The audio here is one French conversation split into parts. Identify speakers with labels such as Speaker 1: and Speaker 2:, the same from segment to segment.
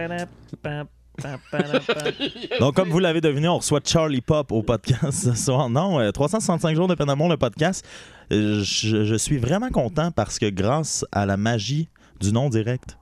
Speaker 1: Donc, comme vous l'avez deviné, on reçoit Charlie Pop au podcast ce soir. Non, euh, 365 jours de peine d'amour, le podcast. Euh, Je, je suis vraiment content parce que grâce à la magie du non-direct,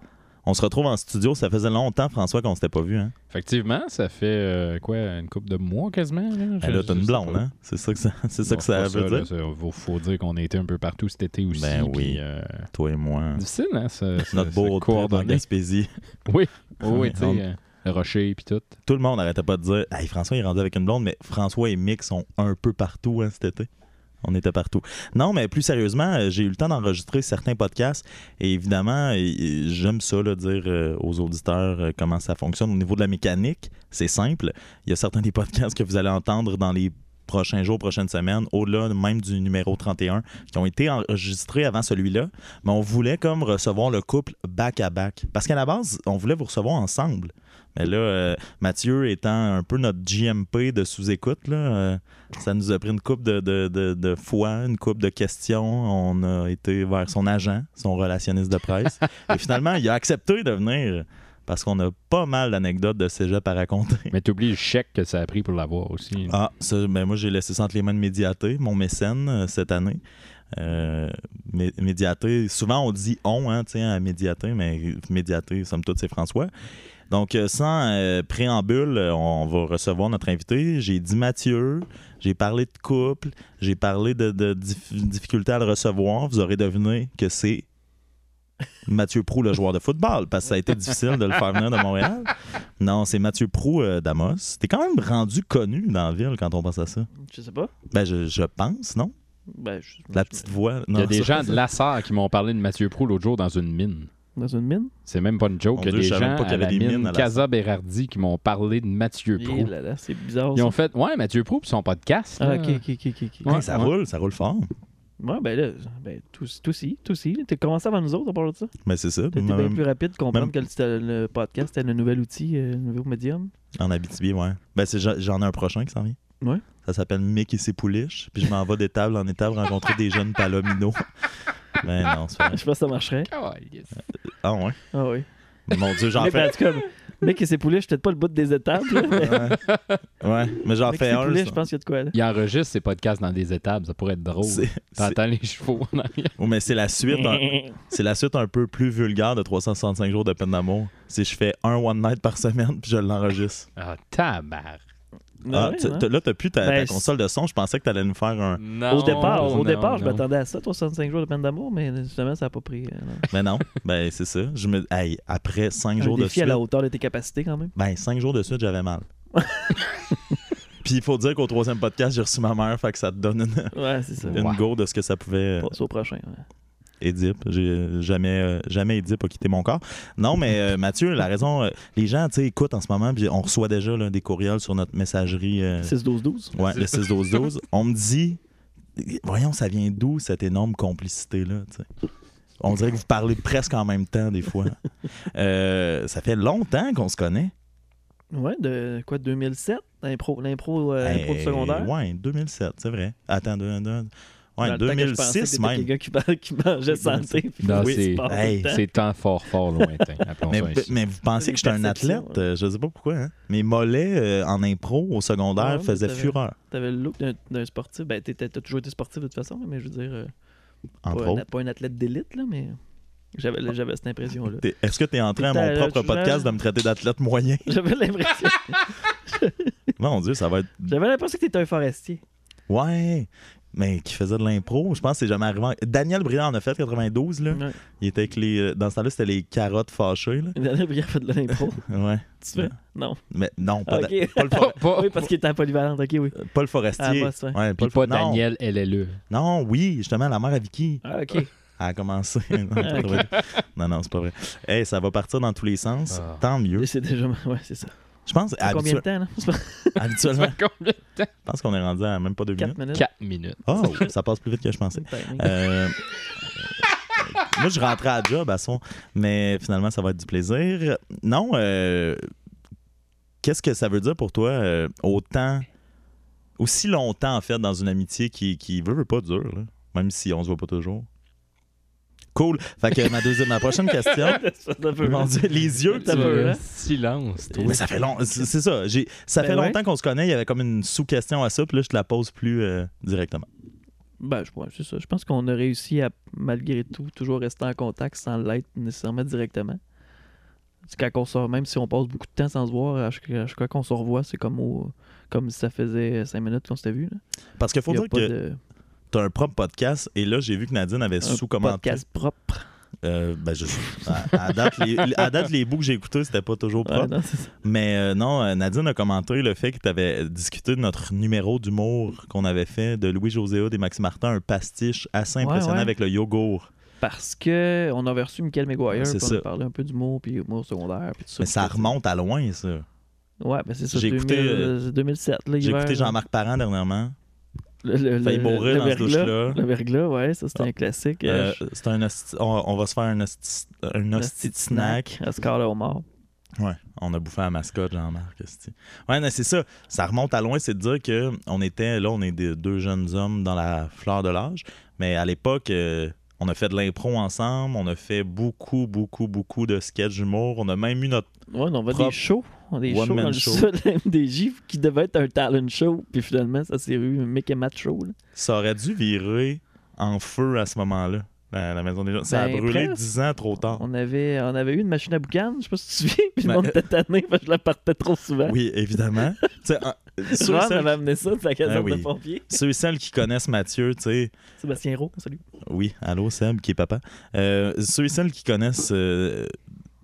Speaker 1: on se retrouve en studio. Ça faisait longtemps, François, qu'on s'était pas vu. Hein?
Speaker 2: Effectivement, ça fait euh, quoi, une couple de mois quasiment? Là,
Speaker 1: Ben là, t'as une blonde, hein? C'est ça que ça, c'est ça, que ça veut dire.
Speaker 2: Il faut dire qu'on a été un peu partout cet été aussi.
Speaker 1: Ben oui.
Speaker 2: puis, euh,
Speaker 1: Toi et moi.
Speaker 2: difficile, hein? Ce, ce-
Speaker 1: Notre
Speaker 2: ce
Speaker 1: beau trip en
Speaker 2: coordonné.
Speaker 1: Gaspésie.
Speaker 2: Oui, oui,
Speaker 1: Ouais,
Speaker 2: oui, tu sais,
Speaker 1: on-
Speaker 2: euh, le rocher puis tout.
Speaker 1: Tout le monde n'arrêtait pas de dire Hey, François est rendu avec une blonde, mais François et Mick sont un peu partout hein, cet été. On était partout. Non, mais plus sérieusement, euh, j'ai eu le temps d'enregistrer certains podcasts et évidemment, et- et j'aime ça, là, dire euh, aux auditeurs euh, comment ça fonctionne. Au niveau de la mécanique, c'est simple. Il y a certains des podcasts que vous allez entendre dans les prochains jours, prochaines semaines, au-delà même du numéro 31, qui ont été enregistrés avant celui-là. Mais on voulait comme recevoir le couple back-à-back. Parce qu'à la base, on voulait vous recevoir ensemble. Mais là, euh, Mathieu étant un peu notre GMP de sous-écoute, là, euh, ça nous a pris une coupe de, de, de- de fois, une coupe de questions. On a été vers son agent, son relationniste de presse. Et finalement, il a accepté de venir parce qu'on a pas mal d'anecdotes de cégep à raconter.
Speaker 2: Mais t'oublies le chèque que ça a pris pour l'avoir aussi. là.
Speaker 1: Ah, ça, ben moi, j'ai laissé ça entre les mains de Médiaté, mon mécène, euh, cette année. Euh, Mé- Médiaté, souvent on dit on, hein, tu sais, à Médiaté, mais Médiaté, somme toute, c'est François. Donc, euh, sans euh, préambule, euh, on va recevoir notre invité. J'ai dit Mathieu, j'ai parlé de couple, j'ai parlé de, de dif- difficultés à le recevoir. Vous aurez deviné que c'est Mathieu Prou, le joueur de football, parce que ça a été difficile de le faire venir de Montréal. Non, c'est Mathieu Prou euh, d'Amos. T'es quand même rendu connu dans la ville quand on pense à ça.
Speaker 3: Je sais pas.
Speaker 1: Ben, je, je pense, non?
Speaker 3: Ben, je-
Speaker 1: La petite voix.
Speaker 2: Il y a des gens de
Speaker 1: là.
Speaker 2: Lassar qui m'ont parlé de Mathieu Proulx l'autre jour dans une mine.
Speaker 3: Dans une mine.
Speaker 2: C'est même pas une joke.
Speaker 1: Mon
Speaker 2: Il y a
Speaker 1: Dieu,
Speaker 2: des
Speaker 1: je savais même
Speaker 2: gens
Speaker 1: pas qu'il y
Speaker 2: à
Speaker 1: avait des
Speaker 2: la
Speaker 1: mines à
Speaker 2: mine
Speaker 1: Lassar.
Speaker 2: Casa Berardi qui m'ont parlé de Mathieu
Speaker 3: Eh
Speaker 2: Proulx.
Speaker 3: là là, c'est bizarre.
Speaker 2: Ils
Speaker 3: ça.
Speaker 2: ont fait Ouais, Mathieu Proulx, puis son podcast.
Speaker 3: Ah,
Speaker 2: là.
Speaker 3: ok, ok, ok, ok. ok.
Speaker 2: Ouais.
Speaker 1: ça roule, ça roule fort.
Speaker 3: Ouais, ben là, ben, tout, tout si, tout si. T'as commencé avant nous autres à parler de ça.
Speaker 1: Mais c'est ça.
Speaker 3: T'as été bien
Speaker 1: Même
Speaker 3: plus rapide de comprendre
Speaker 1: même-
Speaker 3: que le, c'était le podcast était le nouvel outil, euh, le nouveau médium.
Speaker 1: En Abitibi, ouais. Ben, c'est- j'en- j'en ai un prochain qui s'en vient.
Speaker 3: Ouais.
Speaker 1: Ça s'appelle Mick et ses pouliches. Puis je m'en vais d'étable en étable rencontrer des jeunes palominos. Ben non, c'est
Speaker 3: Je
Speaker 1: vrai.
Speaker 3: pense que ça marcherait.
Speaker 2: Ah, yes.
Speaker 1: Ah ouais.
Speaker 3: Ah oui.
Speaker 1: Mon Dieu, j'en
Speaker 3: Mais ben, en
Speaker 1: fais.
Speaker 3: tout cas, mec et ses poulets, je suis peut-être pas le bout des étapes. Là, mais
Speaker 1: Ouais, Ouais, mais j'en
Speaker 3: mec et
Speaker 1: fais
Speaker 3: ses
Speaker 1: un.
Speaker 3: poulets,
Speaker 1: ça.
Speaker 3: je pense qu'il y a de quoi là.
Speaker 2: Il enregistre ses podcasts dans des étapes, ça pourrait être drôle.
Speaker 1: C'est- c'est-
Speaker 2: T'entends les chevaux en arrière.
Speaker 1: Oh, mais c'est la suite. hein. C'est la suite un peu plus vulgaire de 365 jours de peine d'amour. Si je fais un one night par semaine puis je l'enregistre.
Speaker 2: Ah, tabarre.
Speaker 1: Ah,
Speaker 3: Ouais,
Speaker 1: tu-
Speaker 3: ouais.
Speaker 1: t'as- là, t'as plus ta, ta
Speaker 3: Ben,
Speaker 1: console de son. Je pensais que t'allais nous faire un.
Speaker 3: Au départ, au départ je m'attendais à ça, 365 jours de peine d'amour, mais justement, ça n'a pas pris. euh, non.
Speaker 1: Mais non, ben c'est ça. Je me. Hey, après 5
Speaker 3: Un
Speaker 1: jours de
Speaker 3: défi à
Speaker 1: suite.
Speaker 3: la hauteur de tes capacités quand même.
Speaker 1: Ben, 5 jours de suite, j'avais mal. Puis il faut dire qu'au troisième podcast, j'ai reçu ma mère, fait que ça te donne une,
Speaker 3: Ouais, c'est ça.
Speaker 1: une
Speaker 2: Ouais.
Speaker 1: go de ce que ça pouvait. euh,
Speaker 3: Passe au prochain. hein. ouais.
Speaker 1: Édipe. J'ai jamais, euh, jamais Édipe a quitté mon corps. Non, mais euh, Mathieu, la raison, euh, les gens, tu sais, écoutent en ce moment, puis on reçoit déjà là, des courriels sur notre messagerie. euh,
Speaker 3: 6-12-12.
Speaker 1: ouais, le 6-12-12. on me dit, voyons, ça vient d'où cette énorme complicité-là, tu sais. On dirait que vous parlez presque en même temps, des fois. Euh, ça fait longtemps qu'on se connaît.
Speaker 3: Ouais, de quoi, 2007, l'impro, l'impro, euh, l'impro du
Speaker 1: Hey,
Speaker 3: secondaire.
Speaker 1: Ben, Ouais, 2007, c'est vrai. Attends, deux- deux- ouais,
Speaker 3: Dans le temps que je pensais que
Speaker 1: 2006
Speaker 3: t'étais
Speaker 1: même.
Speaker 3: quelqu'un qui, man- qui mangeait santé. puis
Speaker 2: Non,
Speaker 3: faisait du
Speaker 2: c'est-
Speaker 3: sport tout le
Speaker 1: Ben, hey,
Speaker 3: temps.
Speaker 2: C'est temps fort, fort lointain. appelons
Speaker 1: Mais,
Speaker 2: ça ainsi.
Speaker 1: mais vous pensez que j'étais un
Speaker 3: Perception,
Speaker 1: athlète? Euh, Je sais pas pourquoi. Hein? Mes mollets euh, en impro au
Speaker 3: Ouais,
Speaker 1: secondaire
Speaker 3: mais
Speaker 1: faisaient
Speaker 3: t'avais-
Speaker 1: fureur,
Speaker 3: T'avais le look d'un, d'un sportif. Ben, t'étais- t'as toujours été sportif de toute façon, mais je veux dire, euh,
Speaker 1: entre
Speaker 3: pas, un,
Speaker 1: autres.
Speaker 3: pas un athlète d'élite, là, mais j'avais, là, j'avais cette impression-là.
Speaker 1: T'es- Est-ce que t'es entré à mon
Speaker 3: T'étais, euh,
Speaker 1: propre
Speaker 3: tu
Speaker 1: podcast
Speaker 3: jouais-
Speaker 1: de me traiter d'athlète moyen?
Speaker 3: J'avais l'impression,
Speaker 1: Mon Dieu, ça va être.
Speaker 3: j'avais l'impression que t'étais un forestier.
Speaker 1: Ouais! Mais qui faisait de l'impro, je pense que c'est jamais arrivé. en- Daniel Briand en a fait 92, là.
Speaker 3: Ouais.
Speaker 1: Il était avec les. euh, Dans ce temps-là, c'était les carottes fâchées, là.
Speaker 3: Une dernière brillante fait de l'impro.
Speaker 1: Ouais.
Speaker 3: tu fais? Non.
Speaker 1: Mais non, pas,
Speaker 3: Ok.
Speaker 1: da- pas le, for-
Speaker 2: Pas-
Speaker 3: Oui, parce qu'il était en polyvalente. Ok, oui.
Speaker 1: pas le forestier.
Speaker 3: Ah, boss, ouais.
Speaker 1: Ouais,
Speaker 2: Puis
Speaker 1: le
Speaker 2: pas
Speaker 1: for- non.
Speaker 2: Daniel LLE.
Speaker 1: Non, oui, justement, la mère à Vicky.
Speaker 3: Ah, ok.
Speaker 1: Elle a commencé. Non, c'est pas vrai. non, non, c'est pas vrai. Hey, ça va partir dans tous les sens.
Speaker 2: Ah.
Speaker 1: Tant mieux.
Speaker 3: C'est déjà. Ouais, c'est ça.
Speaker 1: Je pense,
Speaker 3: Combien de
Speaker 1: habitu-
Speaker 3: temps, là
Speaker 1: habituellement,
Speaker 2: Ça fait combien de temps?
Speaker 1: je pense qu'on est rendu à même pas deux
Speaker 3: 4
Speaker 1: minutes.
Speaker 3: minutes.
Speaker 2: Quatre minutes.
Speaker 1: Oh, ça passe plus vite que je pensais.
Speaker 3: C'est le timing.
Speaker 1: Euh, moi, je rentrais à job à son, mais finalement, ça va être du plaisir. Non, euh, qu'est-ce que ça veut dire pour toi, euh, autant, aussi longtemps, en fait, dans une amitié qui, qui veut, veut pas dure, là, même si on se voit pas toujours? Cool. Fait que ma, deuxième, ma prochaine question.
Speaker 3: Ça, ça peut-
Speaker 1: Mon Dieu, les yeux,
Speaker 3: Ça
Speaker 1: tu
Speaker 3: peut,
Speaker 2: Le
Speaker 3: hein?
Speaker 2: Silence, toi.
Speaker 1: Mais ça fait long, c'est c'est ça. J'ai, ça
Speaker 3: Ben
Speaker 1: fait
Speaker 3: ouais.
Speaker 1: longtemps qu'on se connaît. Il y avait comme une sous-question à ça, puis là je te la pose plus euh, directement.
Speaker 3: Ben, je, ouais, c'est ça. Je pense qu'on a réussi à, malgré tout, toujours rester en contact sans l'être nécessairement directement. Parce que Quand on sort, même si on passe beaucoup de temps sans se voir, à chaque, à chaque fois qu'on se revoit, c'est comme, au- comme si ça faisait cinq minutes qu'on s'était vu. Là.
Speaker 1: Parce qu'il faut
Speaker 3: Il y a
Speaker 1: dire
Speaker 3: pas
Speaker 1: que
Speaker 3: de
Speaker 1: t'as un propre podcast, et là j'ai vu que Nadine avait
Speaker 3: un
Speaker 1: sous-commenté.
Speaker 3: podcast propre.
Speaker 1: Euh, ben, je, à, à date, les, à date, les bouts que j'ai écoutés, c'était pas toujours
Speaker 3: Ouais,
Speaker 1: propre.
Speaker 3: non, c'est ça.
Speaker 1: Mais euh, non, euh, Nadine a commenté le fait que tu avais discuté de notre numéro d'humour qu'on avait fait de Louis-José Hood et Max Martin, un pastiche assez
Speaker 3: Ouais,
Speaker 1: impressionnant
Speaker 3: ouais.
Speaker 1: avec le yogourt.
Speaker 3: Parce que on avait reçu Michael Maguire,
Speaker 1: C'est
Speaker 3: puis on
Speaker 1: ça.
Speaker 3: a parlé un peu d'humour, puis humour secondaire, puis tout ça.
Speaker 1: Mais ça remonte à loin, ça.
Speaker 3: Ouais, mais c'est ça.
Speaker 1: J'ai écouté,
Speaker 3: 2000,
Speaker 1: euh,
Speaker 3: c'est 2007, là,
Speaker 1: J'ai
Speaker 3: l'hiver,
Speaker 1: écouté
Speaker 3: là.
Speaker 1: Jean-Marc Parent dernièrement.
Speaker 3: Le, le,
Speaker 1: failli
Speaker 3: le-
Speaker 1: mourir
Speaker 3: le
Speaker 1: dans cette
Speaker 3: verglas.
Speaker 1: douche-là.
Speaker 3: Le verglas, ouais, ça c'était
Speaker 1: Ah.
Speaker 3: un classique.
Speaker 1: Euh,
Speaker 3: Euh,
Speaker 1: c'est un hostie- on, on va se faire un hostie, un
Speaker 3: le
Speaker 1: hostie de
Speaker 3: petit
Speaker 1: snack.
Speaker 3: Oscar le homard.
Speaker 1: Ouais, on a bouffé la mascotte, Jean-Marc. esti. Ouais, mais c'est ça. Ça remonte à loin, c'est de dire que on était, là, on est des- deux jeunes hommes dans la fleur de l'âge. Mais à l'époque, euh, on a fait de l'impro ensemble, on a fait beaucoup, beaucoup, beaucoup de sketch d'humour. On a même eu notre.
Speaker 3: Ouais, on va
Speaker 1: Propre.
Speaker 3: des shows. On a des
Speaker 1: One
Speaker 3: shows
Speaker 1: man
Speaker 3: dans le
Speaker 1: show.
Speaker 3: sol MDJ qui devait être un talent show. Puis finalement, ça s'est eu un Mickey Match Show. là.
Speaker 1: Ça aurait dû virer en feu à ce moment-là, la, la maison des gens. Ça a
Speaker 3: Ben,
Speaker 1: brûlé
Speaker 3: presque.
Speaker 1: dix ans trop tard.
Speaker 3: On avait, on avait eu une machine à boucan, je sais pas si tu te souviens. Puis
Speaker 1: Ben,
Speaker 3: le monde était tanné parce que je la partais trop souvent.
Speaker 1: Oui, évidemment. Tu sais, un- ceux, et
Speaker 3: Ron
Speaker 1: celles-
Speaker 3: avait amené ça de sa caserne
Speaker 1: Ben oui.
Speaker 3: de pompiers.
Speaker 1: ceux et celles qui connaissent Mathieu, tu sais,
Speaker 3: Sébastien Roux, salut.
Speaker 1: Oui, allô Seb, qui est papa. Euh, ceux et celles qui connaissent euh,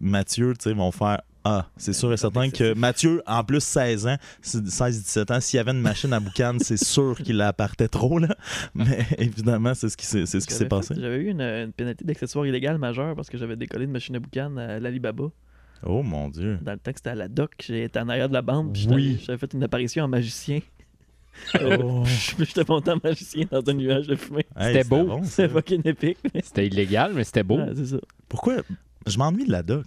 Speaker 1: Mathieu, tu sais, vont faire Ah, c'est sûr et certain que Mathieu, en plus 16 ans, 16-17 ans, s'il y avait une machine à boucan, c'est sûr qu'il la partait trop, là. Mais évidemment, c'est ce qui s'est c'est ce qui s'est
Speaker 3: J'avais fait-
Speaker 1: passé.
Speaker 3: J'avais eu une, une pénalité d'accessoire illégal majeure parce que j'avais décollé une machine à boucan à l'Alibaba.
Speaker 1: Oh mon Dieu.
Speaker 3: Dans le temps que c'était à la doc, j'étais en arrière de la bande. Puis j'étais
Speaker 1: Oui.
Speaker 3: allé- j'avais fait une apparition en magicien.
Speaker 1: Oh.
Speaker 3: j'étais monté en magicien dans un nuage de fumée.
Speaker 1: Hey,
Speaker 2: C'était beau.
Speaker 1: bon, ça.
Speaker 3: C'est fucking épique.
Speaker 2: C'était illégal, mais c'était beau.
Speaker 3: Ouais, c'est ça.
Speaker 1: Pourquoi Je m'ennuie de la doc.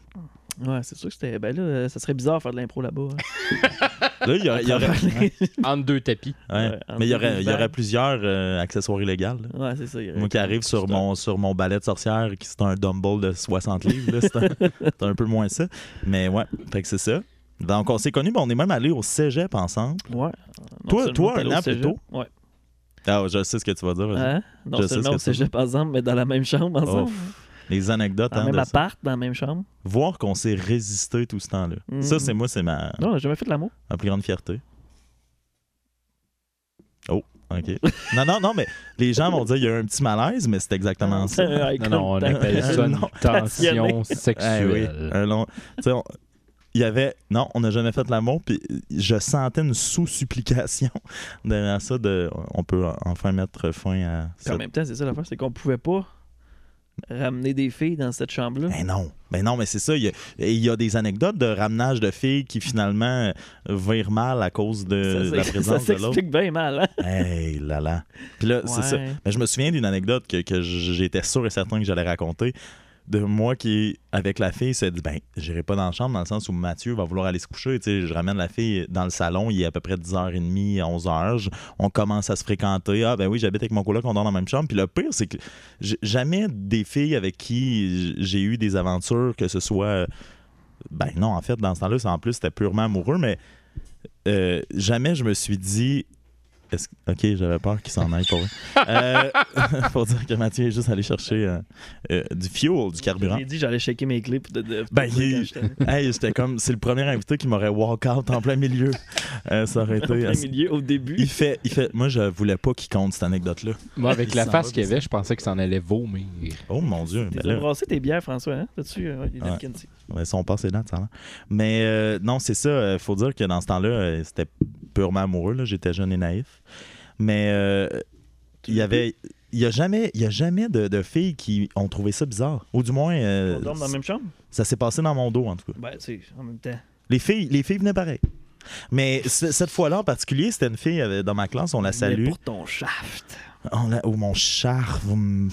Speaker 3: Ouais, c'est sûr que c'était. Ben là, euh, ça serait bizarre de faire de l'impro là-bas. hein.
Speaker 1: Là, il y, a- il y aurait. Ouais,
Speaker 2: Entre deux tapis.
Speaker 3: Ouais,
Speaker 1: Mais il y aurait, il y
Speaker 3: en
Speaker 1: aurait plusieurs euh, accessoires illégaux. là.
Speaker 3: Ouais, c'est ça. il y aurait-
Speaker 1: Moi qui arrive sur mon, sur mon balai de sorcière, qui c'est un dumbbell de 60 livres, là, c'est un, c'est un peu moins ça. Mais ouais, fait que c'est ça. Donc on s'est connus, mais on est même allé au cégep ensemble.
Speaker 3: Ouais. Euh, non
Speaker 1: Toi-
Speaker 3: seulement
Speaker 1: toi,
Speaker 3: t'allais
Speaker 1: un
Speaker 3: au
Speaker 1: an plus
Speaker 3: cégep.
Speaker 1: tôt?
Speaker 3: Ouais.
Speaker 1: Ah, je sais ce que tu vas dire. vas-y.
Speaker 3: Hein? Non
Speaker 1: Je sais
Speaker 3: seulement
Speaker 1: ce
Speaker 3: au
Speaker 1: que c'est.
Speaker 3: cégep ensemble, mais dans la même chambre ensemble.
Speaker 1: Les anecdotes,
Speaker 3: dans
Speaker 1: hein,
Speaker 3: le même
Speaker 1: Oh, de ça. Ah.
Speaker 3: appart, dans la même chambre.
Speaker 1: Voir qu'on s'est résisté tout ce temps-là.
Speaker 3: Mm.
Speaker 1: Ça, c'est moi, c'est ma,
Speaker 3: Non, on n'a jamais fait de l'amour.
Speaker 1: ma plus grande fierté. Oh, OK. non, non, non, mais les gens vont dire il y a eu un petit malaise, mais c'est
Speaker 3: Ah,
Speaker 1: exactement ça.
Speaker 3: Avec
Speaker 2: Non, non, on
Speaker 3: le temps.
Speaker 2: appelle ça une
Speaker 1: Non.
Speaker 2: tension
Speaker 1: Eh oui,
Speaker 2: sexuelle.
Speaker 3: Ah
Speaker 1: un long. Tu sais, on- il y avait. Non, on n'a jamais fait l'amour, puis je sentais une sous-supplication derrière ça de. On peut enfin mettre fin à
Speaker 3: Puis
Speaker 1: ça.
Speaker 3: En même temps, c'est ça l'affaire, c'est qu'on pouvait pas ramener des filles dans cette chambre-là.
Speaker 1: Mais Ben non, mais non, mais c'est ça. Il y, a, et il y a des anecdotes de ramenage de filles qui finalement euh, virent mal à cause de
Speaker 3: ça,
Speaker 1: euh, la
Speaker 3: c'est-
Speaker 1: présence
Speaker 3: ça
Speaker 1: de l'autre.
Speaker 3: s'explique bien mal, hein?
Speaker 1: Hey là là. Puis là, c'est ça.
Speaker 3: Ouais.
Speaker 1: Mais je me souviens d'une anecdote que, que j'étais sûr et certain que j'allais raconter. De moi qui, avec la fille, s'est dit Ben, j'irai pas dans la chambre, dans le sens où Mathieu va vouloir aller se coucher. Tu sais, je ramène la fille dans le salon, il est à peu près 10h30, 11h. Je- on commence à se fréquenter. Ah, ben oui, j'habite avec mon coloc, on dort dans la même chambre. Puis le pire, c'est que j- jamais des filles avec qui j- j'ai eu des aventures, que ce soit. euh, Ben non, en fait, dans ce temps-là, c'est- en plus, c'était purement amoureux, mais euh, jamais je me suis dit. est-ce que- Ok, j'avais peur qu'il s'en aille pour vrai. Euh, pour dire que Mathieu est juste allé chercher euh, euh, du fuel, du carburant.
Speaker 3: J'ai dit j'allais checker mes clés pour te de,
Speaker 1: Ben,
Speaker 3: pour te dire
Speaker 1: il-
Speaker 3: quand j'étais allé.
Speaker 1: Hey, j'étais comme. C'est le premier invité qui m'aurait walk-out en plein milieu. Euh, ça aurait
Speaker 3: En
Speaker 1: été.
Speaker 3: plein milieu au début.
Speaker 1: Il fait, il fait. Moi, je voulais pas qu'il compte cette anecdote-là.
Speaker 2: Moi, avec
Speaker 1: Il
Speaker 2: la
Speaker 1: s'en
Speaker 2: face
Speaker 1: va,
Speaker 2: qu'il y avait, je pensais que ça en allait vomir.
Speaker 1: Oh mon Dieu. ben
Speaker 3: T'as
Speaker 1: là-
Speaker 3: brassé tes bières, François, hein? T'as-tu euh, ouais, les
Speaker 1: Ouais.
Speaker 3: Napkins?
Speaker 1: Ouais, si on passe les dates, ça a l'air. Mais euh, non, c'est ça. euh, faut dire que dans ce temps-là, euh, c'était purement amoureux. là, J'étais jeune et naïf. Mais euh, il y avait. Il n'y a jamais, il y a jamais de, de filles qui ont trouvé ça bizarre. Ou du moins, euh,
Speaker 3: On dorme dans la même chambre?
Speaker 1: ça s'est passé dans mon dos, en tout cas.
Speaker 3: Ben, tu sais, en même temps.
Speaker 1: Les filles, les filles venaient pareil. Mais ce- cette fois-là en particulier, c'était une fille euh, dans ma classe, on la
Speaker 3: Mais
Speaker 1: salue.
Speaker 3: pour ton shaft.
Speaker 1: On la, oh, mon charme.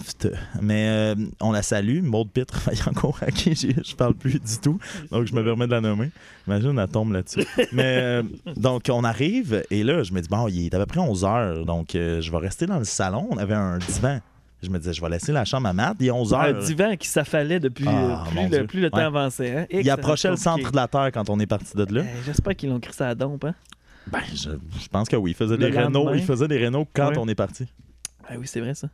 Speaker 1: Mais euh, on la salue, Maud Pitre Faillancourt, à qui j'ai- je parle plus du tout. Donc, je me permets de la nommer. Imagine, elle tombe là-dessus. Mais euh, donc, on arrive et là, je me dis, bon, il est à peu près 11 heures. Donc, euh, je vais rester dans le salon. On avait un divan. Je me disais, je vais laisser la chambre à Matt. Il est 11
Speaker 3: Un
Speaker 1: heures.
Speaker 3: divan qui s'affalait depuis
Speaker 1: Ah,
Speaker 3: euh,
Speaker 1: mon
Speaker 3: plus,
Speaker 1: Dieu.
Speaker 3: le, plus le temps
Speaker 1: Ouais.
Speaker 3: avançait. hein. Et que
Speaker 1: Il
Speaker 3: ça
Speaker 1: approchait le
Speaker 3: reste
Speaker 1: centre de la Terre quand on est parti de là.
Speaker 3: compliqué. Euh, J'espère qu'ils l'ont crissé à la dompe. Hein?
Speaker 1: Ben, je, je pense que oui. Il faisait
Speaker 3: Le
Speaker 1: des rénaux.
Speaker 3: lendemain.
Speaker 1: Il faisait des rénaux quand
Speaker 3: Ouais.
Speaker 1: on est parti.
Speaker 3: Ah oui, c'est vrai ça.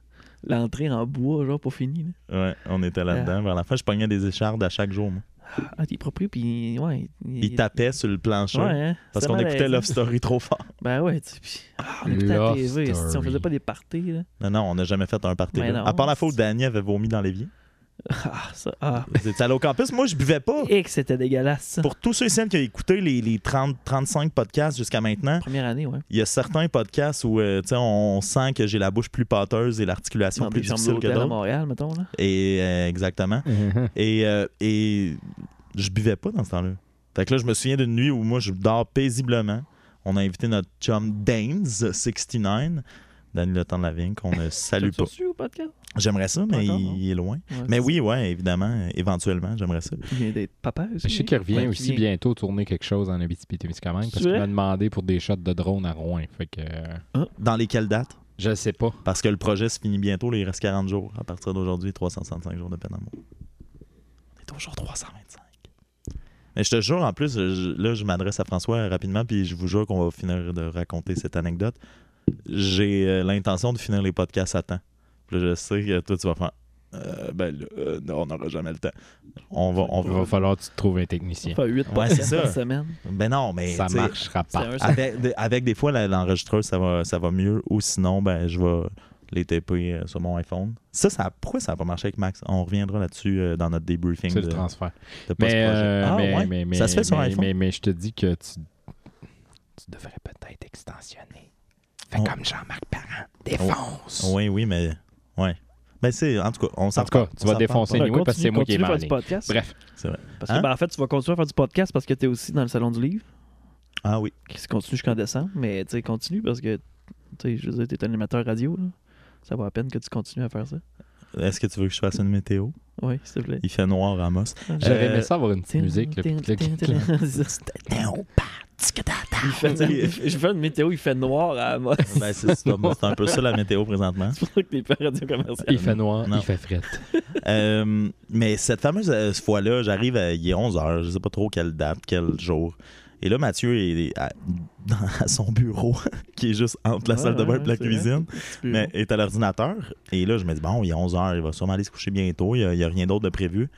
Speaker 3: L'entrée en bois, genre, pas fini. là.
Speaker 1: Ouais, on était là-dedans.
Speaker 3: Euh.
Speaker 1: Vers la fin, je pognais des échardes à chaque jour. moi.
Speaker 3: Ah, t'es propre, puis ouais.
Speaker 1: Il tapait sur le plancher
Speaker 3: Ouais, hein,
Speaker 1: parce
Speaker 3: c'est
Speaker 1: qu'on
Speaker 3: malaisant.
Speaker 1: écoutait Love Story trop fort.
Speaker 3: Ben ouais, tu puis- ah, on écoutait la
Speaker 2: Love
Speaker 3: TV, si on
Speaker 2: Story.
Speaker 3: faisait pas des parties, là.
Speaker 1: Non, non, on n'a jamais fait un party.
Speaker 3: Mais
Speaker 1: là.
Speaker 3: non,
Speaker 1: à part la fois où
Speaker 3: c'est-
Speaker 1: Danny avait vomi dans l'évier.
Speaker 3: Ah, ça, ah.
Speaker 1: Vous étiez allé au campus. Moi, je buvais pas.
Speaker 3: Et que c'était dégueulasse, ça.
Speaker 1: Pour tous ceux et celles qui ont écouté les, les 30, 35 podcasts jusqu'à maintenant,
Speaker 3: Première année, ouais.
Speaker 1: il y a certains podcasts où euh, tu sais, on, on sent que j'ai la bouche plus pâteuse et l'articulation
Speaker 3: Dans
Speaker 1: plus
Speaker 3: des chambres
Speaker 1: difficile que
Speaker 3: d'hôtel à
Speaker 1: d'autres.
Speaker 3: Montréal, mettons, là.
Speaker 1: Et euh, exactement.
Speaker 3: Mhm.
Speaker 1: Et, euh, et je buvais pas dans ce temps-là. Fait que là, je me souviens d'une nuit où moi, je dors paisiblement. On a invité notre chum Danes69, Danny Le Temps de la Vigne, qu'on ne salue
Speaker 3: T'as-tu
Speaker 1: pas.
Speaker 3: reçu au podcast?
Speaker 1: J'aimerais ça, mais
Speaker 3: Encore,
Speaker 1: il,
Speaker 3: non?
Speaker 1: il est loin.
Speaker 3: Ouais,
Speaker 1: Mais
Speaker 3: c'est
Speaker 1: oui, ouais, évidemment, euh, éventuellement, j'aimerais ça.
Speaker 3: ça. Il vient d'être papa aussi.
Speaker 2: Je sais qu'il revient
Speaker 3: Ouais, qui
Speaker 2: aussi
Speaker 3: vient.
Speaker 2: bientôt tourner quelque chose en Abitibi-Témiscamingue
Speaker 3: C'est
Speaker 2: parce qu'il m'a
Speaker 3: vrai?
Speaker 2: demandé pour des shots de drone à Rouen. Fait que euh,
Speaker 1: Dans lesquelles dates?
Speaker 2: je sais pas.
Speaker 1: Parce que le projet se finit bientôt, là, il reste 40 jours. À partir d'aujourd'hui, 365 jours de peine à mort. On est toujours 325. Mais je te jure, en plus, je- là, je m'adresse à François rapidement, puis je vous jure qu'on va finir de raconter cette anecdote. J'ai euh, l'intention de finir les podcasts à temps. Puis là, je sais que toi, tu vas faire. Euh, ben là, euh, non, on n'aura jamais le temps. On va. On
Speaker 2: Il va
Speaker 1: va...
Speaker 2: falloir que tu te trouves un technicien.
Speaker 3: Enfin, 8
Speaker 1: Ouais,
Speaker 3: podcasts
Speaker 1: c'est ça.
Speaker 3: par semaine.
Speaker 1: Ben non, mais.
Speaker 2: Ça
Speaker 1: tu sais,
Speaker 2: marchera
Speaker 3: C'est
Speaker 2: pas.
Speaker 3: un seul.
Speaker 1: avec, de- avec des fois la- l'enregistreuse, ça va, ça va mieux. Ou sinon, ben, je vais les taper euh, sur mon iPhone. Ça, ça pourquoi ça n'a pas marché avec Max? On reviendra là-dessus euh, dans notre debriefing
Speaker 2: C'est
Speaker 1: de,
Speaker 2: le transfert.
Speaker 1: de post-projet.
Speaker 2: Mais, euh,
Speaker 1: Ah,
Speaker 2: mais,
Speaker 1: ouais?
Speaker 2: mais- mais-
Speaker 1: ça se fait sur
Speaker 2: mais-
Speaker 1: iPhone.
Speaker 2: Mais, mais je te dis que tu, tu devrais peut-être extensionner. Fais
Speaker 1: Oh.
Speaker 2: comme Jean-Marc Parent. Défonce.
Speaker 1: Oui, oui, mais... Ouais. Ben, c'est... En tout cas, on s'en
Speaker 2: En tout cas,
Speaker 1: reparle.
Speaker 2: tu
Speaker 1: On
Speaker 2: vas
Speaker 1: s'en
Speaker 2: défoncer
Speaker 1: reparle.
Speaker 2: anyway parce que c'est moi qui ai
Speaker 3: Continue à faire
Speaker 2: mal.
Speaker 3: du podcast.
Speaker 2: Bref,
Speaker 1: C'est vrai.
Speaker 3: Parce que,
Speaker 1: Hein?
Speaker 3: ben, en fait, tu vas continuer à faire du podcast parce que t'es aussi dans le salon du livre,
Speaker 1: Ah oui.
Speaker 3: qui se continue jusqu'en décembre. Mais tu sais, continue parce que, tu sais, je veux dire, t'es un animateur radio, là. Ça vaut la peine que tu continues à faire ça.
Speaker 1: Est-ce que tu veux que je fasse une météo?
Speaker 3: Oui, s'il te plaît.
Speaker 1: Il fait noir à Moss.
Speaker 2: j'aurais
Speaker 1: Euh,
Speaker 2: aimé ça avoir une petite musique. là, puis clic, clic, clic.
Speaker 3: Il fait- Je fais une météo, il fait noir à moi.
Speaker 1: Ben, c'est c'est un peu ça la météo présentement.
Speaker 3: C'est pour ça que t'es pas radio commerciale.
Speaker 2: Il fait noir,
Speaker 1: Non.
Speaker 2: il fait fret.
Speaker 1: Euh, mais cette fameuse euh, fois-là, j'arrive, à, il est 11h, je sais pas trop quelle date, quel jour. Et là, Mathieu est à, dans- à son bureau, qui est juste entre la
Speaker 3: Ouais,
Speaker 1: salle de bain
Speaker 3: ouais,
Speaker 1: et la
Speaker 3: c'est vrai.
Speaker 1: cuisine, mais est à l'ordinateur. Et là, je me dis, bon, il est 11h, il va sûrement aller se coucher bientôt, il n'y a, rien d'autre de prévu.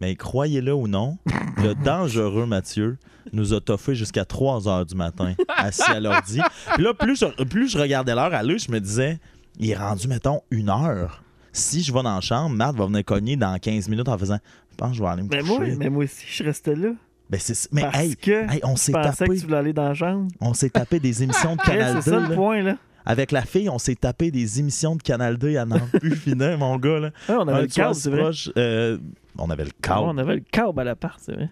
Speaker 1: Mais croyez-le ou non, le dangereux Mathieu nous a toffé jusqu'à 3h du matin, assis à l'ordi. Puis là, plus je, plus je regardais l'heure à lui, je me disais, il est rendu, mettons, une heure. Si je vais dans la chambre, Matt va venir cogner dans 15 minutes en faisant Je pense que je vais aller me
Speaker 3: Mais moi,
Speaker 1: coucher.
Speaker 3: mais moi aussi, je restais là.
Speaker 1: Ben, c'est- mais
Speaker 3: parce
Speaker 1: hey,
Speaker 3: que
Speaker 1: hey, on
Speaker 3: je
Speaker 1: s'est
Speaker 3: pensais
Speaker 1: tapé,
Speaker 3: que tu voulais aller dans la chambre.
Speaker 1: on s'est tapé des émissions de
Speaker 3: Ouais,
Speaker 1: Canal
Speaker 3: C'est
Speaker 1: 2.
Speaker 3: ça le
Speaker 1: là.
Speaker 3: point, là.
Speaker 1: Avec la fille, on s'est tapé des émissions de Canal 2 à n'en plus finir, mon gars. Là.
Speaker 3: Ouais, on
Speaker 1: Un
Speaker 3: avait le
Speaker 1: tueur
Speaker 3: câble,
Speaker 1: si
Speaker 3: c'est vrai.
Speaker 1: proche, euh, on avait le câble.
Speaker 3: On avait le câble à l'appart, c'est vrai.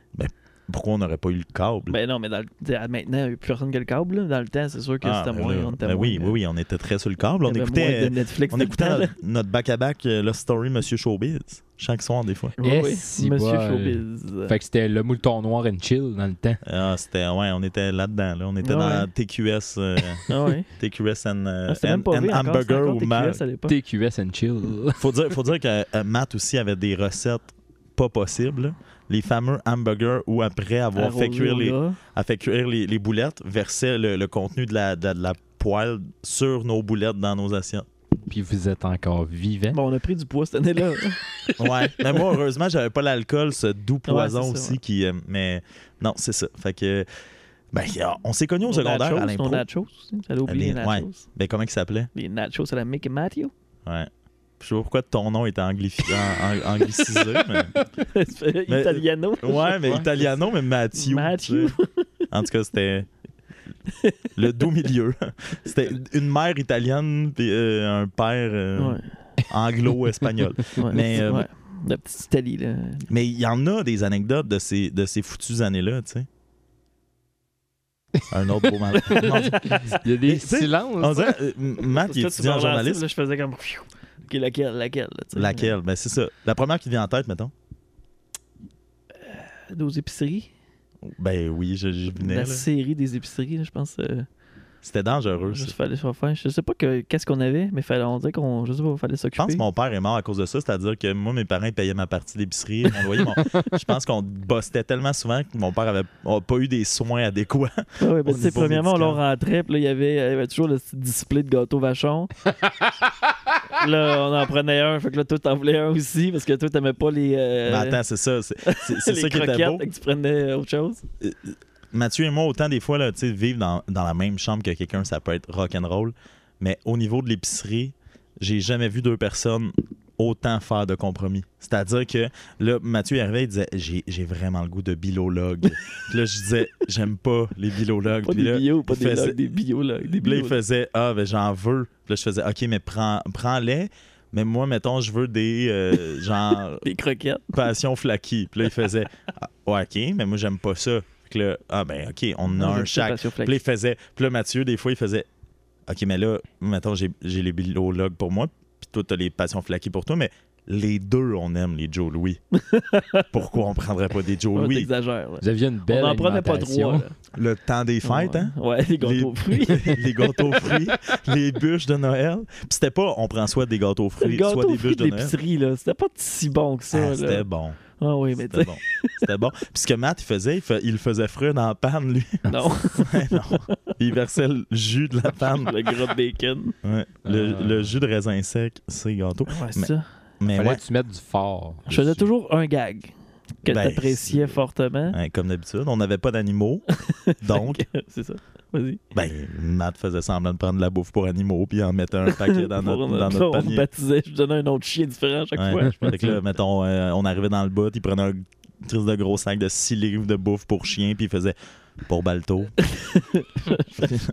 Speaker 1: Pourquoi on n'aurait pas eu le câble?
Speaker 3: Ben non, mais dans le- maintenant, il n'y a plus personne qui a le câble. là. Dans le temps, c'est sûr que
Speaker 1: Ah,
Speaker 3: c'était
Speaker 1: ben
Speaker 3: moins.
Speaker 1: là,
Speaker 3: on était
Speaker 1: ben
Speaker 3: moins,
Speaker 1: oui, oui,
Speaker 3: euh,
Speaker 1: oui, on était très sur le câble. On
Speaker 3: il y avait
Speaker 1: écoutait,
Speaker 3: moins de Netflix
Speaker 1: on
Speaker 3: dans le
Speaker 1: écoutait
Speaker 3: temps, là.
Speaker 1: notre- notre back-à-back, euh, Love Story, Monsieur Showbiz, chaque soir, des fois.
Speaker 3: Oui,
Speaker 2: Eh,
Speaker 3: oui.
Speaker 2: si
Speaker 3: Monsieur
Speaker 2: bol.
Speaker 3: Showbiz.
Speaker 2: Fait que c'était le mouton noir and chill dans le temps.
Speaker 1: Ah, c'était, ouais, on était là-dedans. Là. On était
Speaker 3: Ouais,
Speaker 1: dans
Speaker 3: ouais.
Speaker 1: la TQS, euh,
Speaker 3: Ah ouais.
Speaker 1: TQS and, euh,
Speaker 3: Ah, C'était même
Speaker 1: and-
Speaker 3: pas
Speaker 1: and
Speaker 3: V encore, c'était
Speaker 1: Hamburger
Speaker 3: encore
Speaker 1: ou Mal.
Speaker 3: TQS à l'époque.
Speaker 2: TQS and chill.
Speaker 1: Faut dire, faut dire que euh, Matt aussi avait des recettes pas possibles. Les fameux hamburgers où après avoir fait
Speaker 3: Arrosé
Speaker 1: cuire,
Speaker 3: au
Speaker 1: les,
Speaker 3: gras.
Speaker 1: a fait cuire les, les boulettes, versait le, le contenu de la, de la- de la poêle sur nos boulettes dans nos assiettes.
Speaker 2: Puis vous êtes encore vivant.
Speaker 3: Bon, on a pris du poids cette année-là.
Speaker 1: Ouais. mais Ben, moi, heureusement, j'avais pas l'alcool, ce doux poison
Speaker 3: c'est ça,
Speaker 1: aussi
Speaker 3: ouais.
Speaker 1: qui. euh, mais non, c'est ça. Fait que. Ben, on s'est connus au secondaire à
Speaker 3: Nachos,
Speaker 1: l'impro.
Speaker 3: Ton nachos. aussi. J'allais oublier les
Speaker 1: Les- ouais.
Speaker 3: nachos.
Speaker 1: Ben, comment il s'appelait?
Speaker 3: Les nachos à la Mickey Matthew.
Speaker 1: Ouais. Je sais pas pourquoi ton nom était anglifi- en- en- anglicisé, mais. Mais-
Speaker 3: Italiano.
Speaker 1: Ben, euh, Ouais, mais
Speaker 2: Ouais.
Speaker 1: Italiano, mais Matthew.
Speaker 3: Matthew.
Speaker 1: tu sais. En tout cas, c'était le doux milieu. C'était une mère italienne puis euh, un père euh,
Speaker 3: Ouais.
Speaker 1: anglo-espagnol.
Speaker 3: Ouais,
Speaker 1: Mais, euh,
Speaker 3: ouais. La petite Italie, là.
Speaker 1: mais il y en a des anecdotes de ces, de ces foutues années-là, tu sais. Un autre beau mal. Non,
Speaker 2: Il y a
Speaker 1: Mais
Speaker 2: des
Speaker 1: tu sais, on
Speaker 2: silences.
Speaker 1: dirait, euh, Matt, il est étudiant en journalisme.
Speaker 3: Là, je faisais comme. Ok, laquelle, laquelle. là, tu sais.
Speaker 1: Laquelle? Ben, c'est ça. La première qui te vient en tête, mettons.
Speaker 3: Euh, Nos épiceries.
Speaker 1: Ben oui, je, je venais.
Speaker 3: la
Speaker 1: là.
Speaker 3: Ben, série des épiceries, là, je pense. euh,
Speaker 1: C'était dangereux.
Speaker 3: Juste
Speaker 1: ça.
Speaker 3: fallait faire- faire- Je sais pas que- qu'est-ce qu'on avait, mais fallait, on dirait qu'on. Je sais pas, fallait
Speaker 1: Je pense
Speaker 3: s'occuper.
Speaker 1: que mon père est mort à cause de ça, c'est-à-dire que moi, mes parents ils payaient ma partie d'épicerie, mon loyer. mon- Je pense qu'on bossait tellement souvent que mon père avait a pas eu des soins adéquats.
Speaker 3: Ah ouais, ben,
Speaker 1: au
Speaker 3: tu sais,
Speaker 1: niveau
Speaker 3: premièrement, on
Speaker 1: médical.
Speaker 3: leur rentrait, puis là, il y avait, il y avait toujours le petit display de gâteau vachon. là, on en prenait un, fait que là, toi, t'en voulais un aussi, parce que toi, t'aimais pas les. euh,
Speaker 1: Mais attends, c'est ça. C'est c'est- c'est
Speaker 3: les
Speaker 1: ça qui
Speaker 3: croquettes,
Speaker 1: était beau.
Speaker 3: fait que tu prenais euh, autre chose.
Speaker 1: Mathieu et moi, autant des fois, là, tu sais, vivre dans, dans la même chambre que quelqu'un, ça peut être rock'n'roll. Mais au niveau de l'épicerie, j'ai jamais vu deux personnes autant faire de compromis. C'est-à-dire que là, Mathieu Hervé, il disait J'ai j'ai vraiment le goût de bilologue. Puis là, je disais J'aime pas les bilologues.
Speaker 3: Pas
Speaker 1: Puis là,
Speaker 3: des bio, pas
Speaker 1: il
Speaker 3: des
Speaker 1: faisait-
Speaker 3: logs, des bio, là. Des
Speaker 1: Puis là,
Speaker 3: bio.
Speaker 1: il faisait Ah, ben j'en veux. Puis là, je faisais Ok, mais prends- prends-les. mais moi, mettons, je veux des euh, genre
Speaker 3: Des croquettes.
Speaker 1: passion flaky. Puis là, il faisait Ah, ouais, Ok, mais moi, j'aime pas ça. Fait que là, ah, ben ok, on en a
Speaker 3: Des
Speaker 1: un chaque.
Speaker 3: passion
Speaker 1: Puis là,
Speaker 3: flaque.
Speaker 1: il faisait. Puis là, Mathieu, des fois, il faisait Ok, mais là, mettons, j'ai j'ai les bilologues pour moi. Puis toi, t'as les passions flaky pour toi. Mais les deux, on aime les Joe Louis. Pourquoi on prendrait pas des Joe
Speaker 3: Ouais,
Speaker 1: Louis
Speaker 3: T'exagères, là.
Speaker 2: Vous aviez une
Speaker 3: On
Speaker 2: belle
Speaker 3: en prenait pas trois,
Speaker 2: alimentation.
Speaker 3: là.
Speaker 1: Le temps des fêtes,
Speaker 3: ouais.
Speaker 1: hein
Speaker 3: Ouais, les gâteaux aux fruits.
Speaker 1: les gâteaux aux fruits, les bûches de Noël. Puis c'était pas on prend soit des gâteaux aux
Speaker 3: Le
Speaker 1: fruits,
Speaker 3: gâteau
Speaker 1: soit des
Speaker 3: aux
Speaker 1: bûches
Speaker 3: fruits de
Speaker 1: de Noël.
Speaker 3: l'épicerie, là. C'était pas si bon que ça,
Speaker 1: Ah,
Speaker 3: là.
Speaker 1: c'était bon.
Speaker 3: Ah oui, mais tu
Speaker 1: C'était
Speaker 3: sais,
Speaker 1: bon. C'était bon. Puis ce que Matt il faisait, il, fa- il le faisait frais dans la panne, lui.
Speaker 3: non.
Speaker 1: Ouais, non. Il versait le jus de la panne.
Speaker 3: Le gros bacon.
Speaker 1: Ouais. Le,
Speaker 2: Ah.
Speaker 1: le jus de raisin sec, c'est gâteau.
Speaker 3: Euh. Ouais,
Speaker 1: Mais-
Speaker 3: ça.
Speaker 1: Mais
Speaker 2: Fallait
Speaker 1: ouais,
Speaker 2: que tu mettes du fort.
Speaker 3: Je faisais
Speaker 2: dessus.
Speaker 3: toujours un gag que
Speaker 1: Ben,
Speaker 3: t'appréciais
Speaker 1: c'est-
Speaker 3: fortement.
Speaker 1: hein, comme d'habitude, on n'avait pas d'animaux. Donc,
Speaker 3: c'est ça. Vas-y.
Speaker 1: ben, Matt faisait semblant de prendre de la bouffe pour animaux, puis il en mettait un paquet dans
Speaker 3: Pour
Speaker 1: notre,
Speaker 3: notre-
Speaker 1: dans notre
Speaker 3: on me
Speaker 1: panier.
Speaker 3: baptisait, je donnais un autre chien différent à chaque
Speaker 1: Ouais.
Speaker 3: fois.
Speaker 1: Fait que là, mettons, euh, on arrivait dans le bout, il prenait un triste de gros sac de 6 livres de bouffe pour chien, puis il faisait pour Balto.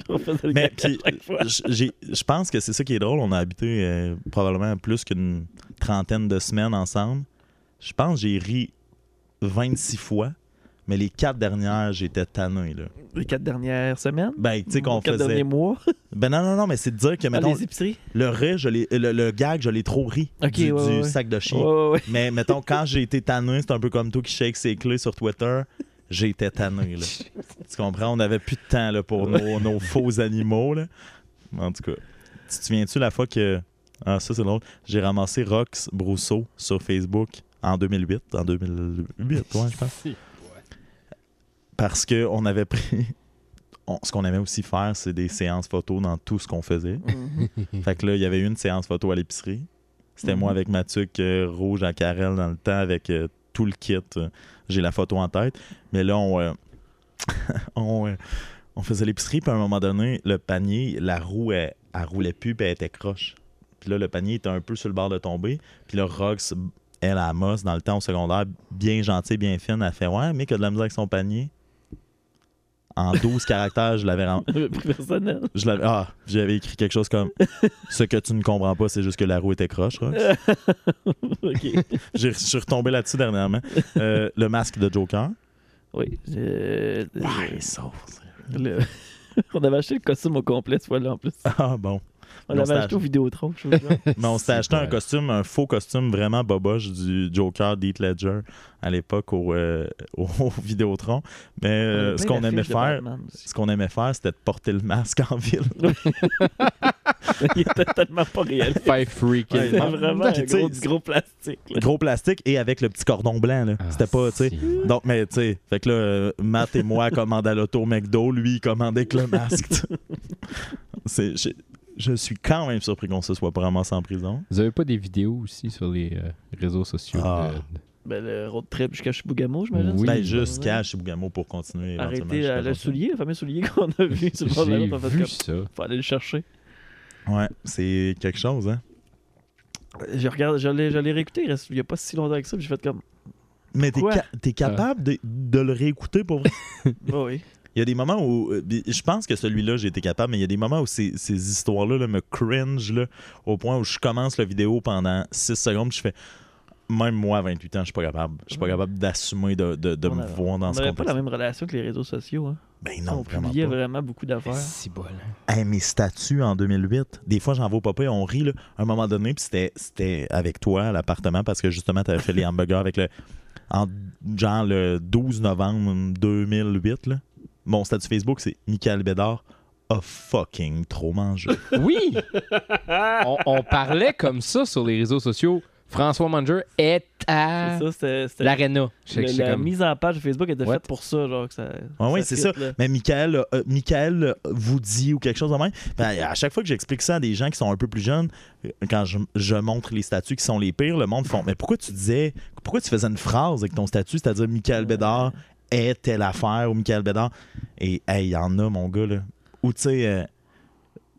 Speaker 3: On faisait le
Speaker 1: Mais
Speaker 3: gag à
Speaker 1: puis,
Speaker 3: chaque fois.
Speaker 1: j- j'ai- je pense que c'est ça qui est drôle. On a habité euh, probablement plus qu'une trentaine de semaines ensemble. Je pense que j'ai ri 26 fois, mais les quatre dernières, j'étais tanné. Là.
Speaker 3: Les quatre dernières semaines.
Speaker 1: Ben, tu sais, qu'on
Speaker 3: les quatre
Speaker 1: faisait.
Speaker 3: derniers mois.
Speaker 1: Ben, non, non, non, mais c'est de dire que,
Speaker 3: Ah,
Speaker 1: mettons,
Speaker 3: les épiceries.
Speaker 1: le, ri, je l'ai- le, le gag, je l'ai trop ri
Speaker 3: Ok,
Speaker 1: du,
Speaker 3: ouais,
Speaker 1: du
Speaker 3: ouais, ouais.
Speaker 1: sac de chien.
Speaker 3: Ouais, ouais, ouais.
Speaker 1: Mais mettons, quand j'ai été tanné, c'est un peu comme toi qui shake ses clés sur Twitter. J'étais tanné, là. tu comprends? On n'avait plus de temps là, pour nos, nos faux animaux, là. En tout cas, tu te souviens-tu la fois que... Ah, ça, c'est drôle. J'ai ramassé Rox Brousseau sur Facebook en 2008. En 2008, ouais, je pense. Parce qu'on avait pris... on- ce qu'on aimait aussi faire, c'est des séances photos dans tout ce qu'on faisait.
Speaker 3: Mhm.
Speaker 1: Fait que là, il y avait eu une séance photo à l'épicerie. C'était
Speaker 3: Mhm.
Speaker 1: moi avec ma tuque euh, rouge à carrel dans le temps, avec euh, tout le kit. Euh, J'ai la photo en tête. Mais là, on, euh, on, euh, on faisait l'épicerie, puis à un moment donné, le panier, la roue, elle, elle roulait plus, puis elle était croche. Puis là, le panier était un peu sur le bord de tomber. Puis là, Rox, elle, à Moss, dans le temps au secondaire, bien gentille, bien fine, elle fait Ouais, mais que de la misère avec son panier. En 12 caractères, je l'avais ram-
Speaker 3: Le prix personnel.
Speaker 1: je l'avais ah, j'avais écrit quelque chose comme ce que tu ne comprends pas, c'est juste que la roue était croche. Rox.
Speaker 3: ok.
Speaker 1: J'ai- Je suis retombé là-dessus dernièrement. Euh, le masque de Joker.
Speaker 3: Oui. euh,
Speaker 1: Ouais,
Speaker 3: euh,
Speaker 1: ça,
Speaker 3: le- on avait acheté le costume au complet, ce fois-là, en plus.
Speaker 1: Ah bon.
Speaker 3: On
Speaker 1: Non,
Speaker 3: l'avait
Speaker 1: c'était
Speaker 3: acheté au Vidéotron,
Speaker 1: Euh,
Speaker 3: je vous jure.
Speaker 1: Mais on s'était
Speaker 2: C'est
Speaker 1: acheté un
Speaker 2: vrai.
Speaker 1: costume, un faux costume vraiment boboche du Joker d'Heath Ledger à l'époque au, euh, au, au Vidéotron. Mais
Speaker 3: On
Speaker 1: euh,
Speaker 3: avait
Speaker 1: ce
Speaker 3: plein
Speaker 1: qu'on aimait
Speaker 3: d'affiches de
Speaker 1: faire,
Speaker 3: Batman aussi.
Speaker 1: ce qu'on aimait faire, c'était de porter le masque en ville.
Speaker 3: Il était tellement pas réel.
Speaker 2: Five freaking.
Speaker 1: Ouais,
Speaker 3: C'était vraiment un
Speaker 1: Puis, tu sais,
Speaker 3: gros, du gros plastique. là.
Speaker 1: Gros plastique et avec le petit cordon blanc. là.
Speaker 2: Ah,
Speaker 1: C'était pas, tu sais,
Speaker 2: si.
Speaker 1: Donc, mais tu sais, fait que là, euh, Matt et moi commandaient l'auto au McDo, lui, il commandait avec le masque. tu sais. C'est- je, je suis quand même surpris qu'on se soit pas ramassé en prison.
Speaker 2: Vous avez pas des vidéos aussi sur les euh, réseaux sociaux?
Speaker 1: Ah.
Speaker 2: de-
Speaker 3: Ben, le road trip jusqu'à Chibougamau, j'imagine.
Speaker 2: Oui.
Speaker 1: ben, juste
Speaker 3: Ouais.
Speaker 1: cash et Bougamo pour continuer. éventuellement,
Speaker 3: Arrêter
Speaker 1: jusqu'à
Speaker 3: euh, le
Speaker 1: aujourd'hui.
Speaker 3: soulier, le fameux soulier qu'on a vu sur le bord de la route. En
Speaker 2: J'ai
Speaker 3: fait,
Speaker 2: vu
Speaker 3: comme,
Speaker 2: ça.
Speaker 3: faut aller le chercher.
Speaker 1: Ouais, c'est quelque chose, hein.
Speaker 3: Je regarde, j'allais, j'allais réécouter. Il reste- il y a pas si longtemps que ça. puis J'ai fait comme.
Speaker 1: Mais t'es
Speaker 3: Quoi?
Speaker 1: ca- t'es capable de, de le réécouter pour vrai?
Speaker 3: bah oui.
Speaker 1: Il y a des moments où. euh, Je pense que celui-là, j'ai été capable, mais il y a des moments où ces, ces histoires-là là, me cringe là, au point où je commence la vidéo pendant 6 secondes. puis Je fais. Même moi, à 28 ans, je suis pas capable. Je suis pas capable d'assumer de, de- de
Speaker 3: On
Speaker 1: me
Speaker 3: a-
Speaker 1: voir
Speaker 3: On
Speaker 1: dans ce
Speaker 3: n'avait pas la
Speaker 1: contexte.
Speaker 3: même relation que les réseaux sociaux. Hein.
Speaker 1: Ben
Speaker 3: on
Speaker 1: non, vraiment
Speaker 3: publiait
Speaker 1: pas.
Speaker 3: vraiment beaucoup d'affaires.
Speaker 2: Si bol.
Speaker 1: Hey, mes statuts en 2008, des fois, j'en vois pas pire, on rit. Là. À un moment donné, puis c'était- c'était avec toi à l'appartement parce que justement, t'avais fait les hamburgers avec le. En, genre le 12 novembre 2008. Là. Mon statut Facebook, c'est Michael Bédard a fucking trop mangé.
Speaker 2: Oui! on, on parlait comme ça sur les réseaux sociaux. François Manger est à
Speaker 3: C'est ça, c'était- c'était-
Speaker 2: l'Arena.
Speaker 3: le-
Speaker 2: J'étais
Speaker 3: la
Speaker 2: comme-
Speaker 3: mise en page de Facebook était
Speaker 2: What?
Speaker 3: faite pour ça, genre que ça.
Speaker 1: Ah oui, c'est
Speaker 3: fit,
Speaker 1: ça.
Speaker 3: là.
Speaker 1: Mais Michael, euh, euh, Michael euh, vous dit ou quelque chose de même. Ben, à chaque fois que j'explique ça à des gens qui sont un peu plus jeunes, euh, quand je, je montre les statuts qui sont les pires, le monde font Mais pourquoi tu disais, pourquoi tu faisais une phrase avec ton statut, c'est-à-dire Michael Bédard est telle affaire ou Michael Bédard Et hey, il y en a, mon gars, là. Ou tu sais, euh,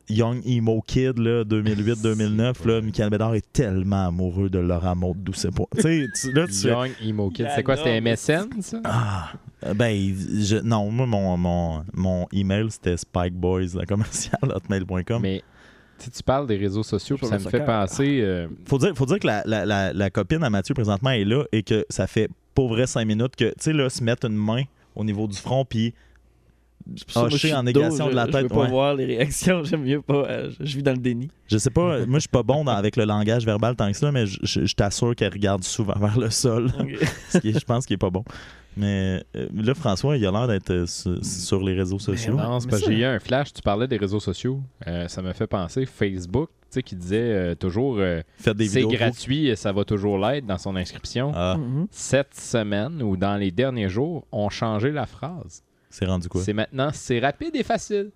Speaker 1: Young Emo Kid, là, 2008-2009, là, Michael Bédard est tellement amoureux de Laura Maud Doucet. Tu sais, tu- là, tu fais,
Speaker 2: Young Emo Kid.
Speaker 3: Il y
Speaker 2: C'est quoi?
Speaker 3: en a,
Speaker 2: C'était
Speaker 3: mais-
Speaker 2: MSN, ça?
Speaker 1: ah, ben, je- non, moi, mon, mon, mon email, c'était spikeboys, la commerciale, hotmail.com.
Speaker 2: Mais tu sais, tu parles des réseaux sociaux, puis
Speaker 3: Sur
Speaker 2: ça
Speaker 3: le
Speaker 2: me fait
Speaker 3: soccer.
Speaker 2: penser. euh,
Speaker 1: Faut dire, faut dire que la, la- la- la copine à Mathieu, présentement, est là et que ça fait pour vrai cinq minutes que, tu sais, là, se mettre une main au niveau du front, puis
Speaker 3: C'est pour ça, moi,
Speaker 1: Hoché
Speaker 3: je suis
Speaker 1: en
Speaker 3: dos,
Speaker 1: négation
Speaker 3: je-
Speaker 1: de la
Speaker 3: Je
Speaker 1: tête,
Speaker 3: veux pas
Speaker 1: ouais.
Speaker 3: voir les réactions, j'aime mieux pas. euh, je, je vis dans le déni.
Speaker 1: je sais pas, moi, je suis pas bon dans- avec le langage verbal tant que ça, mais je- je je t'assure qu'elle regarde souvent vers le sol, ce qui, est- je pense, qui est pas bon. Mais euh, là, François, il a l'air d'être euh, su- sur les réseaux sociaux.
Speaker 3: non.
Speaker 2: Non, c'est
Speaker 3: mais
Speaker 2: parce que
Speaker 3: ça-
Speaker 2: j'ai eu un flash. Tu parlais des réseaux sociaux. Euh, ça m'a fait penser Facebook, tu sais, qui disait euh, toujours euh,
Speaker 1: Faites des
Speaker 2: c'est
Speaker 1: vidéos. de vous.
Speaker 2: gratuit, et ça va toujours l'être dans son inscription.
Speaker 1: Ah,
Speaker 3: Mhm.
Speaker 2: Cette semaine ou dans les derniers jours, ont changé la phrase.
Speaker 1: c'est rendu quoi?
Speaker 2: C'est maintenant c'est rapide et facile.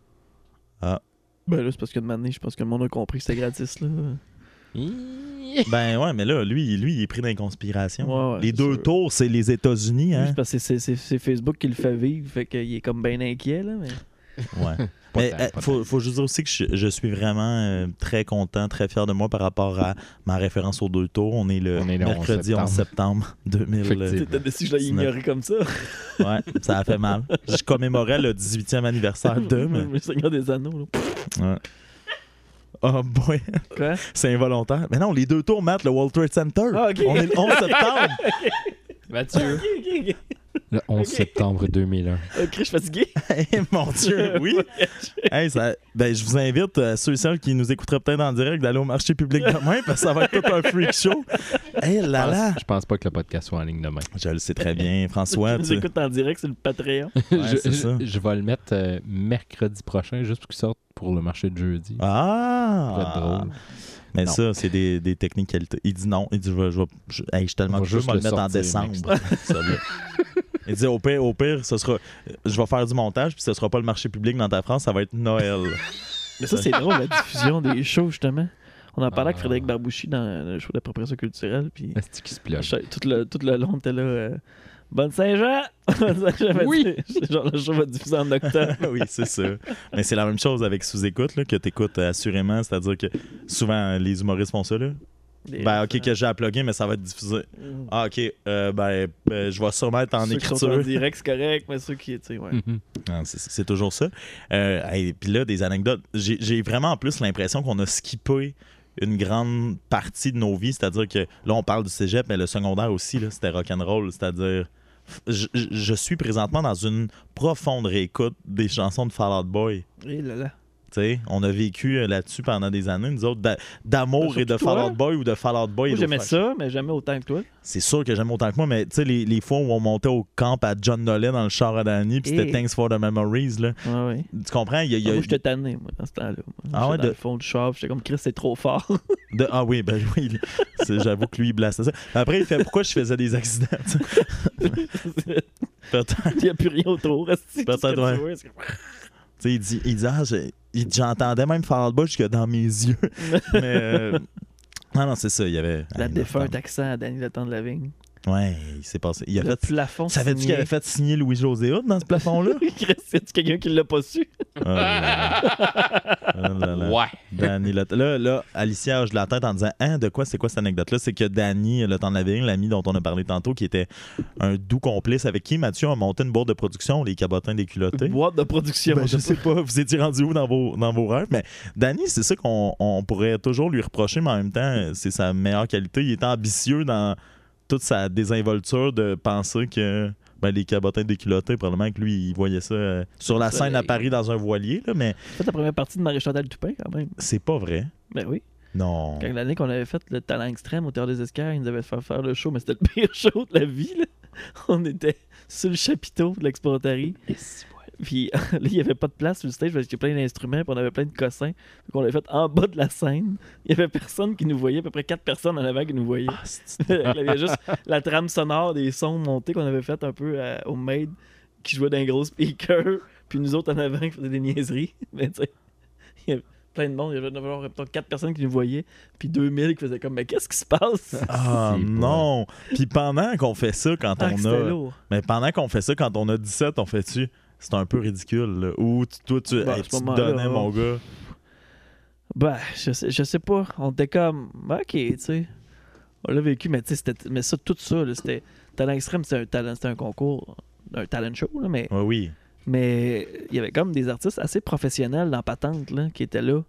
Speaker 3: Ben là, c'est parce que de manière, je pense que le monde a compris que c'était gratis, là.
Speaker 2: Hi-
Speaker 1: Ben ouais, mais là, lui, lui il est pris dans les conspirations.
Speaker 3: Ouais, ouais,
Speaker 1: les
Speaker 3: c'est
Speaker 1: deux
Speaker 3: sûr.
Speaker 1: tours, c'est les États-Unis,
Speaker 3: Lui,
Speaker 1: hein?
Speaker 3: c'est parce que c'est- c'est c'est Facebook qui le fait vivre, fait qu'il est comme bien inquiet, là. Mais...
Speaker 1: Ouais.
Speaker 2: Pas
Speaker 1: mais
Speaker 2: tant,
Speaker 1: euh,
Speaker 2: pas
Speaker 1: faut, faut juste dire aussi que je, je suis vraiment euh, très content, très fier de moi par rapport à ma référence aux deux tours. On est le
Speaker 2: On est le 11
Speaker 1: mercredi 11 septembre 2000.
Speaker 2: Effectivement.
Speaker 3: T'étais déçu, je l'ai ignoré comme ça.
Speaker 1: Ouais, ça a fait mal. Je commémorais le 18e anniversaire de... mais-
Speaker 3: Le Seigneur des Anneaux, là.
Speaker 1: Ouais. Oh boy,
Speaker 3: Quoi?
Speaker 1: c'est involontaire. Mais non, les deux tours matent le World Trade Center.
Speaker 3: Ah, ok.
Speaker 1: On est le 11 septembre.
Speaker 2: Mathieu.
Speaker 3: ok,
Speaker 2: Le 11 septembre 2001.
Speaker 3: ok, Oh, je suis fatigué.
Speaker 1: Eh, mon Dieu, oui. Hey, ça- ben, je vous invite, euh, ceux et celles qui nous écouteraient peut-être en direct, d'aller au marché public demain parce que ça va être tout un freak show. Hey, là Ah là.
Speaker 2: Je pense pas que le podcast soit en ligne demain.
Speaker 1: Je le sais très bien, François.
Speaker 3: Tu nous
Speaker 1: Ah, tu-
Speaker 3: écoutes en direct sur le Patreon.
Speaker 1: Ouais,
Speaker 2: je,
Speaker 1: c'est ça.
Speaker 2: je- je vais le mettre euh, mercredi prochain, juste pour qu'il sorte pour le marché de jeudi. Ça va
Speaker 1: Ah!
Speaker 2: être drôle.
Speaker 1: Mais
Speaker 2: Non.
Speaker 1: ça, c'est des, des technicalités. Il dit non. Il dit, je vais- je vais- je- hey, je suis
Speaker 2: On
Speaker 1: tellement
Speaker 2: va
Speaker 1: que je vais
Speaker 2: juste
Speaker 1: me le
Speaker 2: le
Speaker 1: mettre en
Speaker 2: sortir,
Speaker 1: décembre. celui-là. Il dit, au pire, au pire, ce sera, je vais faire du montage, puis ce sera pas le marché public dans ta France, ça va être Noël.
Speaker 3: Mais ça, c'est drôle, la diffusion des shows, justement. On en parlait avec
Speaker 2: Ah.
Speaker 3: Frédéric Barbouchi dans le show d'appropriation culturelle, puis
Speaker 2: Est-ce qu'il se
Speaker 1: Ah,
Speaker 2: plug?
Speaker 3: je- tout, le, tout le long, t'es là. euh, Bonne Saint-Jean! Bonne Saint-Jean, ben,
Speaker 2: Oui.
Speaker 3: tu sais, Genre, le show va être diffusé en octobre.
Speaker 1: oui, c'est ça. Mais c'est la même chose avec sous-écoute, là, que t'écoutes euh, assurément. C'est-à-dire que souvent, les humoristes font ça. Là.
Speaker 3: hein.
Speaker 1: Ben, OK, que j'ai à plugger, mais ça va être diffusé. Ah, OK. euh, ben, euh, je vais sûrement être en
Speaker 3: ceux qui sont en
Speaker 1: écriture.
Speaker 3: direct, c'est correct, mais ceux qui, tu sais, ouais.
Speaker 2: Mhm.
Speaker 1: Ah, C'est c'est toujours ça. Euh, hey, Puis là, des anecdotes. J'ai j'ai vraiment en plus l'impression qu'on a skippé une grande partie de nos vies. C'est-à-dire que là, on parle du cégep, mais le secondaire aussi, là, c'était rock'n'roll. C'est-à-dire, f- je, je- je suis présentement dans une profonde réécoute des chansons de Fall Out Boy.
Speaker 3: Eh là là.
Speaker 1: Tu sais, on a vécu euh, là-dessus pendant des années, nous autres, d'a- d'amour
Speaker 3: Surtout
Speaker 1: et de
Speaker 3: toi.
Speaker 1: Fall Out Boy ou de Fall Out Boy. et
Speaker 3: Moi,
Speaker 1: d'autres
Speaker 3: j'aimais
Speaker 1: choses.
Speaker 3: ça, mais jamais autant que toi.
Speaker 1: C'est sûr que j'aime autant que moi, mais tu sais, les, les fois où on montait au camp à John Nolan dans le char à Danny, puis c'était
Speaker 3: Et-
Speaker 1: Thanks for the Memories, là.
Speaker 3: Ouais, ouais.
Speaker 1: Tu comprends? Il y a- il
Speaker 3: Eh.
Speaker 1: y a-
Speaker 3: Ah, Moi, j'étais tanné, moi, dans ce temps-là. Moi,
Speaker 1: Ah
Speaker 3: j'étais
Speaker 1: ouais,
Speaker 3: dans
Speaker 1: de-
Speaker 3: le fond du char, puis j'étais comme, Chris, c'est trop fort.
Speaker 1: De- ah oui, ben oui, lui- c'est- j'avoue que lui, il blastait ça. Après, il fait pourquoi je faisais des accidents? tu sais?
Speaker 3: Il
Speaker 1: Peut-être,
Speaker 3: n'y a plus rien autour. est-ce que
Speaker 1: Peut-être,
Speaker 3: tu fais
Speaker 1: ouais.
Speaker 3: du bruit, est-ce que-
Speaker 1: tu sais, il dit, il dit ah, j'ai- il dit, j'entendais même faire le bas jusque dans mes yeux. Mais euh, non, non, c'est ça, il y avait.
Speaker 3: La
Speaker 1: Ah,
Speaker 3: défunte accent à Danny Le Temps de la Vigne.
Speaker 1: non, Ouais, il s'est passé. Il a
Speaker 3: Le
Speaker 1: fait.
Speaker 3: plafond.
Speaker 1: Savais-tu qu'il
Speaker 3: signé.
Speaker 1: avait fait signer Louis-José Hood dans ce plafond-là?
Speaker 3: Chris, c'est quelqu'un qui l'a pas su.
Speaker 1: Oh là là. Oh là là.
Speaker 2: Ouais.
Speaker 1: Danny Le- là, là, Alicia hoche la tête en disant Hein, de quoi c'est quoi cette anecdote-là C'est que Danny, euh, le temps de la vigne, l'ami dont on a parlé tantôt, qui était un doux complice avec qui Mathieu a monté une boîte de production, les cabotins déculottés.
Speaker 3: Boîte de production.
Speaker 1: Ben, je sais pas, vous étiez rendu où dans vos, dans vos rêves, mais Danny, c'est ça qu'on on pourrait toujours lui reprocher, mais en même temps, euh, c'est sa meilleure qualité. Il est ambitieux dans toute sa désinvolture de penser que ben, les cabotins déculottés, probablement que lui, il voyait ça euh, sur la
Speaker 3: Ça,
Speaker 1: scène à
Speaker 3: il-
Speaker 1: Paris dans un voilier, là, mais
Speaker 3: J'ai fait la première partie de Marie-Chantal Dupin, quand même.
Speaker 1: c'est pas vrai.
Speaker 3: Ben oui.
Speaker 1: Non.
Speaker 3: Quand l'année qu'on avait fait le talent extrême au Théâtre des Escars, ils nous avaient fait faire le show, mais c'était le pire show de la vie. là. On était sur le chapiteau de l'Exportari. Puis là, il n'y avait pas de place sur le stage parce qu'il y avait plein d'instruments, puis on avait plein de cossins. Donc on l'avait fait en bas de la scène. Il n'y avait personne qui nous voyait, à peu près quatre personnes en avant qui nous voyaient.
Speaker 1: Ah, c'est-
Speaker 3: il y avait juste la trame sonore des sons montés qu'on avait fait un peu à- au maid qui jouait d'un gros speaker, puis nous autres en avant qui faisaient des niaiseries. Mais tu sais, il y avait plein de monde, il y avait genre, peut-être quatre personnes qui nous voyaient, puis 2000 qui faisaient comme, mais qu'est-ce qui se passe?
Speaker 1: Ah
Speaker 2: C'est pas-
Speaker 1: non! Puis pendant qu'on fait ça, quand
Speaker 3: Ah,
Speaker 1: on
Speaker 3: c'était
Speaker 1: a.
Speaker 3: lourd.
Speaker 1: Mais pendant qu'on fait ça, quand on a 17, on fait-tu. C'est un peu ridicule. là. Ou tu- toi, tu,
Speaker 3: Ben,
Speaker 1: hey,
Speaker 3: à
Speaker 1: tu
Speaker 3: ce
Speaker 1: te
Speaker 3: moment-là,
Speaker 1: donnais,
Speaker 3: ouais.
Speaker 1: mon gars.
Speaker 3: Ben, je sais, je sais pas. On était comme, ben, ok, tu sais. On l'a vécu, mais tu sais, c'était- mais ça, tout ça, là, c'était. Talent extrême, c'était un, talent, c'était un concours, un talent show, là, mais
Speaker 1: Ouais, oui.
Speaker 3: mais il y avait comme des artistes assez professionnels dans Patente, là, qui étaient là.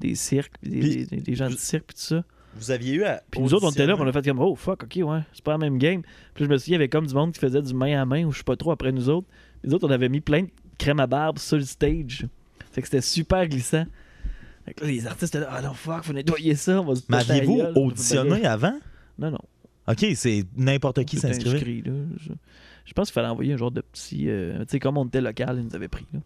Speaker 3: Des cirques, puis des,
Speaker 1: Puis-
Speaker 3: des- des gens du cirque, puis tout ça.
Speaker 1: Vous aviez eu à.
Speaker 3: Puis nous autres, on était là, puis on a fait comme, oh fuck, ok, ouais, c'est pas la même game. Puis je me suis dit, il y avait comme du monde qui faisait du main à main, ou je sais pas trop, après nous autres. Puis nous autres, on avait mis plein de crème à barbe sur le stage. Fait que c'était super glissant. Fait que là, les artistes étaient là, ah non, fuck, faut nettoyer ça, on va se
Speaker 1: Mais
Speaker 3: péter la
Speaker 1: aviez-vous
Speaker 3: gueule.
Speaker 1: auditionné avant?
Speaker 3: Non, non.
Speaker 1: Ok, c'est n'importe qui
Speaker 3: Tout
Speaker 1: s'inscrivait.
Speaker 3: inscrit, là. Je, je pense qu'il fallait envoyer un genre de petit. euh, tu sais, comme on était local, ils nous avaient pris. là.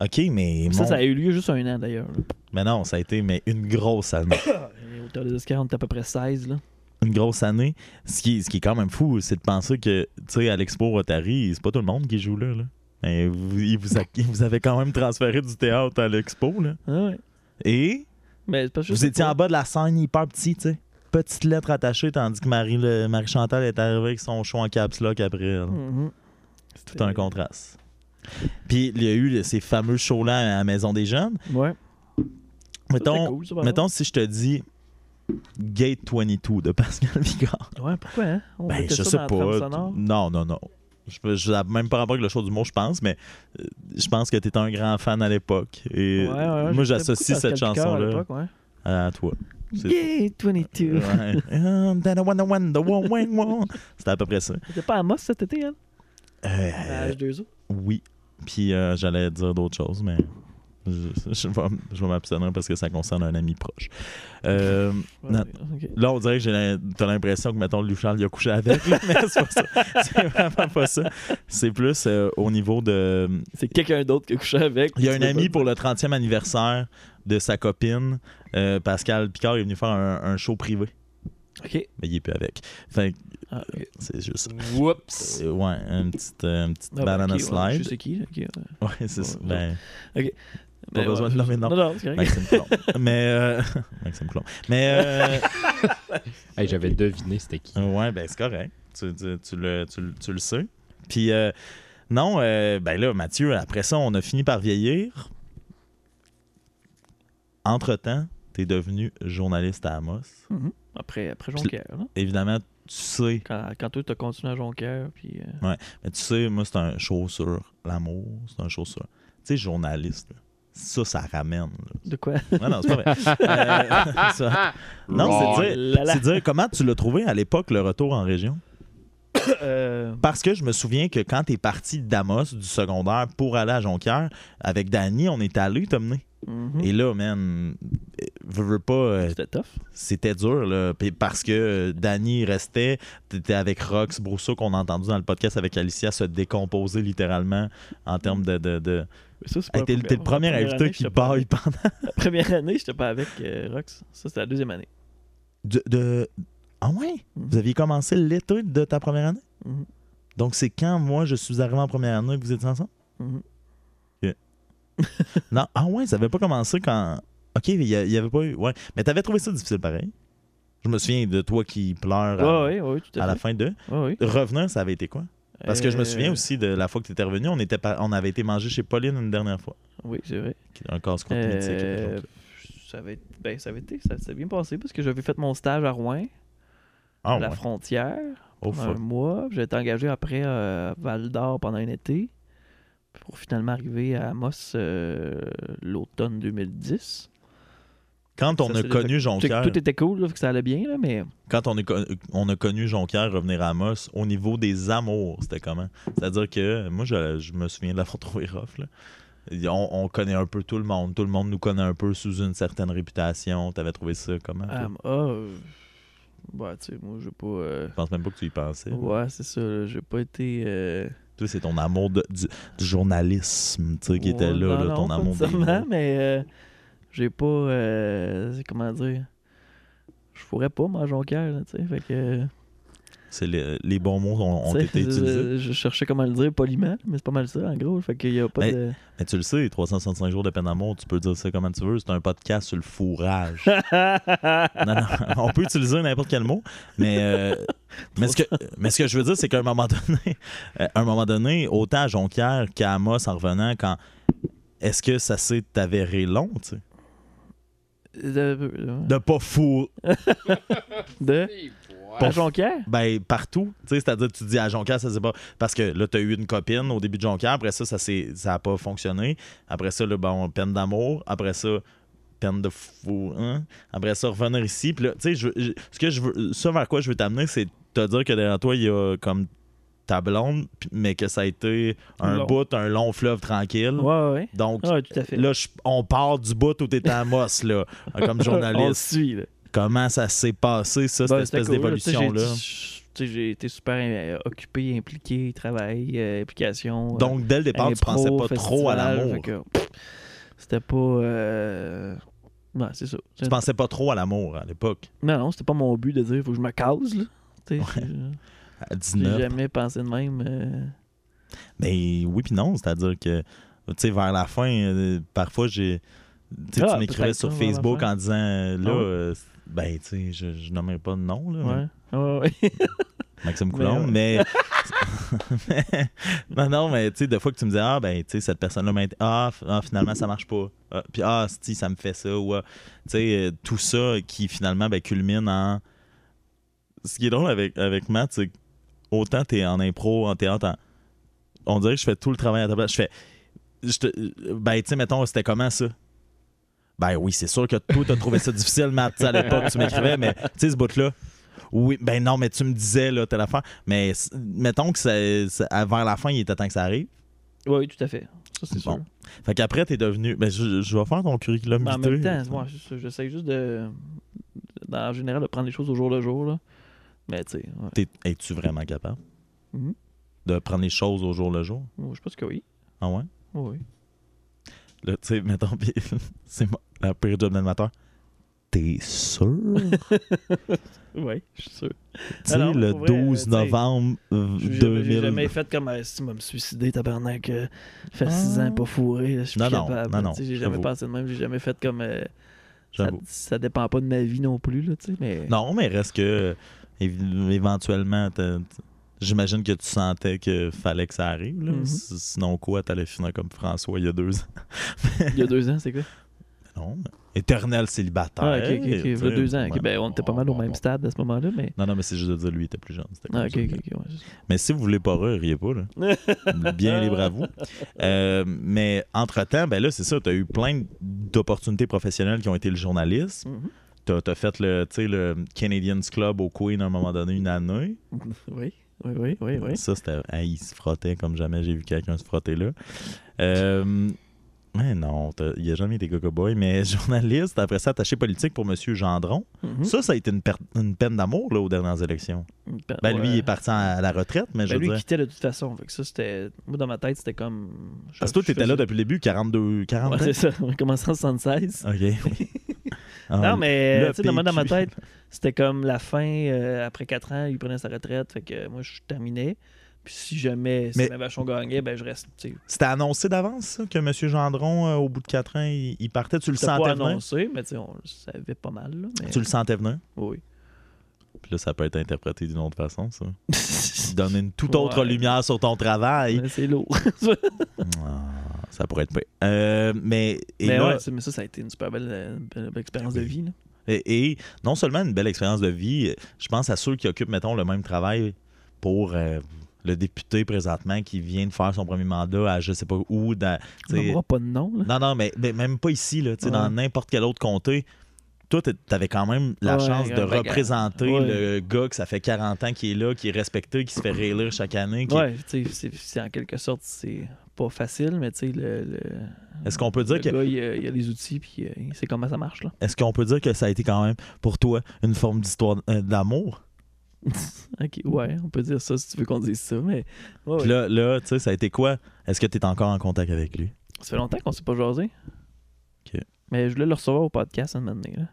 Speaker 1: Ok, mais.
Speaker 3: Ça,
Speaker 1: mon-
Speaker 3: ça a eu lieu juste un an d'ailleurs. là.
Speaker 1: Mais non, ça a été mais une grosse année.
Speaker 3: Et Autour des Oscars, on était à peu près 16. Là.
Speaker 1: une grosse année. Ce qui, ce qui est quand même fou, c'est de penser que, tu sais, à l'Expo Rotary, c'est pas tout le monde qui joue là. là. Et vous, ils vous, a- ils vous avez quand même transféré du théâtre à l'Expo, là.
Speaker 3: Ah ouais.
Speaker 1: Et
Speaker 3: Mais c'est parce que je
Speaker 1: vous
Speaker 3: sais
Speaker 1: étiez
Speaker 3: pas.
Speaker 1: en bas de la scène hyper petit, tu sais. Petite lettre attachée, tandis que Marie, le- Marie Chantal est arrivée avec son show en caps lock après. elle.
Speaker 3: Mhm. C'était-
Speaker 1: Tout un contraste. Puis il y a eu le- ces fameux shows-là à la Maison des Jeunes.
Speaker 3: Ouais. Ça,
Speaker 1: Mettons,
Speaker 3: c'était cool, ça, par
Speaker 1: mettons si je te dis Gate 22 de Pascal Vigard.
Speaker 3: exemple. Ouais, pourquoi, hein? On
Speaker 1: Ben,
Speaker 3: mettait
Speaker 1: je
Speaker 3: ça
Speaker 1: sais
Speaker 3: dans la
Speaker 1: pas.
Speaker 3: trame sonore.
Speaker 1: Non, non, non. Je, peux- je- même par rapport avec le show du mot, je pense, mais euh, je pense que tu étais un grand fan à l'époque. Et
Speaker 3: Ouais, ouais,
Speaker 1: moi,
Speaker 3: j'écoutais
Speaker 1: j'associe
Speaker 3: beaucoup
Speaker 1: cette
Speaker 3: Pascal Picard à
Speaker 1: chanson-là
Speaker 3: l'époque, ouais.
Speaker 1: à toi. C'est-
Speaker 3: Yeah, 22.
Speaker 1: Ouais. Um, da, da, wa, da, wa, da, wa, wa, wa. C'était à peu près ça.
Speaker 3: T'étais pas à Moss cet été, elle?
Speaker 1: Euh,
Speaker 3: À H2O.
Speaker 1: oui. Puis euh, j'allais dire d'autres choses, mais je, je vais, je vais m'abstenir parce que ça concerne un ami proche. Euh,
Speaker 3: Ouais,
Speaker 1: non.
Speaker 3: ok.
Speaker 1: Là, on dirait que j'ai l'im- t'as l'impression que, mettons, Lou Charles, il a couché avec, là, mais c'est pas ça. C'est vraiment pas ça. C'est plus euh, au niveau de.
Speaker 3: C'est quelqu'un d'autre qui a couché avec.
Speaker 1: Il y a
Speaker 3: tu
Speaker 1: un
Speaker 3: veux
Speaker 1: ami
Speaker 3: pas-
Speaker 1: pour le 30e anniversaire de sa copine, euh, Pascal Picard, il est venu faire un, un show privé,
Speaker 3: Ok.
Speaker 1: mais il est plus avec. Fait que
Speaker 3: Ah, ok.
Speaker 1: c'est juste.
Speaker 2: Whoops.
Speaker 1: euh, ouais, une petite, euh, une petite
Speaker 3: Ah, ben,
Speaker 1: banana
Speaker 3: ok, ouais, Je
Speaker 1: slide.
Speaker 3: sais qui. ok, ouais.
Speaker 1: Ouais, c'est ça.
Speaker 3: Ouais,
Speaker 1: Ben,
Speaker 3: Mais ouais,
Speaker 1: besoin de nommer de nom. Ben,
Speaker 3: Non, non, c'est correct.
Speaker 1: Maxime Clon. Mais. euh, Maxime Clon. Mais. euh,
Speaker 2: Hey, J'avais deviné c'était qui.
Speaker 1: Ouais, ben c'est correct. Tu, tu- tu le, tu le- tu le sais. Puis euh, non, euh, ben là, Mathieu, après ça, on a fini par vieillir. Entre-temps, t'es devenu journaliste à Amos.
Speaker 3: Mhm. Après, après
Speaker 1: Puis-
Speaker 3: Jonquière, là.
Speaker 1: Évidemment, tu sais,
Speaker 3: Quand, quand toi, t'as continué à Jonquière, puis. euh,
Speaker 1: mais tu sais, moi, c'est un show sur l'amour, c'est un show sur... Tu sais, journaliste, là, ça, ça ramène. là.
Speaker 3: De quoi?
Speaker 1: Ouais, non, c'est pas vrai. Euh, ça- Non,
Speaker 3: Oh
Speaker 1: c'est dire, c'est dire comment tu l'as trouvé à l'époque, le retour en région?
Speaker 3: Euh,
Speaker 1: Parce que je me souviens que quand t'es parti de Damos du secondaire pour aller à Jonquière, avec Danny, on est allé t'emmener.
Speaker 3: mhm.
Speaker 1: Et là, man, euh, veux, veux pas, euh,
Speaker 3: C'était tough.
Speaker 1: c'était dur, là. Puis parce que euh, Danny restait, t'étais avec Rox Brousseau, qu'on a entendu dans le podcast avec Alicia, se décomposer littéralement en termes de. de, de...
Speaker 3: Ça, c'est
Speaker 1: Hey,
Speaker 3: la
Speaker 1: t'es le-
Speaker 3: première-
Speaker 1: t'es le premier
Speaker 3: la première
Speaker 1: invité
Speaker 3: année,
Speaker 1: qui
Speaker 3: j'étais pas
Speaker 1: baille
Speaker 3: avec-
Speaker 1: pendant.
Speaker 3: La première année, j'étais pas avec euh, Rox. Ça, c'était la deuxième année.
Speaker 1: De, de- Ah ouais? Vous aviez commencé l'été de ta première année?
Speaker 3: Mhm.
Speaker 1: Donc c'est quand moi je suis arrivé en première année que vous étiez ensemble?
Speaker 3: Mhm.
Speaker 1: Non, ah ouais, ça avait pas commencé quand. Ok, il y, a- il y avait pas eu. Ouais, mais t'avais trouvé ça difficile pareil. Je me souviens de toi qui pleure à,
Speaker 3: Ouais, ouais, ouais, tout
Speaker 1: à
Speaker 3: à,
Speaker 1: la
Speaker 3: fait.
Speaker 1: fin de.
Speaker 3: Ouais, ouais.
Speaker 1: Revenir, ça avait été quoi Parce que je me
Speaker 3: Euh,
Speaker 1: souviens aussi de la fois que t'étais revenu, on, était par- on avait été manger chez Pauline une dernière fois.
Speaker 3: Oui, c'est vrai.
Speaker 1: Un casse-croûte
Speaker 3: Euh,
Speaker 1: mythique. quelque chose.
Speaker 3: ça avait, ben, ça avait été, ça s'est bien passé parce que j'avais fait mon stage à Rouen,
Speaker 1: Ah
Speaker 3: à la
Speaker 1: ouais.
Speaker 3: frontière,
Speaker 1: Oh,
Speaker 3: pendant un
Speaker 1: fuck.
Speaker 3: mois. J'ai été engagé après euh, à Val d'Or pendant un été, pour finalement arriver à Amos euh, l'automne 2010.
Speaker 1: Quand on
Speaker 3: Ça,
Speaker 1: a
Speaker 3: c'est
Speaker 1: connu
Speaker 3: Tu sais que
Speaker 1: Jonquière,
Speaker 3: Tout était cool, là, que ça allait bien, là, mais
Speaker 1: quand on, est con- on a connu Jonquière revenir à Amos, au niveau des amours, c'était comment? C'est-à-dire que moi, je, je me souviens de l'avoir trouvé rough. là. Et On, on connaît un peu tout le monde. Tout le monde nous connaît un peu sous une certaine réputation. T'avais trouvé ça comment? toi?
Speaker 3: ah, ah, euh, bah, tu sais, moi, j'ai pas. euh, oh.
Speaker 1: Je pense même pas que tu y pensais.
Speaker 3: Ouais, c'est ça. là. J'ai pas été. euh,
Speaker 1: Toi, Toi, c'est ton amour de- du, du journalisme tu sais, qui était là,
Speaker 3: Non,
Speaker 1: là, ton
Speaker 3: non,
Speaker 1: amour
Speaker 3: pas
Speaker 1: des
Speaker 3: nécessairement,
Speaker 1: mots.
Speaker 3: mais euh, j'ai pas. euh, c'est comment dire Je pourrais pas ma jonquière, là, tu sais. Fait que.
Speaker 1: C'est le- les bons mots ont, ont
Speaker 3: tu sais,
Speaker 1: été
Speaker 3: je-
Speaker 1: utilisés.
Speaker 3: Je, cherchais comment le dire poliment, mais c'est pas mal ça, en gros. Fait qu'il y a pas
Speaker 1: Mais-
Speaker 3: de.
Speaker 1: Mais tu le sais, 365 jours de peine d'amour, tu peux dire ça comment tu veux. C'est un podcast sur le fourrage. non, non, on peut utiliser n'importe quel mot, mais, euh, mais, ce que, mais ce que je veux dire, c'est qu'à un moment donné, euh, à un moment donné, autant à Jonquière qu'à Amos en revenant, quand est-ce que ça s'est avéré long, tu sais?
Speaker 3: De.
Speaker 1: De pas four
Speaker 3: de...
Speaker 1: Pas
Speaker 3: La
Speaker 1: f-
Speaker 3: jonquière
Speaker 1: ben partout, tu sais, c'est-à-dire tu dis à Jonquière ça c'est pas parce que là tu as eu une copine au début de Jonquière, après ça ça s'est- ça a pas fonctionné. Après ça le bon peine d'amour, après ça peine de fou, hein? Après ça revenir ici, puis là tu sais je veux- je- ce que je veux ce vers quoi je veux t'amener c'est te dire que derrière toi il y a comme ta blonde puis- mais que ça a été un
Speaker 3: Long.
Speaker 1: bout, un long fleuve tranquille.
Speaker 3: Ouais, Ah, ouais.
Speaker 1: Donc
Speaker 3: Ouais, tout à fait.
Speaker 1: Là, je- on part du bout où t'étais à Moss, là, comme
Speaker 3: On le
Speaker 1: journaliste.
Speaker 3: suit, là.
Speaker 1: Comment ça s'est passé, ça, cette
Speaker 3: Ben, c'était
Speaker 1: espèce
Speaker 3: cool, là, tu sais, j'ai-
Speaker 1: d'évolution-là?
Speaker 3: tu sais, J'ai été super euh, occupé, impliqué, travail, euh, implication. euh,
Speaker 1: Donc, dès le départ, tu
Speaker 3: impro,
Speaker 1: pensais pas trop
Speaker 3: festival,
Speaker 1: à l'amour.
Speaker 3: fait que, pff, C'était pas. euh, Ouais, c'est ça.
Speaker 1: Tu
Speaker 3: C'est-
Speaker 1: pensais pas trop à l'amour à l'époque.
Speaker 3: Non, non, c'était pas mon but de dire faut que je me case, là. Tu sais,
Speaker 1: À
Speaker 3: J'ai j'ai
Speaker 1: 19.
Speaker 3: jamais pensé de même. euh,
Speaker 1: Mais oui, puis non. C'est-à-dire que, tu sais, vers la fin, euh, parfois, j'ai. tu sais,
Speaker 3: Ah,
Speaker 1: tu m'écrivais
Speaker 3: peut-être
Speaker 1: sur
Speaker 3: ça, vers la
Speaker 1: Facebook
Speaker 3: fin.
Speaker 1: en disant, euh, là,
Speaker 3: Ah ouais.
Speaker 1: euh, ben, tu sais, je, je nommerai pas de nom, là,
Speaker 3: Ouais. Ah, Ouais, ouais.
Speaker 1: Maxime
Speaker 3: Mais
Speaker 1: Coulomb,
Speaker 3: ouais.
Speaker 1: mais. non, non, mais tu sais, des fois que tu me disais, ah, ben, tu sais, cette personne-là m'intéresse. Ah, f- ah, finalement, ça marche pas. Ah, puis, ah, si, ça me fait ça. Ou, ah, tu sais, euh, tout ça qui finalement ben, culmine en. Ce qui est drôle avec, avec Matt, c'est que autant t'es en impro, en théâtre, en- on dirait que je fais tout le travail à ta place. Je fais. je te- Ben, tu sais, mettons, c'était comment ça? Ben oui, c'est sûr que toi, t'as trouvé ça difficile, Matt, tu sais, à l'époque, tu m'écrivais, mais tu sais, ce bout-là. Oui, ben non, mais tu me disais, là, telle affaire. Mais s- mettons que ça, ça- à- vers la fin, il était temps que ça arrive.
Speaker 3: Ouais, oui, tout à fait. Ça, c'est
Speaker 1: Bon.
Speaker 3: sûr.
Speaker 1: Fait qu'après, t'es devenu. Ben, je, je vais faire ton curriculum
Speaker 3: Mais Ben, en
Speaker 1: vitae.
Speaker 3: même temps, ouais, c'est ça, j'essaie juste de. de- En général, de prendre les choses au jour le jour, là. Mais tu sais, ouais.
Speaker 1: T'es- Es-tu vraiment capable
Speaker 3: Mhm.
Speaker 1: de prendre les choses au jour le jour?
Speaker 3: Ouais, je pense que oui.
Speaker 1: Ah ouais?
Speaker 3: Oui.
Speaker 1: Là, tu sais, mettons, pis c'est mo- la pire job d'animateur. T'es sûr?
Speaker 3: Oui, je suis sûr.
Speaker 1: tu sais,
Speaker 3: non,
Speaker 1: le
Speaker 3: pour vrai,
Speaker 1: 12
Speaker 3: euh, tu sais,
Speaker 1: novembre euh,
Speaker 3: J'ai
Speaker 1: 2000.
Speaker 3: j'ai jamais fait comme euh, si tu m'as me suicidé, tabarnak. euh, fait
Speaker 1: Ah.
Speaker 3: 6 ans pas fourré, là, je suis
Speaker 1: Non,
Speaker 3: plus
Speaker 1: non,
Speaker 3: capable.
Speaker 1: non,
Speaker 3: là,
Speaker 1: non,
Speaker 3: tu sais, J'ai jamais
Speaker 1: j'avoue.
Speaker 3: pensé de même, j'ai jamais fait comme. euh, ça,
Speaker 1: J'avoue.
Speaker 3: ça dépend pas de ma vie non plus, là, tu sais, mais.
Speaker 1: Non, mais reste que évi- éventuellement, t'as- t- j'imagine que tu sentais que fallait que ça arrive. là.
Speaker 3: Mhm.
Speaker 1: S- Sinon quoi, t'allais finir comme François il y a deux ans.
Speaker 3: Il y a deux ans, c'est quoi
Speaker 1: Non, mais éternel célibataire.
Speaker 3: Ah, ok, ok, ok.
Speaker 1: tu sais.
Speaker 3: Il y a deux ans. ok.
Speaker 1: Ouais.
Speaker 3: Ben, on était pas mal au même stade à ce moment-là, mais.
Speaker 1: Non, non, mais c'est juste de dire lui, il était plus jeune. c'était
Speaker 3: Ah,
Speaker 1: comme
Speaker 3: ok,
Speaker 1: ça.
Speaker 3: ok, ok. ouais, c'est ça.
Speaker 1: Mais si vous voulez pas rire, riez pas. Là. Bien libre à vous. Euh, mais entre-temps, ben là, c'est ça, t'as eu plein d'opportunités professionnelles qui ont été le journalisme.
Speaker 3: Mhm.
Speaker 1: T'as as fait le, tu sais, le Canadians Club au Queen à un moment donné, une année.
Speaker 3: Oui, oui, oui, oui. oui.
Speaker 1: Ça, c'était. hey, il se frottait comme jamais j'ai vu quelqu'un se frotter là. Euh, Mais non, t'as- il n'y a jamais été Gogo Boy, mais journaliste, après ça, attaché politique pour M. Gendron.
Speaker 3: Mhm.
Speaker 1: Ça, ça a été une, per- une peine d'amour là, aux dernières élections.
Speaker 3: Ben,
Speaker 1: Ben, lui,
Speaker 3: ouais.
Speaker 1: il est parti à la retraite, mais je
Speaker 3: Ben,
Speaker 1: veux
Speaker 3: lui, il
Speaker 1: dire.
Speaker 3: quittait de toute façon. Fait que ça, c'était. Moi, dans ma tête, c'était comme. je-
Speaker 1: Parce que toi,
Speaker 3: je
Speaker 1: tu étais là
Speaker 3: faisais-
Speaker 1: depuis le début, 42, 40
Speaker 3: Ouais, c'est ça. On a commencé en 76.
Speaker 1: OK. oui. Ah,
Speaker 3: Non,
Speaker 1: le
Speaker 3: mais tu sais, dans ma- dans ma
Speaker 1: PQ.
Speaker 3: tête, c'était comme la fin, euh, après 4 ans, il prenait sa retraite, fait que euh, moi, je terminais. Puis si jamais
Speaker 1: Mais-
Speaker 3: Sylvain Vachon gagnait, ben je reste. tu sais,
Speaker 1: C'était annoncé d'avance, ça, que M. Gendron, euh, au bout de 4 ans, il, il partait. Tu le
Speaker 3: C'était pas
Speaker 1: sentais venir?
Speaker 3: annoncé, mais tu sais, on le savait pas mal. Là, mais...
Speaker 1: Tu le sentais venir?
Speaker 3: Oui.
Speaker 1: Puis là, ça peut être interprété d'une autre façon, ça.
Speaker 3: Mais
Speaker 1: Donner une toute autre
Speaker 3: Ouais.
Speaker 1: lumière sur ton travail.
Speaker 3: c'est lourd.
Speaker 1: Ah, ça pourrait être pire. Euh, mais et,
Speaker 3: mais,
Speaker 1: là-
Speaker 3: ouais, c'est- mais ça, ça a été une super belle, euh, belle- belle expérience de
Speaker 1: Oui.
Speaker 3: vie. là.
Speaker 1: et- et non seulement une belle expérience de vie, je pense à ceux qui occupent, mettons, le même travail pour euh, le député présentement qui vient de faire son premier mandat à je sais pas où. Dans,
Speaker 3: On
Speaker 1: tu sais-
Speaker 3: n'aura pas de nom. Là.
Speaker 1: non, non, mais, mais même pas ici, là, tu sais,
Speaker 3: Ouais.
Speaker 1: dans n'importe quel autre comté. Toi, t'es- t'avais quand même la
Speaker 3: Ouais,
Speaker 1: chance de
Speaker 3: regarde,
Speaker 1: représenter
Speaker 3: ouais.
Speaker 1: le gars que ça fait 40 ans qui est là, qui est respecté, qui se fait réélire chaque année. qui-
Speaker 3: Ouais, tu sais, c'est- c'est en quelque sorte, c'est pas facile, mais tu sais, le, le,
Speaker 1: Est-ce qu'on peut
Speaker 3: le
Speaker 1: dire que
Speaker 3: gars, il, a- il a les outils, puis euh, il sait comment ça marche. là.
Speaker 1: Est-ce qu'on peut dire que ça a été quand même pour toi une forme d'histoire euh, d'amour?
Speaker 3: ok, ouais, on peut dire ça si tu veux qu'on dise ça, mais. Ouais,
Speaker 1: Puis
Speaker 3: ouais.
Speaker 1: là, là tu sais, ça a été quoi? Est-ce que tu es encore en contact avec lui?
Speaker 3: Ça fait longtemps qu'on s'est pas jasé.
Speaker 1: Ok.
Speaker 3: Mais je voulais le recevoir au podcast un moment donné. Là,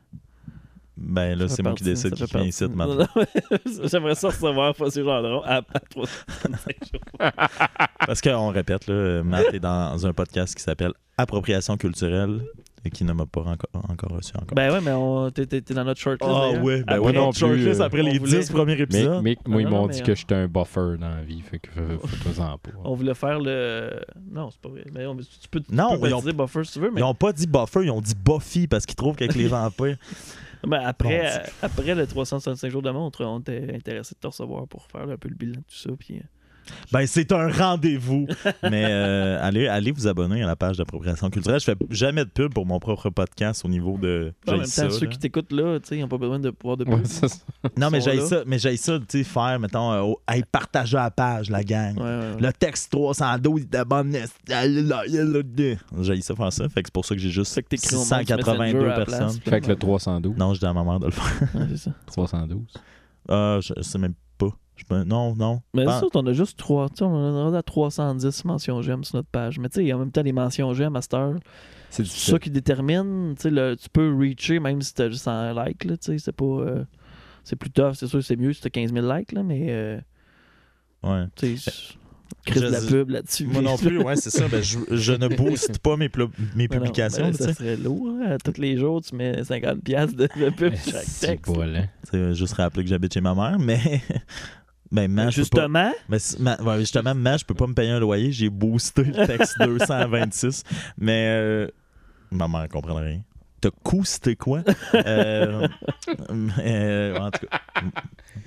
Speaker 1: Ben là,
Speaker 3: Ça fait
Speaker 1: c'est moi
Speaker 3: partie-
Speaker 1: qui décide
Speaker 3: ça
Speaker 1: qui
Speaker 3: fait
Speaker 1: vient ici
Speaker 3: partie-
Speaker 1: maintenant.
Speaker 3: Non, non, J'aimerais ça recevoir Fossé Gendron à à trois-
Speaker 1: Parce qu'on répète, là, Matt est dans un podcast qui s'appelle Appropriation culturelle et qui ne m'a pas encore, encore reçu encore.
Speaker 3: Ben ouais, mais on... t'es t'es- t'es dans notre shortlist.
Speaker 1: Ah
Speaker 3: d'ailleurs.
Speaker 1: ouais, ben
Speaker 3: Après
Speaker 1: ouais,
Speaker 2: non
Speaker 1: notre
Speaker 2: plus,
Speaker 1: shortlist
Speaker 2: euh,
Speaker 1: après les
Speaker 3: on voulait-
Speaker 1: 10 premiers
Speaker 2: Mais,
Speaker 1: épisodes.
Speaker 2: mais moi, ils
Speaker 3: Non, non,
Speaker 2: m'ont
Speaker 3: mais,
Speaker 2: dit
Speaker 3: euh,
Speaker 2: que j'étais un buffer dans la vie, fait que fais-toi-en pas.
Speaker 3: On voulait faire le. Non, c'est pas vrai. Mais on- tu peux, tu
Speaker 1: Non,
Speaker 3: peux
Speaker 1: ils ont-
Speaker 3: préciser buffer si tu veux, mais,
Speaker 1: Ils ont pas dit buffer, ils ont dit Buffy parce qu'ils trouvent qu'avec les vampires.
Speaker 3: mais après,
Speaker 1: Bon,
Speaker 3: euh, après le 365 jours de montre, on était intéressé de te recevoir pour faire un peu le bilan de tout ça. Puis, euh,
Speaker 1: Ben c'est un rendez-vous. Mais euh, allez, allez vous abonner à la page d'appropriation culturelle. Je fais jamais de pub pour mon propre podcast au niveau de.
Speaker 3: en
Speaker 1: j'haïs
Speaker 3: même temps,
Speaker 1: ça,
Speaker 3: ceux
Speaker 1: là.
Speaker 3: qui t'écoutent là, tu sais, ils n'ont pas besoin de pouvoir de plus.
Speaker 2: Ouais, ça, ça-
Speaker 1: Non, mais
Speaker 3: sont
Speaker 1: j'ai
Speaker 3: là.
Speaker 1: ça, mais j'ai ça, tu sais, faire, mettons, euh, au- hey, partagez la page, la gang.
Speaker 3: Ouais, ouais, ouais.
Speaker 1: Le texte 312 de bonne. J'ai ça faire ça, fait que c'est pour ça que j'ai juste
Speaker 3: Fait que t'écris au monde sur
Speaker 1: 682
Speaker 3: Messenger à la place,
Speaker 1: personnes.
Speaker 3: puis là,
Speaker 2: Fait que le 312.
Speaker 1: Non, je dis à ma mère de le faire.
Speaker 3: Ouais, c'est ça.
Speaker 2: 312.
Speaker 1: Ah, je je sais même pas. Je peux- Non, non.
Speaker 3: Mais
Speaker 1: Ben,
Speaker 3: c'est sûr, on a juste 3. Tu sais, on en a rendu à 310 mentions j'aime sur notre page. Mais tu sais, en même temps, les mentions j'aime à cette heure,
Speaker 2: C'est
Speaker 3: c'est ça qui détermine. Tu sais, le- tu peux reacher même si t'as juste 100 likes, là, tu sais, c'est pas. euh, c'est plus tough, c'est sûr, c'est mieux si t'as 15 000 likes, là, mais. euh,
Speaker 1: Ouais.
Speaker 3: Tu sais, crise de la
Speaker 1: Euh, Je-
Speaker 3: pub là-dessus.
Speaker 1: Moi non plus, ouais, c'est ça. Ben, je, je ne booste pas mes, plo- mes
Speaker 3: Mais non,
Speaker 1: publications.
Speaker 3: ben,
Speaker 1: tu
Speaker 3: ça
Speaker 1: sais.
Speaker 3: serait lourd. hein. Tous les jours, tu mets 50$ piastres de, de pub sur chaque
Speaker 2: C'est hein.
Speaker 3: texte.
Speaker 2: pas là.
Speaker 1: Tu sais, juste rappeler que j'habite chez ma mère, mais. Ben, ma, je peux pas-
Speaker 3: Justement,
Speaker 1: Mais c- ma- ouais, justement, ma, je peux pas me payer un loyer. J'ai boosté le texte 226. Mais euh, ma mère comprend rien. T'as coûté quoi? Euh, euh, en tout cas,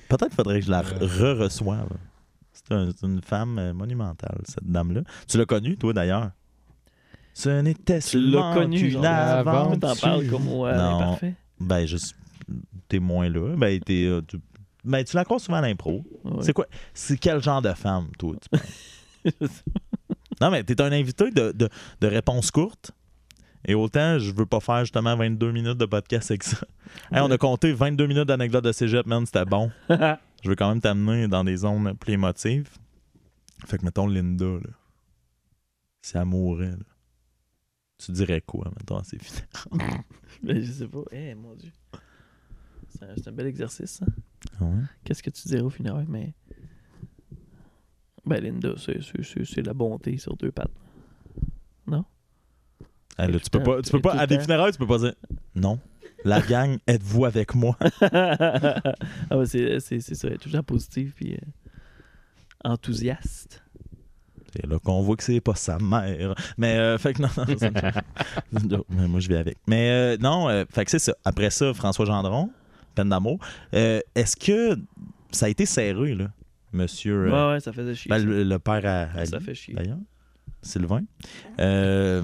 Speaker 1: peut-être faudrait que je la re- re-reçoive. C'est un- c'est une femme euh, monumentale, cette dame-là. Tu l'as connue, toi, d'ailleurs? Ce n'était
Speaker 3: tu l'as
Speaker 1: seulement
Speaker 3: connu.
Speaker 1: une
Speaker 3: genre.
Speaker 1: aventure.
Speaker 3: Pourquoi T'en parles comme ouais,
Speaker 1: Non.
Speaker 3: parfait.
Speaker 1: Ben, je suis- t'es moins là. Ben, t'es, euh, tu... ben, tu la croises souvent à l'impro.
Speaker 3: Ouais.
Speaker 1: C'est quoi? C'est quel genre de femme, toi, tu penses? non, mais t'es un invité de, de, de réponse courte. Et autant, je veux pas faire justement 22 minutes de podcast avec ça. Hey, on a compté 22 minutes d'anecdotes de cégep, man, c'était bon. je veux quand même t'amener dans des zones plus émotives. Fait que, mettons, Linda, là. Si elle mourait, là, Tu dirais quoi, mettons, à ses funérailles?
Speaker 3: Mais je sais pas. Eh, mon Dieu. C'est un, c'est un bel exercice, ça.
Speaker 1: Ouais.
Speaker 3: Qu'est-ce que tu dirais au final? Mais. Ben, Linda, c'est- c'est c'est- c'est la bonté sur deux pattes.
Speaker 1: Ah, là,
Speaker 3: Et tout
Speaker 1: tu peux
Speaker 3: le
Speaker 1: pas,
Speaker 3: temps,
Speaker 1: tu peux
Speaker 3: et
Speaker 1: pas
Speaker 3: euh, tout le
Speaker 1: à des
Speaker 3: temps.
Speaker 1: funérailles, tu peux pas dire non. La gang, êtes-vous avec moi
Speaker 3: ah ben c'est, c'est, c'est ça, elle est toujours positive puis euh, enthousiaste.
Speaker 1: C'est là qu'on voit que c'est pas sa mère. Mais euh, fait que non, non, c'est une joke. C'est une joke. Mais moi je vais avec. Mais euh, non, euh, fait que c'est ça. Après ça, François Gendron, peine d'amour. Euh, Est-ce que ça a été serré là, Monsieur euh,
Speaker 3: Ouais, ouais, ça faisait chier.
Speaker 1: ben,
Speaker 3: ça.
Speaker 1: le, le Ben, père à, à
Speaker 3: ça
Speaker 1: lui,
Speaker 3: fait chier.
Speaker 1: d'ailleurs, Sylvain. Euh,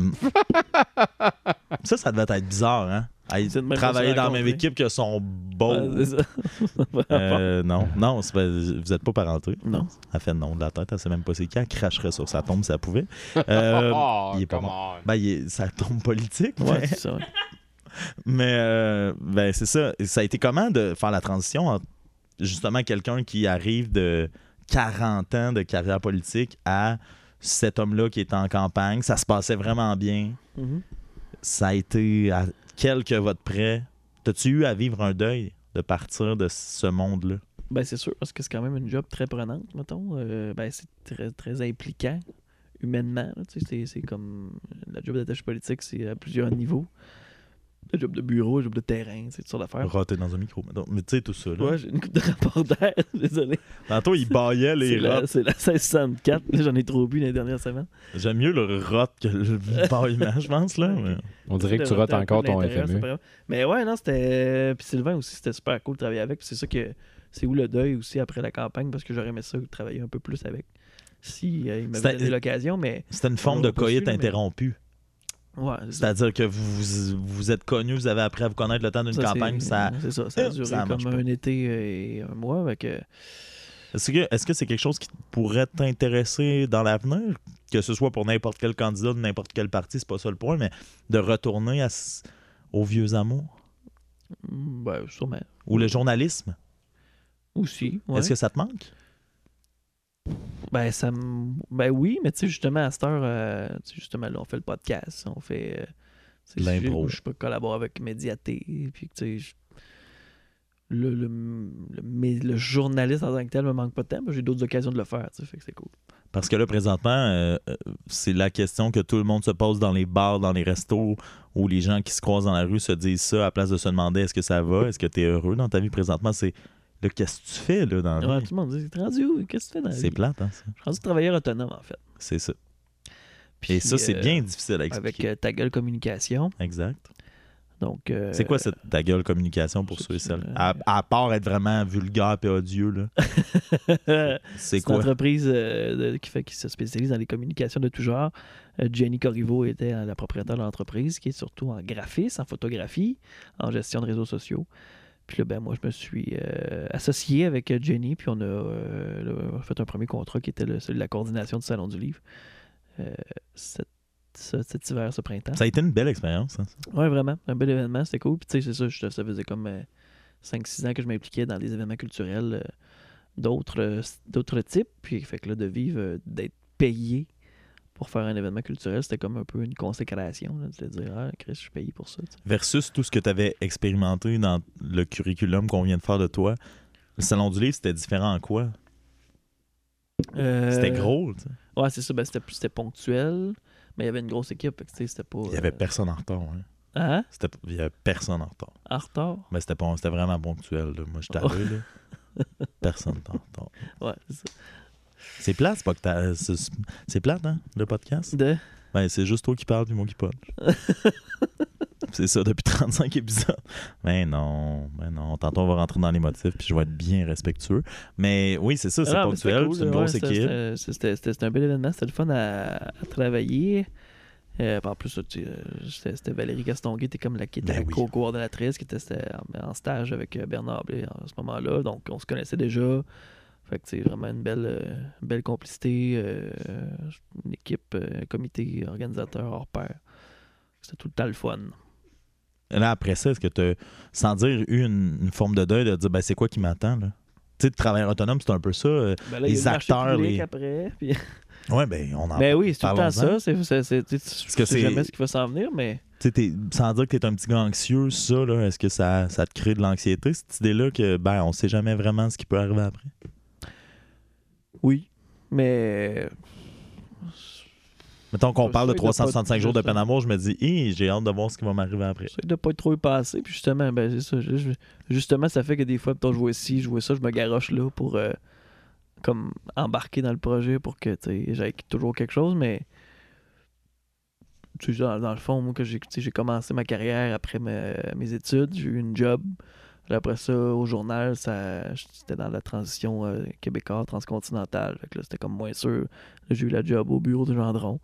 Speaker 1: ça, ça devait être bizarre, hein. À
Speaker 3: C'est de même
Speaker 1: travailler
Speaker 3: qu'on se
Speaker 1: dans la même
Speaker 3: rencontre,
Speaker 1: équipe que son beau.
Speaker 3: Ouais, c'est ça.
Speaker 1: oh. Euh, non, non, c'est pas- vous êtes pas parenté.
Speaker 3: Non.
Speaker 1: Elle fait non de la tête, elle sait même pas c'est qui. Elle cracherait sur sa tombe si elle pouvait. Euh,
Speaker 2: oh,
Speaker 1: il est pas
Speaker 2: come on.
Speaker 1: ben, il est- ça tombe politique.
Speaker 3: Ouais,
Speaker 1: mais
Speaker 3: c'est ça. ouais.
Speaker 1: mais, euh, ben, c'est ça. Et Ça a été comment de faire la transition entre justement quelqu'un qui arrive de 40 ans de carrière politique à cet homme-là qui est en campagne? Ça se passait vraiment bien.
Speaker 3: Mhm.
Speaker 1: Ça a été à quelques votes près. T'as-tu eu à vivre un deuil de partir de ce monde-là?
Speaker 3: Ben, c'est sûr, parce que c'est quand même une job très prenante, mettons. Euh, ben, c'est très, très impliquant humainement. là, tu sais, c'est, c'est comme la job d'attaché politique, c'est à plusieurs niveaux. Le job de bureau, le job de terrain, c'est sur l'affaire.
Speaker 1: Roté dans un micro. mettons. Mais tu sais, tout ça. Là.
Speaker 3: Ouais, j'ai une coupe de rapport d'air, désolé.
Speaker 1: Tantôt, il baillait
Speaker 3: c'est,
Speaker 1: les
Speaker 3: la,
Speaker 1: rottes.
Speaker 3: c'est la 1664, là, j'en ai trop bu les dernières semaines.
Speaker 1: J'aime mieux le rot que le baillement, je pense. là. mais-
Speaker 2: On dirait que tu rates
Speaker 3: rates
Speaker 2: encore ton E. FME.
Speaker 3: Mais ouais, non, c'était. Puis Sylvain aussi, c'était super cool de travailler avec. Puis c'est ça que. C'est où le deuil aussi après la campagne, parce que j'aurais aimé ça travailler un peu plus avec. Si euh, il m'avait
Speaker 1: C'était-
Speaker 3: donné l'occasion, mais.
Speaker 1: C'était une forme
Speaker 3: On
Speaker 1: de
Speaker 3: l'a pas
Speaker 1: coït
Speaker 3: su, là, mais-
Speaker 1: interrompu.
Speaker 3: Ouais, c'est ça.
Speaker 1: C'est-à-dire que vous, vous vous êtes connu, vous avez appris à vous connaître le temps d'une
Speaker 3: Ça,
Speaker 1: campagne.
Speaker 3: c'est-
Speaker 1: Ça... Eh,
Speaker 3: C'est ça, ça a
Speaker 1: Ça
Speaker 3: duré
Speaker 1: marche
Speaker 3: comme
Speaker 1: pas.
Speaker 3: un été et un mois. Avec,
Speaker 1: Est-ce que est-ce que c'est quelque chose qui pourrait t'intéresser dans l'avenir? Que ce soit pour n'importe quel candidat de n'importe quel parti, c'est pas ça le point, mais de retourner à s- aux vieux amours
Speaker 3: ben, sûrement.
Speaker 1: ou le journalisme?
Speaker 3: Aussi. ouais.
Speaker 1: Est-ce que ça te manque?
Speaker 3: Ben, ça me- ben oui, mais tu sais, justement, à cette heure, euh, tu sais, justement, là, on fait le podcast, on fait. euh, tu sais,
Speaker 1: L'impro.
Speaker 3: Je, je peux collaborer avec Médiaté, puis que, tu sais, je- le, le, le- mais le journaliste en tant que tel me manque pas de temps, mais j'ai d'autres occasions de le faire, tu sais, fait que c'est cool.
Speaker 1: Parce que là, présentement, euh, euh, c'est la question que tout le monde se pose dans les bars, dans les restos, où les gens qui se croisent dans la rue se disent ça à place de se demander est-ce que ça va, est-ce que tu es heureux dans ta vie présentement. C'est là, qu'est-ce que tu fais là, dans la
Speaker 3: Ouais,
Speaker 1: vie?
Speaker 3: tout le monde dit, t'es rendu où? Qu'est-ce que tu fais dans la vie?
Speaker 1: Ah C'est plate, hein, ça?
Speaker 3: Je suis rendu travailleur autonome, en fait.
Speaker 1: C'est ça.
Speaker 3: Puis,
Speaker 1: Et ça, c'est
Speaker 3: euh,
Speaker 1: bien difficile à
Speaker 3: Avec
Speaker 1: expliquer.
Speaker 3: euh, ta gueule communication.
Speaker 1: Exact.
Speaker 3: Donc, euh,
Speaker 1: C'est quoi cette ta gueule communication pour
Speaker 3: c'est-
Speaker 1: ceux et
Speaker 3: c'est,
Speaker 1: celles?
Speaker 3: euh,
Speaker 1: À, à part être vraiment vulgaire et odieux, là, c'est
Speaker 3: Euh, C'est
Speaker 1: quoi?
Speaker 3: une entreprise euh, de- qui, fait, qui se spécialise dans les communications de tout genre. Euh, Jenny Corriveau était euh, la propriétaire de l'entreprise, qui est surtout en graphisme, en photographie, en gestion de réseaux sociaux. Puis là, ben, moi, je me suis euh, associé avec euh, Jenny, puis on a euh, là, fait un premier contrat qui était le- celui de la coordination du Salon du Livre euh, cet, ce- cet hiver, ce printemps.
Speaker 1: Ça a été une belle expérience. hein, ça.
Speaker 3: Ouais, vraiment. Un bel événement, c'était cool. Puis tu sais, c'est ça, je- ça faisait comme 5-6 ans que je m'impliquais dans des événements culturels euh, d'autres euh, d'autres types. Puis fait que là, de vivre, euh, d'être payé pour faire un événement culturel, c'était comme un peu une consécration. Là, de dire, ah, Chris, je suis payé pour ça. tu sais.
Speaker 1: Versus tout ce que tu avais expérimenté dans le curriculum qu'on vient de faire de toi. Le salon du livre, c'était différent en quoi? C'était
Speaker 3: Euh,
Speaker 1: gros, tu sais.
Speaker 3: Ouais, c'est ça. Ben, c'était plus- c'était ponctuel. Mais il y avait une grosse équipe. Fait que tu sais, c'était pas.
Speaker 1: Il y avait
Speaker 3: euh,
Speaker 1: personne en retard. hein.
Speaker 3: Hein?
Speaker 1: C'était- Il y avait personne en retard.
Speaker 3: En retard?
Speaker 1: Mais c'était pas- c'était vraiment ponctuel. là. Moi, je t'arrive. là. Personne était en retard.
Speaker 3: Ouais, c'est ça.
Speaker 1: C'est plate, c'est pas que t'as- c'est- C'est plate, hein, le podcast?
Speaker 3: De...
Speaker 1: Ben, c'est juste toi qui parles puis moi qui punch. c'est ça, depuis 35 épisodes. Ben non, ben non. Tantôt, on va rentrer dans les motifs puis je vais être bien respectueux. Mais oui, c'est ça, c'est
Speaker 3: Ah, mais c'était
Speaker 1: ponctuel.
Speaker 3: cool,
Speaker 1: c'est une
Speaker 3: ouais,
Speaker 1: grosse
Speaker 3: c'était-
Speaker 1: équipe.
Speaker 3: c'était- C'était c'était- c'était un bel événement, c'était le fun à, à travailler. Euh, puis en plus, tu sais, euh, c'était c'était Valérie Gastonguay, était comme la, qui était
Speaker 1: Ben
Speaker 3: la
Speaker 1: oui.
Speaker 3: co-coordonnatrice, qui était c'était en, en stage avec euh, Bernard Blé à ce moment-là. Donc, on se connaissait déjà. Fait que c'est vraiment une belle, euh, une belle complicité, euh, une équipe, euh, un comité organisateur hors pair. C'était tout le temps le fun.
Speaker 1: Là, après ça, est-ce que tu sans dire, eu une, une forme de deuil de dire, ben, c'est quoi qui m'attend, là? Tu sais, de travailleur autonome, c'est un peu ça. euh,
Speaker 3: Ben là, il
Speaker 1: Les
Speaker 3: y a eu le marché
Speaker 1: acteurs,
Speaker 3: public
Speaker 1: les-
Speaker 3: après. puis-
Speaker 1: Ouais, ben, on en
Speaker 3: Ben oui, c'est tout le temps
Speaker 1: Parlons-en.
Speaker 3: ça. c'est c'est- c'est- tu sais,
Speaker 1: Est-ce
Speaker 3: tu
Speaker 1: que
Speaker 3: sais
Speaker 1: c'est-
Speaker 3: jamais ce qui va s'en venir, mais.
Speaker 1: Tu sais, t'es- sans dire que t'es un petit gars anxieux, ça, là, est-ce que ça, ça te crée de l'anxiété, cette idée-là que, ben, on sait jamais vraiment ce qui peut arriver après?
Speaker 3: Oui, mais.
Speaker 1: Mettons qu'on
Speaker 3: Je
Speaker 1: parle de
Speaker 3: sais de euh,
Speaker 1: 365
Speaker 3: pas-
Speaker 1: jours de
Speaker 3: je sais.
Speaker 1: peine à mort, je me dis, hé, j'ai hâte de voir ce qui va m'arriver après.
Speaker 3: J'essaie de pas trop y passer. Puis justement, ben c'est ça. je- je- justement, ça fait que des fois, mettons, je vois ci, je vois ça, je me garoche là pour euh, comme embarquer dans le projet pour que tu sais, j'aille toujours quelque chose, mais. Tu sais, dans, dans le fond, moi, que j'ai tu sais, j'ai commencé ma carrière après ma- mes études, j'ai eu une job. Puis Après ça, au journal, ça c'était dans la transition euh, québécoise, transcontinentale. Fait que là, c'était comme moins sûr. Là, j'ai eu la job au bureau de Gendron.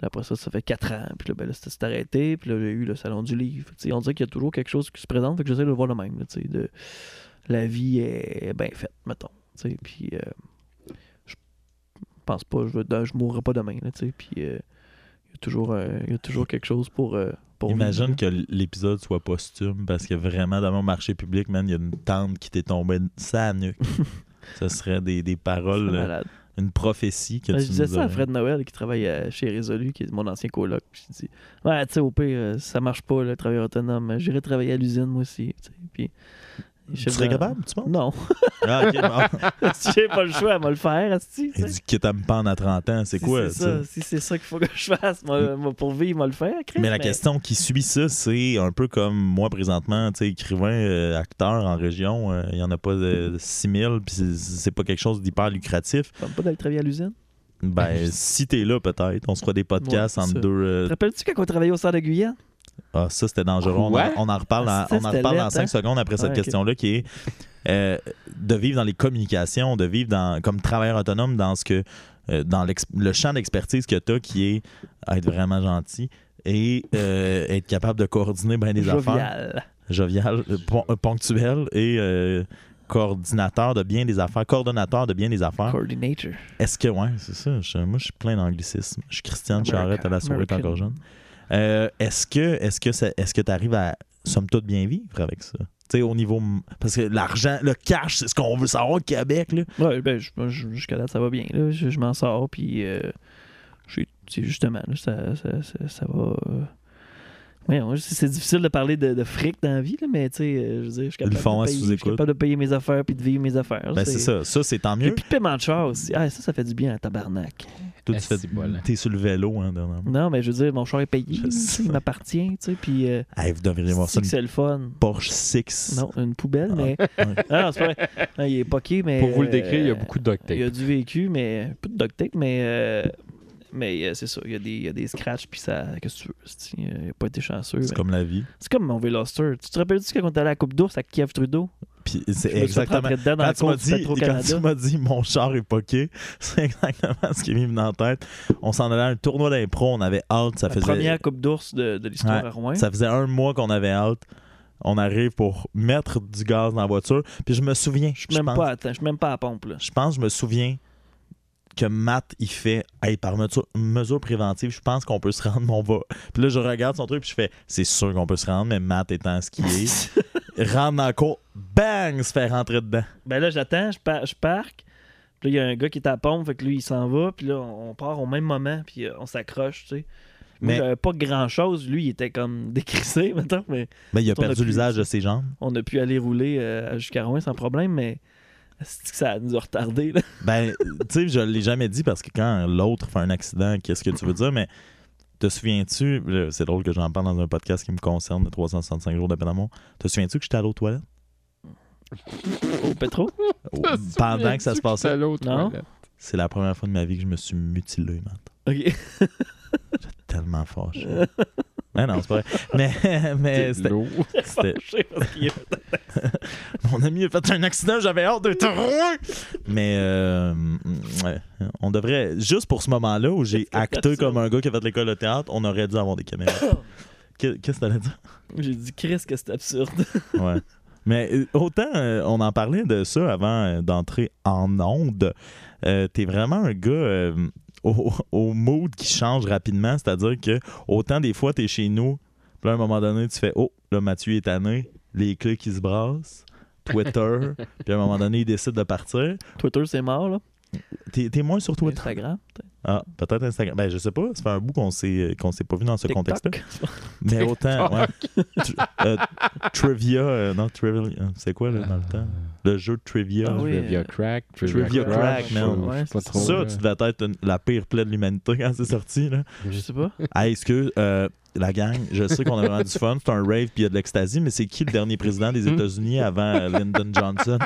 Speaker 3: Là, après ça, ça fait 4 ans. Puis là, ben, là c'était c'est arrêté. Puis là, j'ai eu le salon du livre. Fait que, tu sais, on dirait qu'il y a toujours quelque chose qui se présente. Fait que j'essaie de le voir le même. là, tu sais, de... La vie est bien faite, mettons. tu sais, Puis euh, je pense pas, je, veux- je mourrai pas demain. Là, tu sais, puis euh, il y, a toujours, euh, il y a toujours quelque chose pour. euh, pour vivre,
Speaker 1: Imagine
Speaker 3: là.
Speaker 1: que l'épisode soit posthume parce que vraiment, dans mon marché public, man, il y a une tente qui t'est tombée ça nuque. Ce serait des, des
Speaker 3: C'est
Speaker 1: paroles, euh,
Speaker 3: malade.
Speaker 1: une prophétie que
Speaker 3: Ben,
Speaker 1: tu
Speaker 3: je disais
Speaker 1: nous
Speaker 3: ça à
Speaker 1: aurais.
Speaker 3: Fred Noël qui travaille à- chez Résolu, qui est mon ancien coloc. Puis Je dis Ouais, tu sais, au pire, euh, ça marche pas, le travail autonome. euh, J'irai travailler à l'usine, moi aussi. tu sais. Puis,
Speaker 1: Tu
Speaker 3: je-
Speaker 1: serais capable, tu penses?
Speaker 3: Non,
Speaker 1: Ah, ok, bon.
Speaker 3: si j'ai pas le choix, elle va le faire. asti, tu
Speaker 1: Et
Speaker 3: sais.
Speaker 1: du quitte à me pendre à 30 ans, c'est
Speaker 3: Si
Speaker 1: quoi ça?
Speaker 3: ça?
Speaker 1: Hmm.
Speaker 3: Si c'est ça qu'il faut que je fasse, moi, moi, pour vivre, moi le faire. Chris,
Speaker 1: Mais la question qui suit ça, c'est un peu comme moi présentement, tu sais, écrivain, euh, acteur en région, euh, il y en a pas de 6000, puis c'est- c'est pas quelque chose d'hyper lucratif.
Speaker 3: Comme pas d'aller travailler à l'usine.
Speaker 1: Ben, si t'es là, peut-être, on se fera des podcasts
Speaker 3: Ouais, c'est
Speaker 1: entre
Speaker 3: ça.
Speaker 1: deux. euh,
Speaker 3: Te rappelles-tu quand on travaillait au centre de Guyane
Speaker 1: Ah, ça, c'était dangereux. On,
Speaker 2: Ouais?
Speaker 1: en- on en reparle, dans-
Speaker 3: Ah, ça,
Speaker 1: on en
Speaker 3: c'était
Speaker 1: reparle dans
Speaker 3: laid,
Speaker 1: 5
Speaker 3: hein?
Speaker 1: secondes après cette
Speaker 3: Ah, ok.
Speaker 1: question-là, qui est euh, de vivre dans les communications, de vivre dans, comme travailleur autonome dans ce que euh, dans l'ex- le champ d'expertise que tu as, qui est être vraiment gentil et euh, être capable de coordonner bien des affaires.
Speaker 3: Jovial.
Speaker 1: Jovial, euh, pon- euh, ponctuel et euh, coordinateur de bien des affaires, coordonnateur de bien des affaires.
Speaker 3: Coordinator.
Speaker 1: Est-ce que, ouais, c'est ça. je- moi, je suis plein d'anglicisme. Je suis Christiane Charrette à la soirée, t'es
Speaker 3: American.
Speaker 1: encore jeune. Euh, est-ce que est-ce que ça- est-ce que tu arrives à somme toute bien vivre avec ça? Tu sais, au niveau. m- Parce que l'argent, le cash, c'est ce qu'on veut savoir au Québec, là.
Speaker 3: Ouais, ben, je- moi, je- jusqu'à date, ça va bien. Là. Je, je m'en sors, puis euh, je suis- c'est justement, là, ça, ça, ça- ça va. euh, ouais, ouais, c'est c'est difficile de parler de, de fric dans la vie, là, mais tu sais, euh, je veux dire, je suis
Speaker 1: Ils le
Speaker 3: capable,
Speaker 1: font
Speaker 3: de,
Speaker 1: à
Speaker 3: payer, je suis
Speaker 1: sous-écoute.
Speaker 3: capable de payer mes affaires puis de vivre mes affaires.
Speaker 1: Ben, c'est ça. Ça, c'est tant
Speaker 3: J'ai
Speaker 1: mieux.
Speaker 3: plus de paiement de char aussi. Ah, ça, ça fait du bien à tabarnak.
Speaker 1: Toi,
Speaker 2: Ah,
Speaker 1: tu fais.
Speaker 2: c'est voilà.
Speaker 1: T'es sur le vélo, hein, dernièrement.
Speaker 3: Non, mais je veux dire, mon char est payé,
Speaker 1: Je
Speaker 3: là, tu
Speaker 1: sais.
Speaker 3: sais, il m'appartient, tu sais, puis euh,
Speaker 1: Hey, vous devriez voir ça.
Speaker 3: c'est que
Speaker 1: Une
Speaker 3: c'est le fun.
Speaker 1: Porsche 6.
Speaker 3: Non, une poubelle,
Speaker 1: Ah,
Speaker 3: mais.
Speaker 1: ouais.
Speaker 3: Ah, non, c'est pas vrai. Non, il est poqué, mais.
Speaker 2: Pour vous le décrire, il y a
Speaker 3: euh,
Speaker 2: beaucoup de duct
Speaker 3: Il y a
Speaker 2: tape.
Speaker 3: du vécu, mais. Pas de duct tape, mais. euh, Mais euh, c'est ça, il y, a des, il y a des scratchs, puis ça. Qu'est-ce que tu veux? c'est-tu, euh, Il n'a pas été chanceux. mais-
Speaker 1: C'est comme la vie.
Speaker 3: C'est comme mon Véloster. Tu te rappelles-tu quand on était allé à la Coupe d'Ours à Kiev Trudeau?
Speaker 1: Puis c'est
Speaker 3: Je me suis fait
Speaker 1: exactement.
Speaker 3: rentrer dedans dans
Speaker 1: Quand
Speaker 3: la
Speaker 1: tu m'as
Speaker 3: course du
Speaker 1: dit, quand
Speaker 3: Petro-Canada.
Speaker 1: tu m'as dit mon char est poqué, c'est exactement ce qui m'est venu en tête. On s'en allait à un tournoi d'impro, on avait hâte, ça
Speaker 3: La
Speaker 1: faisait
Speaker 3: première Coupe d'Ours de, de l'histoire
Speaker 1: Ouais,
Speaker 3: à Rouen.
Speaker 1: ça faisait un mois qu'on avait hâte. On arrive pour mettre du gaz dans la voiture, puis je me souviens, je,
Speaker 3: Je suis même
Speaker 1: pense,
Speaker 3: pas à temps- je suis même pas à la pompe, là.
Speaker 1: je pense, je me souviens que Matt il fait hey, par mesure, mesure préventive, je pense qu'on peut se rendre, mais on va. Puis là je regarde son truc, puis je fais c'est sûr qu'on peut se rendre, mais Matt étant ce qu'il est, rentre dans le cours, bang, se fait rentrer dedans.
Speaker 3: Ben là, j'attends, je, par- je parque. Puis là, il y a un gars qui est à la pompe, fait que lui, il s'en va. Puis là, on on part au même moment, puis euh, on s'accroche, tu sais. Moi,
Speaker 1: Mais-
Speaker 3: j'avais pas grand-chose. Lui, il était comme décrissé, maintenant, mais
Speaker 1: Mais il a
Speaker 3: On a
Speaker 1: perdu
Speaker 3: plus-
Speaker 1: l'usage de ses jambes.
Speaker 3: on a pu aller rouler euh, jusqu'à Rouen sans problème, mais c'est que ça nous a retardé, là.
Speaker 1: Ben, tu sais, je l'ai jamais dit parce que quand l'autre fait un accident, qu'est-ce que tu veux dire? Mais te souviens-tu, là, c'est drôle que j'en parle dans un podcast qui me concerne, de 365 jours de peine à mort. Te souviens-tu que j'étais allé aux toilettes?
Speaker 3: Au pétro.
Speaker 1: Oh, pendant que ça se passait?
Speaker 3: Non.
Speaker 1: C'est la première fois de ma vie que je me suis mutilé, man.
Speaker 3: OK.
Speaker 1: Tellement fâché. mais non, c'est pas vrai. Mais, mais c'était- c'était.
Speaker 3: Je sais parce qu'il est-
Speaker 1: Mon ami a fait un accident, j'avais hâte de te rouer. Mais euh, ouais, on devrait, juste pour ce moment-là où j'ai acté comme un gars qui a fait l'école de théâtre, on aurait dû avoir des caméras. Que- Qu'est-ce que t'allais dire?
Speaker 3: J'ai dit, Chris, que c'est absurde.
Speaker 1: Ouais. Mais euh, autant euh, on en parlait de ça avant euh, d'entrer en onde, euh, t'es vraiment un gars euh, au, au mood qui change rapidement, c'est-à-dire que autant des fois t'es chez nous, puis là, à un moment donné tu fais oh là Mathieu est tanné, les clés qui se brassent, Twitter, puis à un moment donné il décide de partir.
Speaker 3: Twitter, c'est mort, là.
Speaker 1: T'es t'es moins sur Twitter.
Speaker 3: Instagram.
Speaker 1: Ah, peut-être Instagram. Ben je sais pas, ça fait un bout qu'on s'est qu'on s'est pas vu dans ce
Speaker 3: TikTok.
Speaker 1: contexte-là. Mais autant, ouais. Tr- euh, trivia, euh, non, trivia, euh, c'est quoi là, dans le temps? Le jeu de trivia.
Speaker 3: Ah oui,
Speaker 2: Trivia
Speaker 3: euh,
Speaker 2: crack,
Speaker 1: Trivia
Speaker 2: trivia
Speaker 1: crack,
Speaker 2: crack,
Speaker 1: man.
Speaker 2: je- je sais pas
Speaker 3: Ouais,
Speaker 1: Ça,
Speaker 2: trop,
Speaker 1: ça,
Speaker 2: là.
Speaker 1: tu devais être une- la pire plaie de l'humanité quand c'est sorti. Là.
Speaker 3: Je sais pas.
Speaker 1: Ah, excuse, euh, la gang, je sais qu'on a vraiment du fun, c'est un rave puis il y a de l'ecstasy, mais c'est qui le dernier président
Speaker 3: Hmm.
Speaker 1: des États-Unis avant euh, Lyndon Johnson?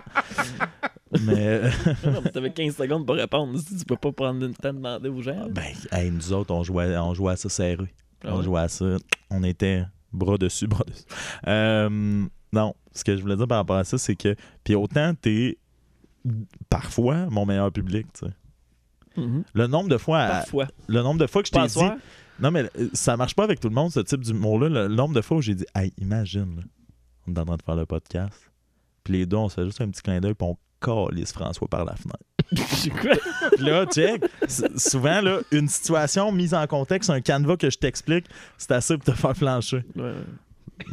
Speaker 1: Mais, euh,
Speaker 3: Non, mais T'avais 15 secondes pour répondre. Tu peux pas prendre le temps de demander aux gens.
Speaker 1: ben, hey, nous autres, on jouait, on jouait à ça serré.
Speaker 3: Ah
Speaker 1: On
Speaker 3: ouais.
Speaker 1: jouait à ça. On était bras dessus, bras dessus. Euh, non, ce que je voulais dire par rapport à ça, c'est que. Puis autant, t'es parfois mon meilleur public, tu sais.
Speaker 3: Mhm.
Speaker 1: Le nombre de fois. à-
Speaker 3: Parfois.
Speaker 1: le nombre de fois que je
Speaker 3: Pas
Speaker 1: t'ai
Speaker 3: à
Speaker 1: dit.
Speaker 3: soir.
Speaker 1: Non, mais euh, ça marche pas avec tout le monde, ce type d'humour-là. Le nombre de fois où j'ai dit, hey, imagine, là, on est en train de faire le podcast. Puis les deux, on se fait juste un petit clin d'œil, puis on calisse François par la fenêtre.
Speaker 3: C'est quoi?
Speaker 1: Puis là, check. s- Souvent, là, une situation mise en contexte, un canevas que je t'explique, c'est assez pour te faire plancher.
Speaker 3: Ouais.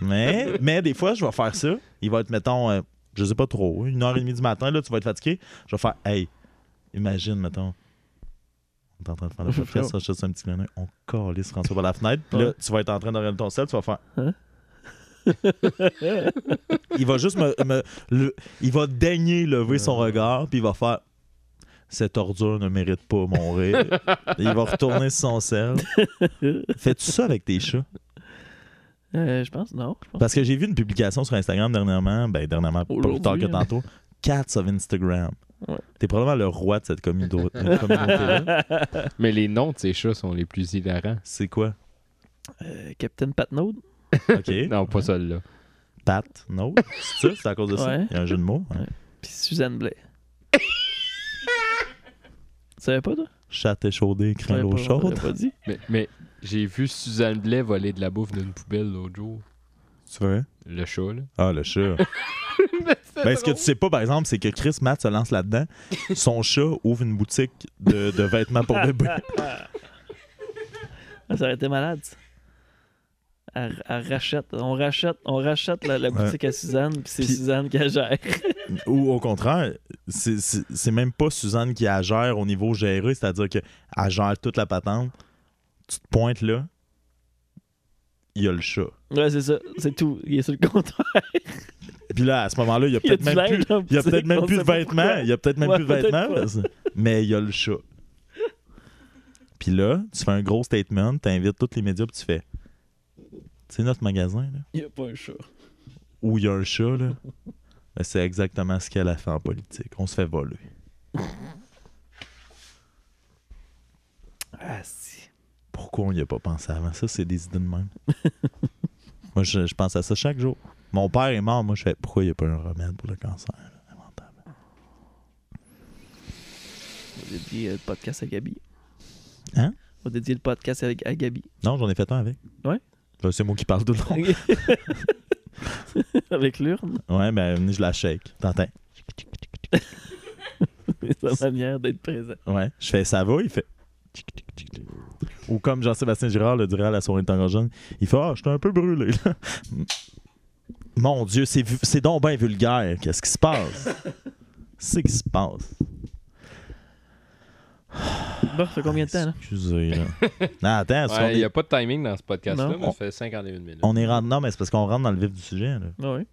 Speaker 1: Mais, mais des fois, je vais faire ça. Il va être, mettons, euh, je sais pas trop, une heure et demie du matin, là, tu vas être fatigué. Je vais faire, hey, imagine, mettons, on est en train de faire le podcast, ça, je te fais un petit clin d'œil. on calisse François par la fenêtre. Puis là,
Speaker 3: Ouais.
Speaker 1: tu vas être en train de regarder ton sel, tu vas faire.
Speaker 3: Hein?
Speaker 1: il va juste me. me- le- il va daigner lever son regard, puis il va faire. Cette ordure ne mérite pas mon rire. il va retourner sur son sel. Fais-tu ça avec tes chats?
Speaker 3: Euh, je pense, non. Je pense
Speaker 1: Parce que j'ai vu une publication sur Instagram dernièrement, ben dernièrement, pas plus tard que
Speaker 3: Aujourd'hui, hein.
Speaker 1: tantôt, Cats of Instagram.
Speaker 3: Ouais.
Speaker 1: T'es probablement le roi de cette communauté. là
Speaker 2: Mais les noms de ces chats sont les plus hilarants.
Speaker 1: C'est quoi?
Speaker 3: Euh, Captain Patnaud.
Speaker 1: OK.
Speaker 2: Non, pas celle-là.
Speaker 1: Pat, no. C'est ça? C'est à cause de ça?
Speaker 3: Ouais.
Speaker 1: Il y a un jeu de mots. hein?
Speaker 3: Ouais. Puis Suzanne Blais. tu savais pas, toi?
Speaker 1: Chat échaudé,
Speaker 3: Tu
Speaker 1: craint
Speaker 3: savais
Speaker 1: l'eau
Speaker 3: pas, on
Speaker 1: chaude.
Speaker 3: t'avait pas dit.
Speaker 2: Mais, mais j'ai vu Suzanne Blais voler de la bouffe d'une poubelle l'autre jour.
Speaker 1: Tu veux?
Speaker 2: Le chat, là.
Speaker 1: Ah, le chat. Ben, ce que tu sais pas, par exemple, c'est que Chris Matt se lance là-dedans. Son chat ouvre une boutique de, de vêtements pour bébé.
Speaker 3: Ah, ça aurait été malade, ça. elle- elle rachète, on rachète, on rachète la, la
Speaker 1: Ouais.
Speaker 3: boutique à Suzanne, puis c'est
Speaker 1: Puis-
Speaker 3: Suzanne qui la gère.
Speaker 1: Ou au contraire, c'est- c'est c'est même pas Suzanne qui la gère au niveau géré, c'est-à-dire qu'elle gère toute la patente. Tu te pointes là, il y a le chat.
Speaker 3: Ouais, c'est ça, c'est tout. Il est sur le comptoir.
Speaker 1: Puis là, à ce moment-là, il y a
Speaker 3: Il y a
Speaker 1: peut-être
Speaker 3: du
Speaker 1: même
Speaker 3: linge
Speaker 1: plus.
Speaker 3: en
Speaker 1: Il y a
Speaker 3: boutique,
Speaker 1: peut-être même
Speaker 3: on
Speaker 1: plus de
Speaker 3: sait pas
Speaker 1: vêtements.
Speaker 3: pourquoi.
Speaker 1: Il y a peut-être même
Speaker 3: Ouais,
Speaker 1: plus de vêtements.
Speaker 3: peut-être
Speaker 1: parce- Mais il y a le chat. Puis là, tu fais un gros statement, tu invites tous les médias, puis tu fais C'est notre magasin, là,
Speaker 3: Il n'y a pas un chat.
Speaker 1: où il y a un chat, là. Ben, c'est exactement ce qu'elle a fait en politique. On se fait voler.
Speaker 3: Ah, si.
Speaker 1: Pourquoi on n'y a pas pensé avant? Ça, c'est des idées de même. moi, je, je pense à ça chaque jour. Mon père est mort. Moi, je fais pourquoi il n'y a pas un remède pour le cancer? là? Lamentable.
Speaker 3: On va dédier euh, le podcast à Gabi.
Speaker 1: Hein?
Speaker 3: On va dédier le podcast à, à Gabi.
Speaker 1: Non, j'en ai fait un avec.
Speaker 3: Ouais?
Speaker 1: Ben, c'est moi qui parle tout le long.
Speaker 3: Avec l'urne,
Speaker 1: Ouais, ben, je la shake. T'entends?
Speaker 3: c'est sa manière d'être présent.
Speaker 1: Ouais. Je fais ça va, il fait. tic, tic, tic, tic. Ou comme Jean-Sébastien Girard le dirait à la soirée de Tango Jeune, il fait Ah, je suis un peu brûlé. là. Mon Dieu, c'est vu- c'est donc bien vulgaire. Qu'est-ce qui se passe? C'est qui se passe?
Speaker 3: Bon, ça fait combien de temps, là?
Speaker 1: Excusez, là. Non, attends, si
Speaker 2: Ouais,
Speaker 1: on,
Speaker 2: Il n'y
Speaker 1: est...
Speaker 2: a pas de timing dans ce podcast-là,
Speaker 3: Non.
Speaker 2: mais ça fait 51 minutes.
Speaker 1: on est rentré. Non, mais c'est parce qu'on rentre dans le vif du sujet, là.
Speaker 3: Ah oui.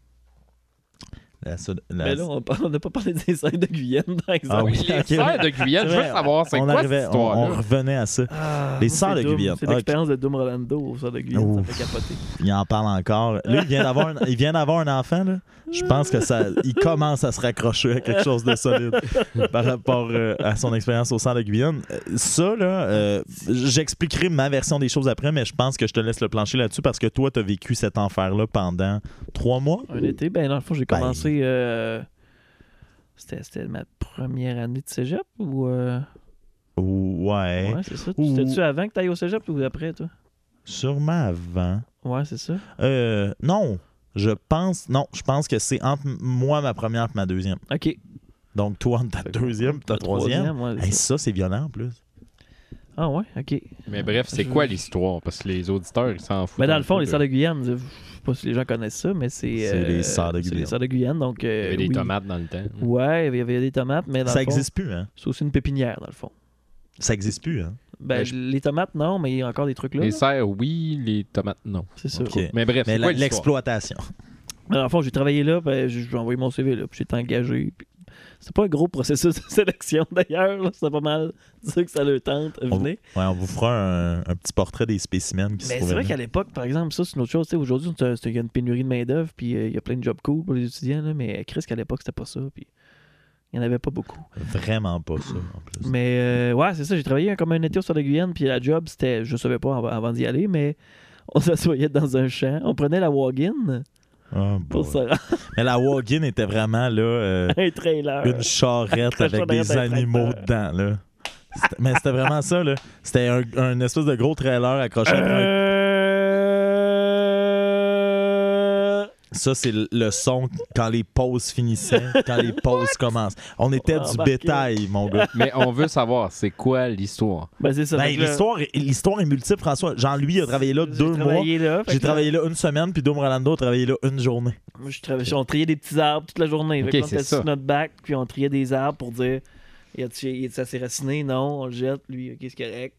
Speaker 1: La so- la-
Speaker 3: Mais là, on parle- on n'a pas parlé des scènes de Guyane, par exemple.
Speaker 1: Ah oui,
Speaker 2: Les
Speaker 1: ok,
Speaker 2: sœurs
Speaker 1: oui.
Speaker 2: de Guyane, je
Speaker 1: C'est
Speaker 2: veux
Speaker 1: vrai,
Speaker 2: savoir c'est
Speaker 1: on
Speaker 2: quoi
Speaker 1: arrivait-
Speaker 2: cette
Speaker 1: on- on,
Speaker 2: histoire-là.
Speaker 1: revenait à ça.
Speaker 3: Ah,
Speaker 1: Les
Speaker 3: moi,
Speaker 1: sœurs
Speaker 3: c'est
Speaker 1: de
Speaker 3: Doom.
Speaker 1: Guyane.
Speaker 3: C'est
Speaker 1: Ah,
Speaker 3: l'expérience de Doom Rolando aux sœurs de Guyane.
Speaker 1: Ouf.
Speaker 3: Ça fait capoter.
Speaker 1: Il en parle encore. Là, il vient d'avoir un, il vient d'avoir un enfant. Là. Je pense que ça, il commence à se raccrocher à quelque chose de solide par rapport euh, à son expérience au sein de Guyane. Euh, Ça, là, euh, j'expliquerai ma version des choses après, mais je pense que je te laisse le plancher là-dessus parce que toi, tu as vécu cet enfer-là pendant trois mois.
Speaker 3: Un été, ben dans le fond, j'ai
Speaker 1: Ben.
Speaker 3: commencé. euh, C'était c'était ma première année de cégep ou. euh,
Speaker 1: Ouais.
Speaker 3: Ouais, c'est ça.
Speaker 1: Hein? Ou-
Speaker 3: C'était-tu avant que tu ailles au cégep ou après, toi
Speaker 1: Sûrement avant.
Speaker 3: Ouais, c'est ça.
Speaker 1: Euh, non, je pense. Non, je pense que c'est entre m- moi, ma première et ma deuxième.
Speaker 3: Ok.
Speaker 1: Donc, toi, entre ta deuxième et ta
Speaker 3: Le
Speaker 1: troisième.
Speaker 3: ouais, c'est
Speaker 1: Hey,
Speaker 3: ça.
Speaker 1: ça, c'est violent en plus.
Speaker 3: Ah, ouais, ok.
Speaker 2: Mais bref, c'est quoi l'histoire? Parce que les auditeurs, ils s'en foutent.
Speaker 3: Ben, dans
Speaker 2: un
Speaker 3: le fond,
Speaker 2: peu
Speaker 3: les
Speaker 2: de-
Speaker 3: sœurs de Guyane, je sais pas si les gens connaissent ça, mais c'est. euh,
Speaker 1: C'est les sœurs de
Speaker 3: C'est les
Speaker 1: Guyane.
Speaker 3: sœurs de Guyane, donc.
Speaker 2: Il y
Speaker 3: euh,
Speaker 2: avait des
Speaker 3: oui.
Speaker 2: tomates dans le temps.
Speaker 3: Ouais, il y avait des tomates, mais dans
Speaker 1: ça
Speaker 3: le fond,
Speaker 1: existe plus, hein?
Speaker 3: c'est aussi une pépinière, dans le fond.
Speaker 1: Ça existe plus, hein?
Speaker 3: Ben,
Speaker 2: Ben, je-
Speaker 3: les tomates, non, mais il y a encore des trucs là.
Speaker 2: Les
Speaker 3: là.
Speaker 2: serres, oui, les tomates, non.
Speaker 3: C'est ça.
Speaker 1: Ok.
Speaker 2: Mais bref,
Speaker 1: Mais
Speaker 2: c'est
Speaker 1: la-
Speaker 2: quoi l'histoire?
Speaker 1: l'exploitation.
Speaker 3: Mais dans le fond, j'ai travaillé là, ben, j'ai j'ai envoyé mon CV là, puis j'ai été engagé. puis C'était pas un gros processus de sélection d'ailleurs, là, c'était pas mal ça que ça le tente,
Speaker 1: On-
Speaker 3: venez.
Speaker 1: Ouais, on vous fera un, un petit portrait des spécimens qui se
Speaker 3: Mais c'est
Speaker 1: trouvaient
Speaker 3: vrai
Speaker 1: là.
Speaker 3: qu'à l'époque, par exemple, ça c'est une autre chose. Tu sais, Aujourd'hui, c'est- c'est- il y a une pénurie de main-d'œuvre, puis euh, il y a plein de jobs cool pour les étudiants, là, mais euh, Chris, qu'à l'époque, c'était pas ça, puis il y en avait pas beaucoup.
Speaker 1: Vraiment pas ça, en plus.
Speaker 3: Mais euh, ouais, c'est ça, j'ai travaillé comme un été sur la Guyane, puis la job, c'était, je savais pas av- avant d'y aller, mais on s'assoyait dans un champ, on prenait la wagon
Speaker 1: Ah,
Speaker 3: pour
Speaker 1: boy.
Speaker 3: se rendre
Speaker 1: Mais la Wagon était vraiment, là, euh,
Speaker 3: à un trailer.
Speaker 1: une charrette
Speaker 3: Accrochée
Speaker 1: avec
Speaker 3: derrière
Speaker 1: des
Speaker 3: un
Speaker 1: animaux
Speaker 3: tracteur.
Speaker 1: dedans, là. C'était- Mais c'était vraiment ça, là. C'était un, un espèce de gros trailer accroché à un
Speaker 3: Euh,
Speaker 1: Ça, c'est le- le son quand les pauses finissaient, quand les pauses commencent. On était
Speaker 3: On
Speaker 1: du
Speaker 3: embarquait.
Speaker 1: bétail, mon gars.
Speaker 2: Mais on veut savoir, c'est quoi l'histoire?
Speaker 3: Ben, c'est ça.
Speaker 1: Ben,
Speaker 3: fait que là,
Speaker 1: l'histoire, est- l'histoire est multiple, François. Jean-Louis a travaillé là
Speaker 3: j'ai
Speaker 1: deux mois.
Speaker 3: travaillé là, fait
Speaker 1: J'ai
Speaker 3: que là,
Speaker 1: travaillé là une semaine, puis Dom Rolando a travaillé là une journée.
Speaker 3: moi, je travaillais- on triait des petits arbres toute la journée. Fait
Speaker 2: Ok,
Speaker 3: que là, on
Speaker 2: c'est
Speaker 3: était
Speaker 2: ça.
Speaker 3: sur notre bac, puis on triait des arbres pour dire y a-tu- y a-tu- ça s'est raciné Non, on le jette, lui, ok, c'est correct.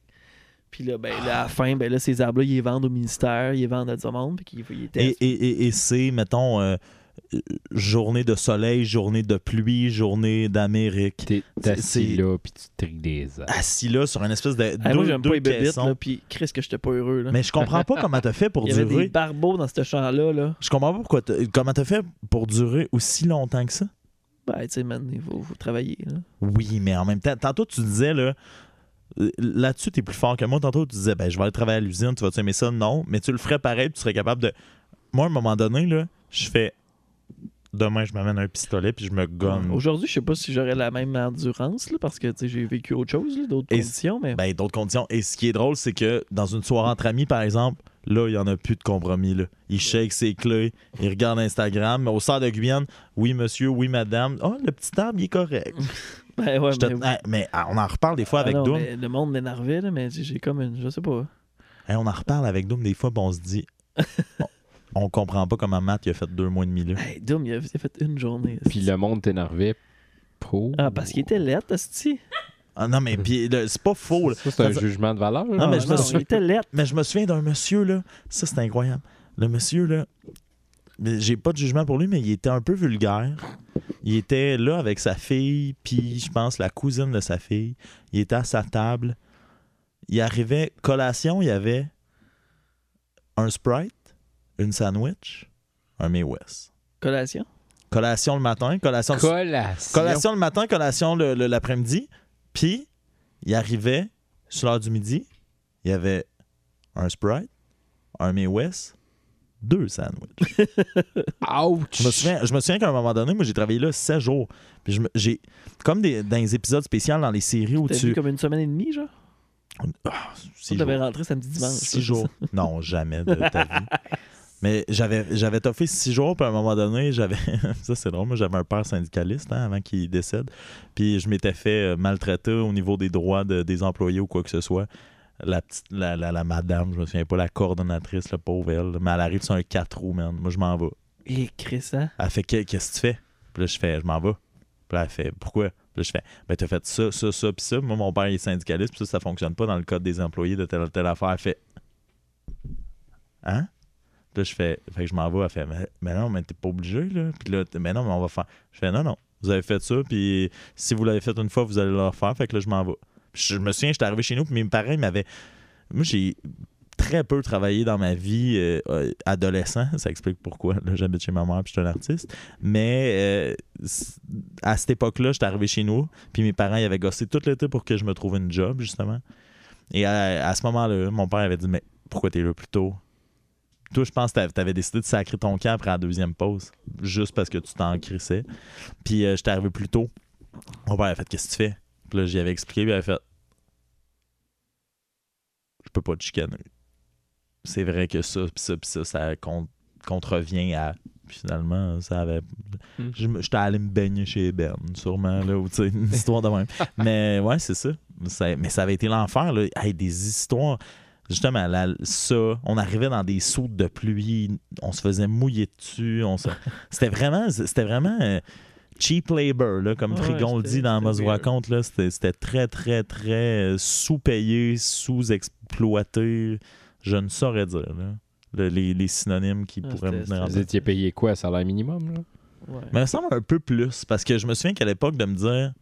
Speaker 3: Puis là, ben, là,
Speaker 1: Ah.
Speaker 3: à la fin, ben, là, ces arbres-là, ils les vendent au ministère, ils les vendent à tout le monde, puis qu'ils- ils
Speaker 1: Et,
Speaker 3: testent.
Speaker 1: et- et- et c'est, mettons, euh, euh, journée de soleil, journée de pluie, journée d'Amérique.
Speaker 2: T'es t'es
Speaker 1: C'est-
Speaker 2: assis
Speaker 1: c'est- Ah,
Speaker 2: là, puis tu tries des arbres.
Speaker 1: Assis là sur une espèce de.
Speaker 3: Ah, moi,
Speaker 1: deux-
Speaker 3: j'aime
Speaker 1: deux
Speaker 3: pas les bébites,
Speaker 1: caissons.
Speaker 3: là, puis Chris, que j'étais pas heureux. Là.
Speaker 1: Mais je comprends pas comment t'as fait pour
Speaker 3: Il y avait des
Speaker 1: durer.
Speaker 3: barbeaux dans ce champ-là. Là.
Speaker 1: Je comprends pas pourquoi t'as- comment t'as fait pour durer aussi longtemps que ça.
Speaker 3: Ben, tu sais, man, il faut, faut travailler. Là.
Speaker 1: Oui, mais en même temps, tantôt tu disais là. euh, Là-dessus, t'es plus fort que moi. Tantôt, tu disais, ben, je vais aller travailler à l'usine, tu vas-tu aimer ça? Non, mais tu le ferais pareil, puis tu serais capable de. Moi, à un moment donné, là, je fais. Demain, je m'amène un pistolet, puis je me gomme.
Speaker 3: Aujourd'hui, je sais pas si j'aurais la même endurance, là, parce que tu sais, j'ai vécu autre chose, là, d'autres
Speaker 1: Et-
Speaker 3: conditions, mais.
Speaker 1: Ben, d'autres conditions. Et ce qui est drôle, c'est que dans une soirée entre amis, par exemple, là, il n'y en a plus de compromis. Là. Il shake ses clés, il regarde Instagram. Mais au sort de Guyane, oui, monsieur, oui, madame. Oh, le petit arbre, il est correct.
Speaker 3: Ben ouais,
Speaker 1: Je te-
Speaker 3: mais-
Speaker 1: Ah, mais ah, on en reparle des fois
Speaker 3: Ah
Speaker 1: avec
Speaker 3: non,
Speaker 1: Doom.
Speaker 3: mais Le monde m'énervait, là, mais j'ai j'ai comme une. Je sais pas.
Speaker 1: Hey, on en reparle avec Doom des fois, puis on se dit, On comprend pas comment Matt il a fait deux mois et demi là.
Speaker 3: Hey, Doom, il a, il a fait une journée.
Speaker 2: Puis le monde t'énervait pour.
Speaker 3: Ah, parce qu'il était lettre, Asti.
Speaker 1: Ah non, mais puis, là, c'est pas faux. là.
Speaker 2: Ça, c'est un
Speaker 1: Ça-
Speaker 2: jugement de valeur. hein? là.
Speaker 1: Non, mais
Speaker 3: Ah
Speaker 1: je me
Speaker 3: non,
Speaker 1: souviens-
Speaker 3: Il était lettre.
Speaker 1: Mais je me souviens d'un monsieur, là. Ça, c'est incroyable. Le monsieur, là, mais j'ai pas de jugement pour lui, mais il était un peu vulgaire. Il était là avec sa fille, puis je pense la cousine de sa fille. Il était à sa table. Il arrivait, collation, il y avait un Sprite, une sandwich, un May West.
Speaker 3: Collation.
Speaker 1: Collation le matin, collation,
Speaker 2: Collation.
Speaker 1: collation le matin, collation le- le- l'après-midi. Puis, il arrivait sur l'heure du midi, il y avait un Sprite, un May West, deux sandwichs.
Speaker 2: Ouch.
Speaker 1: Je me souviens, je me souviens qu'à un moment donné, moi, j'ai travaillé là 16 jours. Puis je me- j'ai, comme des, dans les épisodes spéciaux, dans les séries où
Speaker 3: T'as vu
Speaker 1: tu...
Speaker 3: comme une semaine et demie, genre?
Speaker 1: Ah,
Speaker 3: Tu
Speaker 1: six jours.
Speaker 3: devais rentrer samedi dimanche.
Speaker 1: Six jours. Non, jamais de ta vie. Mais j'avais, j'avais toffé six jours, puis à un moment donné, j'avais. Ça, c'est drôle, moi, j'avais un père syndicaliste hein, avant qu'il décède. Puis je m'étais fait euh, maltraiter au niveau des droits de- des employés ou quoi que ce soit. La, petite, la, la, la madame, je me souviens pas, la coordonnatrice, la pauvre elle, mais elle arrive sur un 4 roues, man. Moi, je m'en vais.
Speaker 3: Et Cressa.
Speaker 1: Elle fait Qu'est- Qu'est-ce que tu fais Puis là, je fais Je m'en vais. Puis là, elle fait Pourquoi Puis là, je fais Ben, t'as fait ça, ça, ça, puis ça. Moi, mon père, il est syndicaliste, puis ça, ça fonctionne pas dans le code des employés de telle telle affaire. Elle fait Hein Puis là, je fais Fait que je m'en vais. Elle fait Mais, mais non, mais t'es pas obligé, là. Puis là, t- Mais non, mais on va faire. Je fais Non, non. Vous avez fait ça, puis si vous l'avez fait une fois, vous allez le refaire. Fait que là, je m'en vais. Puis je me souviens, j'étais arrivé chez nous, puis mes parents, ils m'avaient. Moi, j'ai très peu travaillé dans ma vie euh, euh, adolescent. Ça explique pourquoi. Là, j'habite chez ma mère puis je suis un artiste. Mais euh, c- à cette époque-là, j'étais arrivé chez nous. Puis mes parents ils avaient gossé tout l'été pour que je me trouve une job, justement. Et à, à ce moment-là, mon père avait dit Mais pourquoi t'es là plus tôt Toi, je pense que t'avais- t'avais décidé de sacrer ton camp après la deuxième pause, juste parce que tu t'en crissais. Puis euh, j'étais arrivé plus tôt. Mon père a fait Qu'est-ce que tu fais Puis là, j'y avais expliqué. Puis il avait fait Je peux pas te chicaner c'est vrai que ça, pis ça, pis ça, ça con- contrevient à. Puis finalement, ça avait.
Speaker 3: Hmm.
Speaker 2: Mm.
Speaker 1: Je me- J'étais allé me baigner chez Ben, sûrement, là, ou tu sais, une histoire de même. Mais ouais, c'est ça. Ça- Mais ça avait été l'enfer, là. Hey, des histoires. Justement, la- ça, on arrivait dans des soutes de pluie, on se faisait mouiller dessus. On se... c'était vraiment, c'était vraiment euh, cheap labor, là, comme
Speaker 3: Ouais,
Speaker 1: Frigon le
Speaker 3: c'était-
Speaker 1: dit dans
Speaker 3: c'était
Speaker 1: Mos
Speaker 3: weird.
Speaker 1: Raconte. là. C'était c'était très, très, très euh, sous-payé, sous-exploité. Je ne saurais dire là, le- les, les synonymes qui
Speaker 3: Ah,
Speaker 1: pourraient me
Speaker 3: c'était-
Speaker 1: venir en
Speaker 2: Vous
Speaker 1: tête.
Speaker 2: étiez payé quoi, salaire minimum? Là?
Speaker 3: Ouais.
Speaker 1: Mais ça me semble un peu plus, parce que je me souviens qu'à l'époque de me dire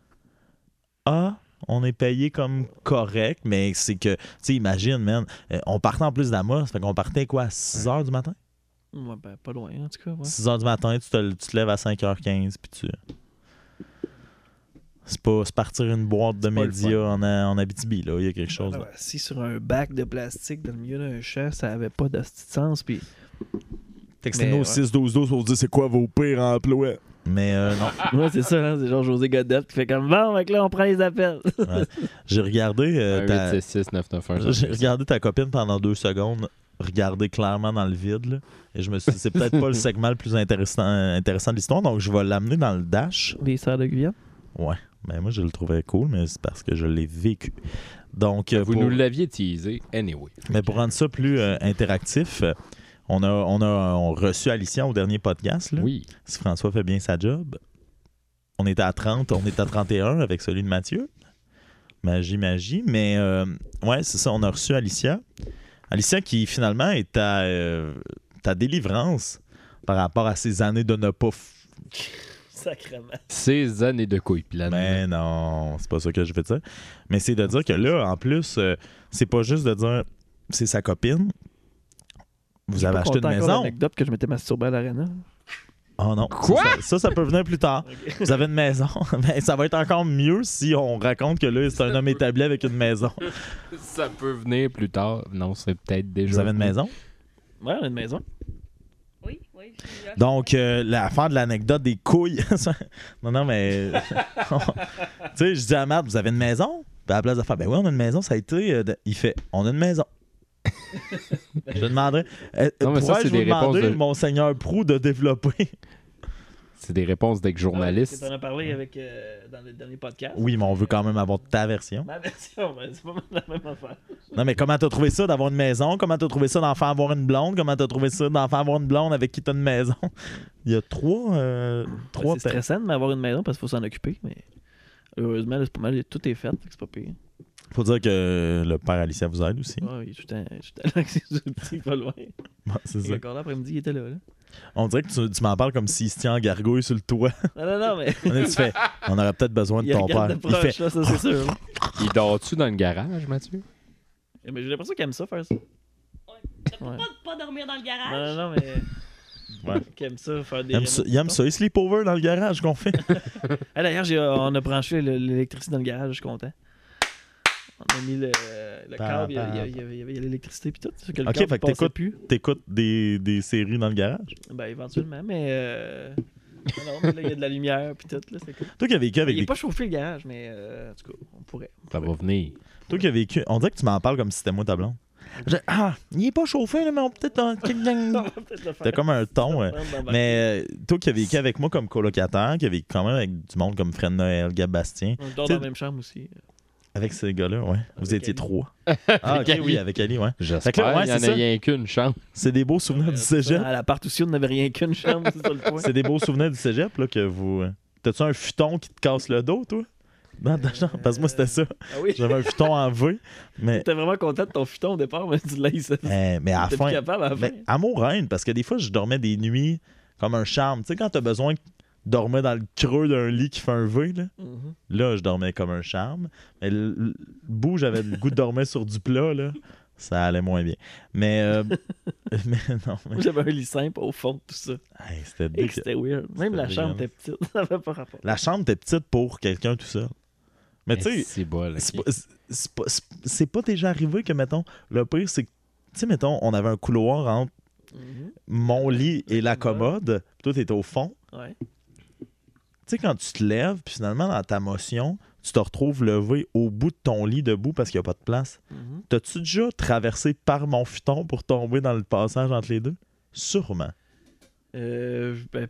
Speaker 1: Ah, on est payé comme correct, mais c'est que, tu sais, imagine, man, euh, on partait en plus d'Amos, fait qu'on partait quoi, à 6 h du matin
Speaker 3: Ouais, ben, pas loin, en tout cas. Ouais.
Speaker 1: 6 h du matin, tu te, tu te lèves à 5h15, puis tu. C'est pas se partir une boîte de
Speaker 3: pas le Ah
Speaker 1: médias en, en Abitibi, là, il y a quelque chose. là.
Speaker 3: Alors, assis sur un bac de plastique dans le milieu d'un champ, ça avait pas de sens. Puis
Speaker 1: Textez-nous
Speaker 3: Mais,
Speaker 1: au
Speaker 3: ouais.
Speaker 1: 6 12 12 pour dire c'est quoi vos pires emplois. Mais euh, non.
Speaker 3: moi, c'est ça, hein, c'est genre José Godette qui fait comme bon, mec, là, on prend les appels.
Speaker 1: J'ai regardé, euh, ta...
Speaker 2: 6 9 9
Speaker 1: J'ai regardé ta copine pendant deux secondes regarder clairement dans le vide. là. et je me suis dit, c'est peut-être pas le segment le plus intéressant, intéressant de l'histoire, donc je vais l'amener dans le dash.
Speaker 3: les sœurs de Guyane.
Speaker 1: Ouais. Mais moi, je le trouvais cool, mais c'est parce que je l'ai vécu. Donc, euh,
Speaker 2: Vous
Speaker 1: pour-
Speaker 2: nous l'aviez teasé, anyway.
Speaker 1: Mais pour rendre ça plus euh, interactif, euh, on a, on a on a reçu Alicia au dernier podcast. là.
Speaker 2: Oui.
Speaker 1: Si François fait bien sa job, on était à 30, on est à 31 avec celui de Mathieu. Magie, magie. Mais euh, ouais, c'est ça, on a reçu Alicia. Alicia qui finalement est à euh, ta délivrance par rapport à ces années de ne pas. f-
Speaker 3: Sacrement.
Speaker 2: Ces années de couilles planes.
Speaker 1: Mais non, c'est pas ça que je veux dire. Mais c'est de dire que là, en plus, euh, c'est pas juste de dire c'est sa copine. Vous avez acheté une maison.
Speaker 3: anecdote que je m'étais masturbé à l'arena.
Speaker 1: Oh non.
Speaker 2: Quoi?
Speaker 1: Ça, ça, ça peut venir plus tard. Vous avez une maison. Mais ça va être encore mieux si on raconte que là, c'est un homme établi avec une maison.
Speaker 2: Ça peut venir plus tard. Non, c'est peut-être déjà.
Speaker 1: Vous avez une maison?
Speaker 3: Ouais, on a une maison.
Speaker 4: Oui, oui. j'ai eu la-
Speaker 1: Donc, euh, l'affaire de l'anecdote des couilles. non, non, mais. tu sais, je dis à Matt, vous avez une maison? Puis à la place de faire, ben oui, on a une maison, ça a été. euh, de- Il fait, on a une maison. je demanderais. Euh,
Speaker 2: Non, mais ça,
Speaker 1: pourrais-je
Speaker 2: c'est
Speaker 1: vous
Speaker 2: des réponses
Speaker 1: demander,
Speaker 2: de-
Speaker 1: Monseigneur Prou, de développer
Speaker 2: c'est des réponses d'ex-journalistes.
Speaker 3: On en a Ah, parlé avec, euh, dans le dernier podcast.
Speaker 1: Oui, mais on veut quand même avoir ta version.
Speaker 3: Ma version, mais c'est pas mal la même affaire.
Speaker 1: Non, mais comment t'as trouvé ça d'avoir une maison? Comment t'as trouvé ça d'en faire avoir une blonde? Comment t'as trouvé ça d'en faire avoir une blonde avec qui t'as une maison? Il y a trois... euh, trois
Speaker 3: C'est stressant de m'avoir une maison parce qu'il faut s'en occuper, mais heureusement, là, c'est pas mal, tout est fait, fait que c'est pas pire.
Speaker 1: Faut dire que le père Alicia vous aide aussi.
Speaker 3: Ouais, il est tout à l'heure du petit, pas loin.
Speaker 1: Bon, c'est
Speaker 3: Il est
Speaker 1: ça.
Speaker 3: encore là après-midi, il était là. là.
Speaker 1: On dirait que tu, tu m'en parles comme s'il se tient en gargouille sur le toit.
Speaker 3: Non, non, non, mais.
Speaker 1: on, est, tu fais, on aurait peut-être besoin de
Speaker 3: Il
Speaker 1: ton
Speaker 3: regarde
Speaker 1: père.
Speaker 3: de
Speaker 1: Il fait,
Speaker 3: proche, là, ça, c'est sûr. là.
Speaker 2: Il dort-tu dans le garage, Mathieu?
Speaker 3: Mais j'ai l'impression qu'il aime ça faire ça.
Speaker 4: T'as pas-
Speaker 3: Ouais.
Speaker 4: Pas, pas dormir dans le
Speaker 3: Non,
Speaker 4: garage.
Speaker 3: non, non, mais.
Speaker 1: Ouais.
Speaker 3: Qu'il aime ça faire des.
Speaker 1: il aime ça, il aime ça, il sleepover dans le garage qu'on fait.
Speaker 3: Ah, D'ailleurs, j'ai- on a branché le- l'électricité dans le garage, je suis content. On a mis le, le
Speaker 1: Pa,
Speaker 3: câble, il y a-
Speaker 1: pa,
Speaker 3: il y a- il y avait- il y avait l'électricité puis tout. Sauf Que le
Speaker 1: Ok,
Speaker 3: câble
Speaker 1: fait que
Speaker 3: passait
Speaker 1: t'écoutes.
Speaker 3: plus.
Speaker 1: T'écoutes des, des séries dans le garage.
Speaker 3: Ben, éventuellement, mais. euh, non, non, mais là, il y a de la lumière puis tout. Là, c'est cool.
Speaker 1: Toi qui as vécu avec
Speaker 3: Il
Speaker 1: des
Speaker 3: est pas chauffé le garage, mais euh, en tout cas, on pourrait.
Speaker 2: Ça va venir.
Speaker 1: Toi qui as vécu, on dirait que tu m'en parles comme si c'était moi ta blonde. Je- ah, il est pas chauffé, là, mais on peut-être.
Speaker 3: On
Speaker 1: en-
Speaker 3: va peut-être le faire.
Speaker 1: T'as comme un ton. euh.
Speaker 3: Dans- dans-
Speaker 1: Mais euh, toi qui as vécu avec moi comme colocataire, qui a vécu quand même avec du monde comme Fred Noël, Gab Bastien,
Speaker 3: On dort dans la même chambre aussi.
Speaker 1: avec ces gars-là, ouais. Vous
Speaker 3: Avec
Speaker 1: étiez
Speaker 3: Ali.
Speaker 1: trois. Ah, ok,
Speaker 2: Ali.
Speaker 1: oui, avec Ali, ouais.
Speaker 2: J'espère
Speaker 1: Fait que là, ouais,
Speaker 2: qu'il y en
Speaker 1: c'est ça.
Speaker 2: a rien qu'une chance.
Speaker 1: C'est des beaux souvenirs du cégep.
Speaker 3: Euh, À l'appart aussi, on n'avait rien qu'une chambre, c'est ça le point.
Speaker 1: C'est des beaux souvenirs du cégep, là, que vous. euh, T'as-tu un futon qui te casse le dos, toi? Dans ta chambre? Parce que moi, c'était ça.
Speaker 3: Ah oui,
Speaker 1: J'avais un futon en V, mais.
Speaker 3: j'étais vraiment content de ton futon au départ, mais tu l'as eu, ça. T'es
Speaker 1: euh, mais à la
Speaker 3: plus
Speaker 1: fin,
Speaker 3: capable à la fin.
Speaker 1: Ben, amour haine parce que des fois je dormais des nuits comme un charme. Tu sais quand t'as besoin de dormir dans le creux d'un lit qui fait un V là,
Speaker 3: Mhm.
Speaker 1: là je dormais comme un charme. Mais le, le bout j'avais le goût de dormir sur du plat là, ça allait moins bien. Mais euh, mais non mais
Speaker 3: Moi, j'avais un lit simple au fond de tout ça.
Speaker 1: hey, c'était
Speaker 3: Et que
Speaker 1: dégueu-
Speaker 3: c'était weird. Même la
Speaker 1: dégueulasse.
Speaker 3: chambre était petite, ça n'avait pas rapport.
Speaker 1: La chambre était petite pour quelqu'un tout seul. Mais tu sais
Speaker 2: C'est bol.
Speaker 1: c'est pas- c'est pas, c'est- c'est pas déjà arrivé que mettons le pire c'est que tu sais mettons on avait un couloir entre mon lit et la commode, puis toi t'étais au fond.
Speaker 3: Ouais.
Speaker 1: tu sais, quand tu te lèves, puis finalement, dans ta motion, tu te retrouves levé au bout de ton lit debout parce qu'il n'y a pas de place.
Speaker 3: Mhm.
Speaker 1: T'as-tu déjà traversé par mon futon pour tomber dans le passage entre les deux? Sûrement.
Speaker 3: Euh, je- ben,